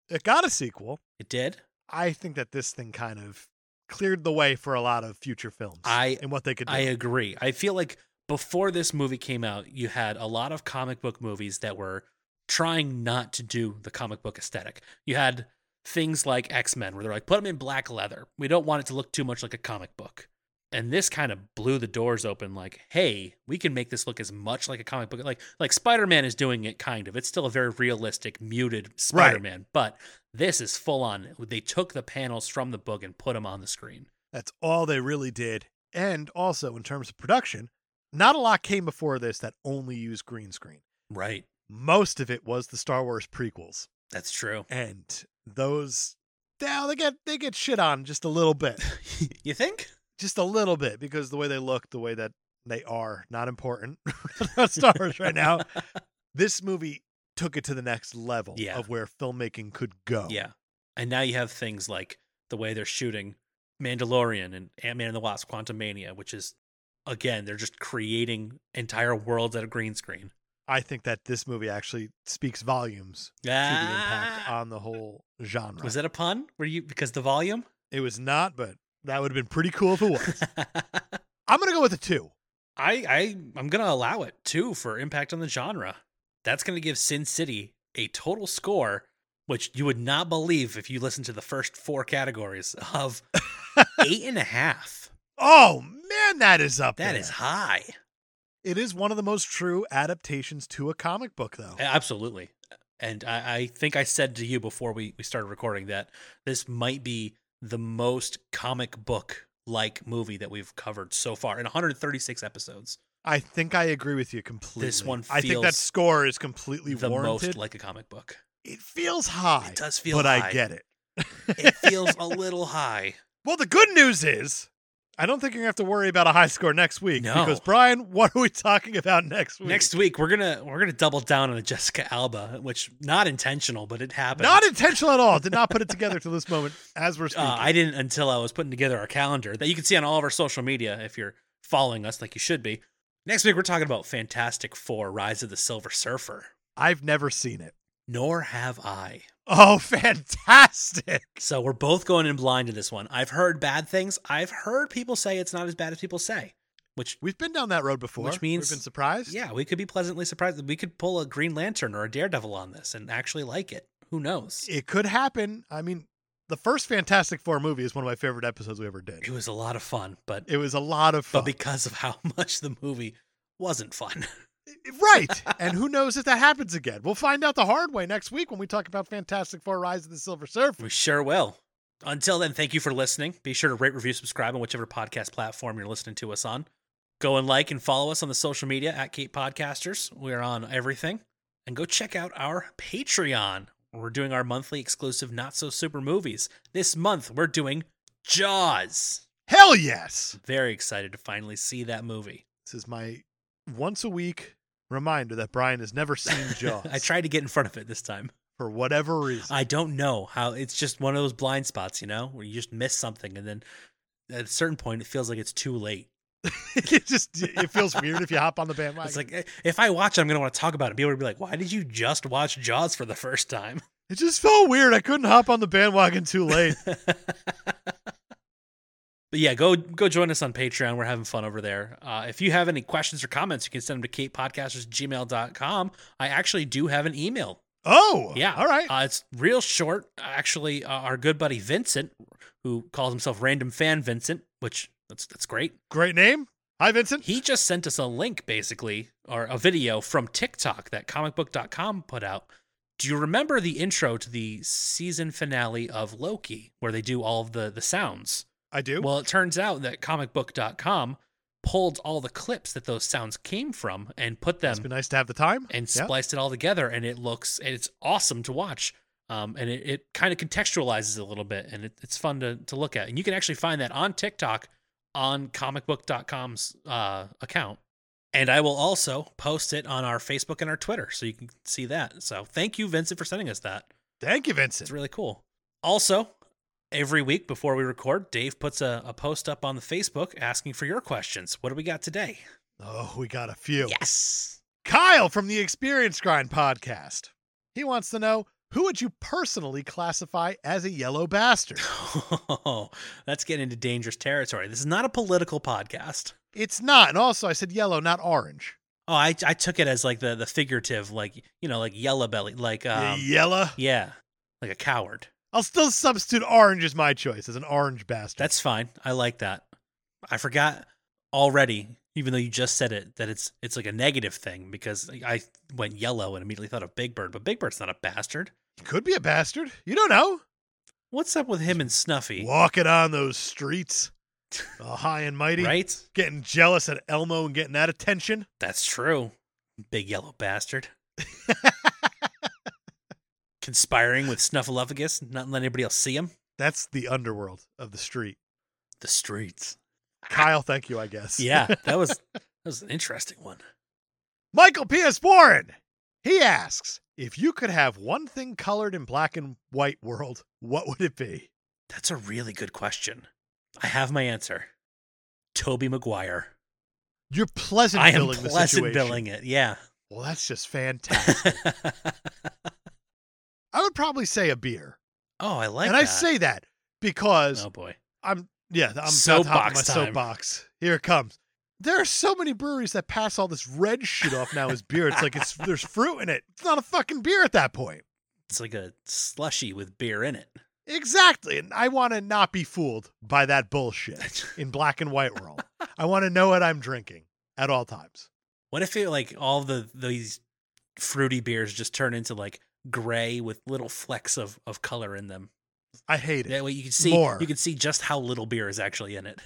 A: It got a sequel.
B: It did.
A: I think that this thing kind of cleared the way for a lot of future films
B: I-
A: and what they could do.
B: I agree. I feel like before this movie came out, you had a lot of comic book movies that were trying not to do the comic book aesthetic. You had things like X Men, where they're like, put them in black leather. We don't want it to look too much like a comic book. And this kind of blew the doors open. Like, hey, we can make this look as much like a comic book. Like, like Spider Man is doing it, kind of. It's still a very realistic, muted Spider Man, but this is full on. They took the panels from the book and put them on the screen.
A: That's all they really did. And also, in terms of production, not a lot came before this that only used green screen.
B: Right.
A: Most of it was the Star Wars prequels,
B: That's true.
A: and those now they get they get shit on just a little bit,
B: [LAUGHS] you think?
A: just a little bit because the way they look, the way that they are, not important. [LAUGHS]
B: [LAUGHS]
A: Not Star Wars [LAUGHS] right now. This movie took it to the next level
B: Yeah.
A: of where filmmaking could go.
B: Yeah. And now you have things like the way they're shooting Mandalorian and Ant Man and the Wasp Quantumania, which is, again, they're just creating entire worlds out of green screen.
A: I think that this movie actually speaks volumes to the impact
B: Ah.
A: on the whole genre.
B: Was that a pun? Were you because the volume? [LAUGHS]
A: It was not, but that would have been pretty cool if it was. I'm gonna go with a two.
B: I, I I'm gonna allow it too for impact on the genre. That's gonna give Sin City a total score, which you would not believe if you listened to the first four categories
A: [LAUGHS]
B: of eight and a half.
A: Oh man, that is up.
B: That
A: there.
B: is high.
A: It is one of the most true adaptations to a comic book, though.
B: A- Absolutely. And I, I think I said to you before we, we started recording that this might be the most comic book like movie that we've covered so far in 136 episodes.
A: I think I agree with you completely.
B: one
A: I think that
B: feels
A: score is completely
B: the
A: warranted.
B: most like a comic book.
A: it feels high,
B: It does feel
A: but
B: high.
A: I get it. [LAUGHS]
B: it feels a little high.
A: Well, the good news is, I don't think you're gonna have to worry about a high score next week
B: No.
A: because Brian, what are we talking about next week?
B: Next week we're gonna we're gonna double down on a Jessica Alba, which not intentional, but it happened.
A: Not intentional at all. Did not put it together till this moment as we're speaking.
B: [LAUGHS] uh, I didn't until I was putting together our calendar that you can see on all of our social media if you're following us like you should be. Next week we're talking about Fantastic Four: Rise of the Silver Surfer.
A: I've never seen it.
B: Nor have I.
A: Oh, [LAUGHS] fantastic.
B: So we're both going in blind to this one. I've heard bad things. I've heard people say it's not as bad as people say, which
A: We've been down that road before.
B: Which means-
A: we've been surprised.
B: Yeah, we could be pleasantly surprised. We could pull a Green Lantern or a Daredevil on this and actually like it. Who knows?
A: It could happen. I mean, the first Fantastic Four movie is one of my favorite episodes we ever did.
B: It was a lot of fun, but
A: It was a lot of fun.
B: but because of how [LAUGHS] much the movie wasn't fun.
A: right. and who knows if that happens again? We'll find out the hard way next week when we talk about Fantastic Four Rise of the Silver Surfer.
B: We sure will. Until then, thank you for listening. Be sure to rate, review, subscribe on whichever podcast platform you're listening to us on. Go and like and follow us on the social media at Kate Podcasters. We're on everything. And go check out our Patreon. We're doing our monthly exclusive Not So Super movies. This month, we're doing Jaws.
A: Hell yes.
B: Very excited to finally see that movie. [LAUGHS]
A: This is my once a week reminder that Brian has never
B: [LAUGHS]
A: seen Jaws.
B: I tried to get in front of it this time.
A: for whatever reason.
B: I don't know how it's just one of those blind spots, you know, where you just miss something and then at a certain point it feels like it's too late.
A: [LAUGHS] it just it feels weird if you hop on the bandwagon.
B: It's like eh, if I watch it, I'm gonna want to talk about it. People will be like, "Why did you just watch Jaws for the first time?" [LAUGHS]
A: it just felt weird. I couldn't hop on the bandwagon too late.
B: but yeah, go go join us on Patreon. We're having fun over there. Uh, if you have any questions or comments, you can send them to katepodcasters@gmail.com. I actually do have an email
A: Oh,
B: Yeah.
A: All right.
B: Uh, it's real short. Actually, uh, our good buddy Vincent, who calls himself Random Fan Vincent, which that's that's great.
A: Great name. Hi, Vincent.
B: He just sent us a link, basically, or a video from TikTok that comicbook.com put out. Do you remember the intro to the season finale of Loki, where they do all of the the sounds?
A: I do.
B: Well, it turns out that comicbook.com pulled all the clips that those sounds came from and put them
A: it's been nice to have the time.
B: and
A: Yeah.
B: spliced it all together and it looks and it's awesome to watch um, and it, it kind of contextualizes it a little bit and it, it's fun to, to look at and you can actually find that on tiktok on comicbook.com's uh, account and i will also post it on our facebook and our twitter so you can see that so thank you vincent for sending us that
A: Thank you, Vincent.
B: it's really cool. Also, every week before we record, Dave puts a, a post up on the Facebook asking for your questions. What do we got today?
A: Oh, we got a few.
B: Yes.
A: Kyle from the Experience Grind podcast. He wants to know who would you personally classify as a
B: [LAUGHS]
A: yellow bastard?
B: Oh, that's getting into dangerous territory. This is not a political podcast.
A: It's not. And also, I said yellow, not orange.
B: Oh, I, I took it as like the, the figurative, like, you know, like yellow belly, like, um,
A: yellow.
B: yeah, like a coward.
A: I'll still substitute orange as my choice as an orange bastard.
B: That's fine. I like that. I forgot already, even though you just said it, that it's it's like a negative thing because I went yellow and immediately thought of Big Bird, but Big Bird's not a bastard.
A: He could be a bastard. You don't know.
B: What's up with him and Snuffy?
A: Walking on
B: [LAUGHS]
A: those streets, all high and mighty,
B: Right?
A: getting jealous at Elmo and getting that attention.
B: That's true. Big yellow bastard. Conspiring with Snuffleupagus, not letting anybody else see him.
A: That's the underworld of the street.
B: The streets.
A: Kyle, thank you, I guess.
B: Yeah,
A: [LAUGHS]
B: that was that was an interesting one.
A: Michael P.S. Warren. He asks, if you could have one thing colored in black and white world, what would it be?
B: That's a really good question. I have my answer. Toby Maguire.
A: You're pleasant
B: I am
A: billing the
B: pleasant
A: situation. [LAUGHS]
B: billing it. Yeah.
A: Well, that's
B: [LAUGHS]
A: just fantastic. I would probably say a beer.
B: oh, I like
A: and
B: that.
A: I say that because
B: Oh boy.
A: I'm yeah, I'm about to hop on my
B: Soapbox time.
A: soapbox. Here it comes. There are so many breweries that pass all this red shit off now as beer. It's like it's there's fruit in it. It's not a fucking beer at that point.
B: It's like a slushy with beer in it.
A: Exactly. And I want to not be fooled by
B: [LAUGHS]
A: that bullshit in black and white world. I want to know what I'm drinking at all times.
B: What if it like all the these fruity beers just turn into like gray with little flecks of of color in them?
A: I hate it.
B: That way you can see
A: More.
B: you can see just how little beer is actually in it.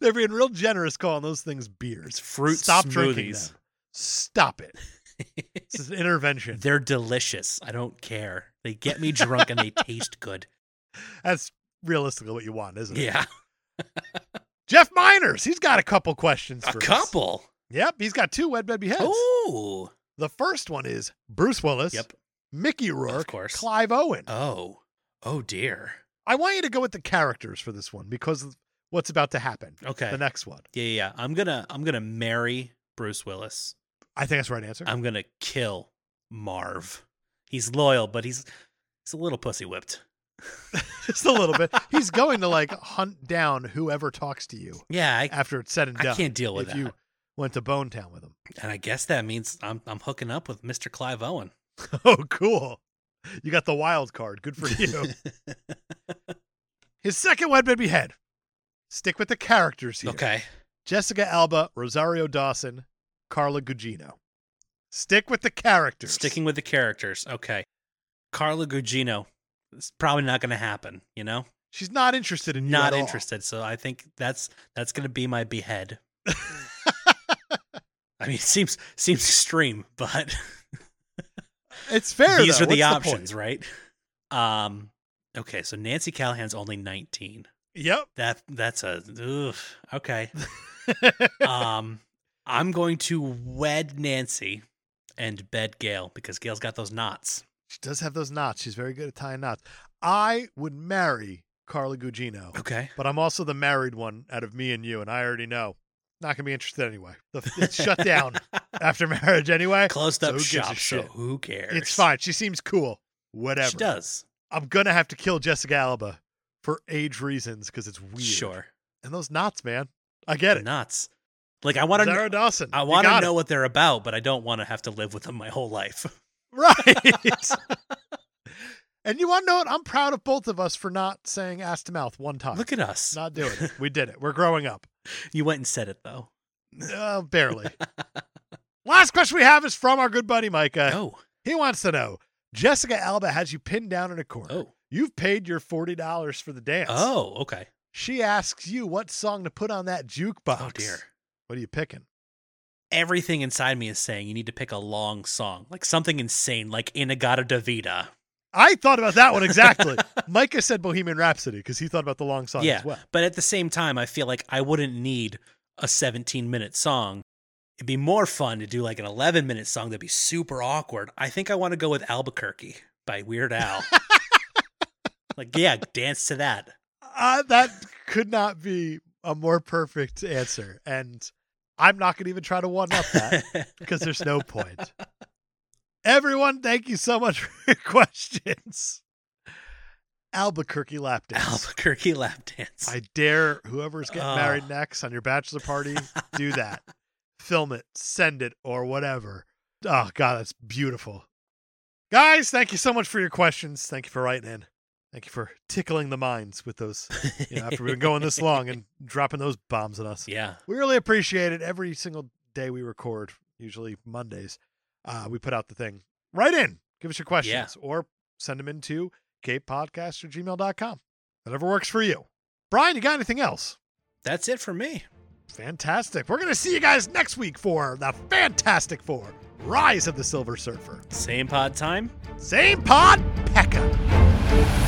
A: They're being real generous calling those things beers.
B: It's fruit
A: Stop drinking
B: smoothies. [LAUGHS]
A: them. Stop it. This is an intervention.
B: They're delicious. I don't care. They get me drunk and they taste [LAUGHS] good.
A: That's realistically what you want, isn't it?
B: Yeah.
A: Jeff Miners, he's got a couple questions
B: A
A: for us.
B: couple.
A: Yep, he's got two wet baby heads.
B: Oh.
A: The first one is Bruce Willis,
B: Yep.
A: Mickey Rourke,
B: course.
A: Clive Owen.
B: Oh. Oh dear.
A: I want you to go with the characters for this one because of what's about to happen.
B: Okay.
A: The next one.
B: yeah, yeah, yeah. I'm going to I'm going to marry Bruce Willis.
A: I think that's the right answer.
B: I'm gonna kill Marv. He's loyal, but he's he's a little pussy whipped.
A: Just a little bit. [LAUGHS] He's going to like hunt down whoever talks to you
B: [LAUGHS] Yeah, I,
A: after it's said and done.
B: I can't deal with
A: if
B: that.
A: you went to Bone Town with him. [LAUGHS]
B: And I guess that means I'm I'm hooking up with Mr. Clive Owen.
A: Oh, cool. You got the wild card. Good for
B: [LAUGHS]
A: you. His second wet baby head. Stick with the characters here.
B: okay.
A: Jessica Alba, Rosario Dawson, Carla Gugino. Stick with the characters.
B: Sticking with the characters. Okay. Carla Gugino. It's probably not gonna happen, you know?
A: She's not interested in you
B: not
A: at all.
B: interested. So I think that's that's gonna be my
A: [LAUGHS]
B: behead. I mean it seems seems extreme, but
A: It's fair.
B: These
A: though.
B: are the
A: What's
B: options,
A: point?
B: right? Um, okay, so Nancy Callahan's only 19.
A: Yep.
B: That that's a oof,
A: [LAUGHS]
B: okay. Um, I'm going to wed Nancy and bed Gail because Gail's got those knots.
A: she does have those knots. She's very good at tying knots. I would marry Carla Gugino,
B: Okay,
A: but I'm also the married one out of me and you, and I already know. Not gonna be interested anyway. The- It's shut
B: [LAUGHS]
A: down after marriage anyway.
B: Closed
A: So
B: up
A: who gives a
B: shop, so
A: shit?
B: who cares?
A: It's fine. She seems cool. Whatever.
B: She does.
A: I'm gonna have to kill Jessica Alba for age reasons because it's weird.
B: Sure,
A: And those knots, man. I get it.
B: knots. Like I want to,
A: Zara Dawson.
B: I
A: you
B: want to
A: got it.
B: know what they're about, but I don't want to have to live with them my whole life.
A: [LAUGHS] Right.
B: [LAUGHS]
A: and you want to know what? I'm proud of both of us for not saying ass to mouth one time.
B: Look at us. [LAUGHS]
A: not doing it. We did it. We're growing up.
B: You went and said it though.
A: Uh,
B: [LAUGHS]
A: barely. Last question we have is from our good buddy Micah.
B: oh,
A: He wants to know Jessica Alba has you pinned down in a corner.
B: oh,
A: You've paid your $40 for the dance.
B: oh. Okay.
A: She asks you what song to put on that jukebox.
B: Oh dear.
A: What are you picking?
B: Everything inside me is saying you need to pick a long song, like something insane, like Inagata [LAUGHS] Davida.
A: I thought about that
B: [LAUGHS]
A: one exactly. Micah said Bohemian Rhapsody because he thought about the long song
B: Yeah.
A: as well.
B: But at the same time, I feel like I wouldn't need a 17 minute song. It'd be more fun to do like an 11 minute song that'd be super awkward. I think I want to go with Albuquerque by Weird Al.
A: [LAUGHS]
B: like, yeah, dance to that.
A: Uh, that could not be a more perfect answer. And I'm not going to even try to one up
B: [LAUGHS]
A: that because there's no point. Everyone, thank you so much [LAUGHS] for your questions. Albuquerque lap dance.
B: Albuquerque lap dance.
A: I dare whoever's getting
B: Oh.
A: married next on your bachelor party, do that. Film it, send it, or whatever. Oh, God, that's beautiful. Guys, thank you so much for your questions. Thank you for writing in. Thank you for tickling the minds with those, you know, after
B: [LAUGHS]
A: we've been going this long and dropping those bombs at us.
B: yeah.
A: We really appreciate it. Every single day we record, usually Mondays, uh, we put out the thing. Write in, give us your questions, or send them into capepodcast or gmail.com. Whatever works for you. Brian, you got anything else?
B: That's it for me.
A: Fantastic. We're going to see you guys next week for the Fantastic Four Rise of the Silver Surfer.
B: Same pod time.
A: Same pod, Pekka.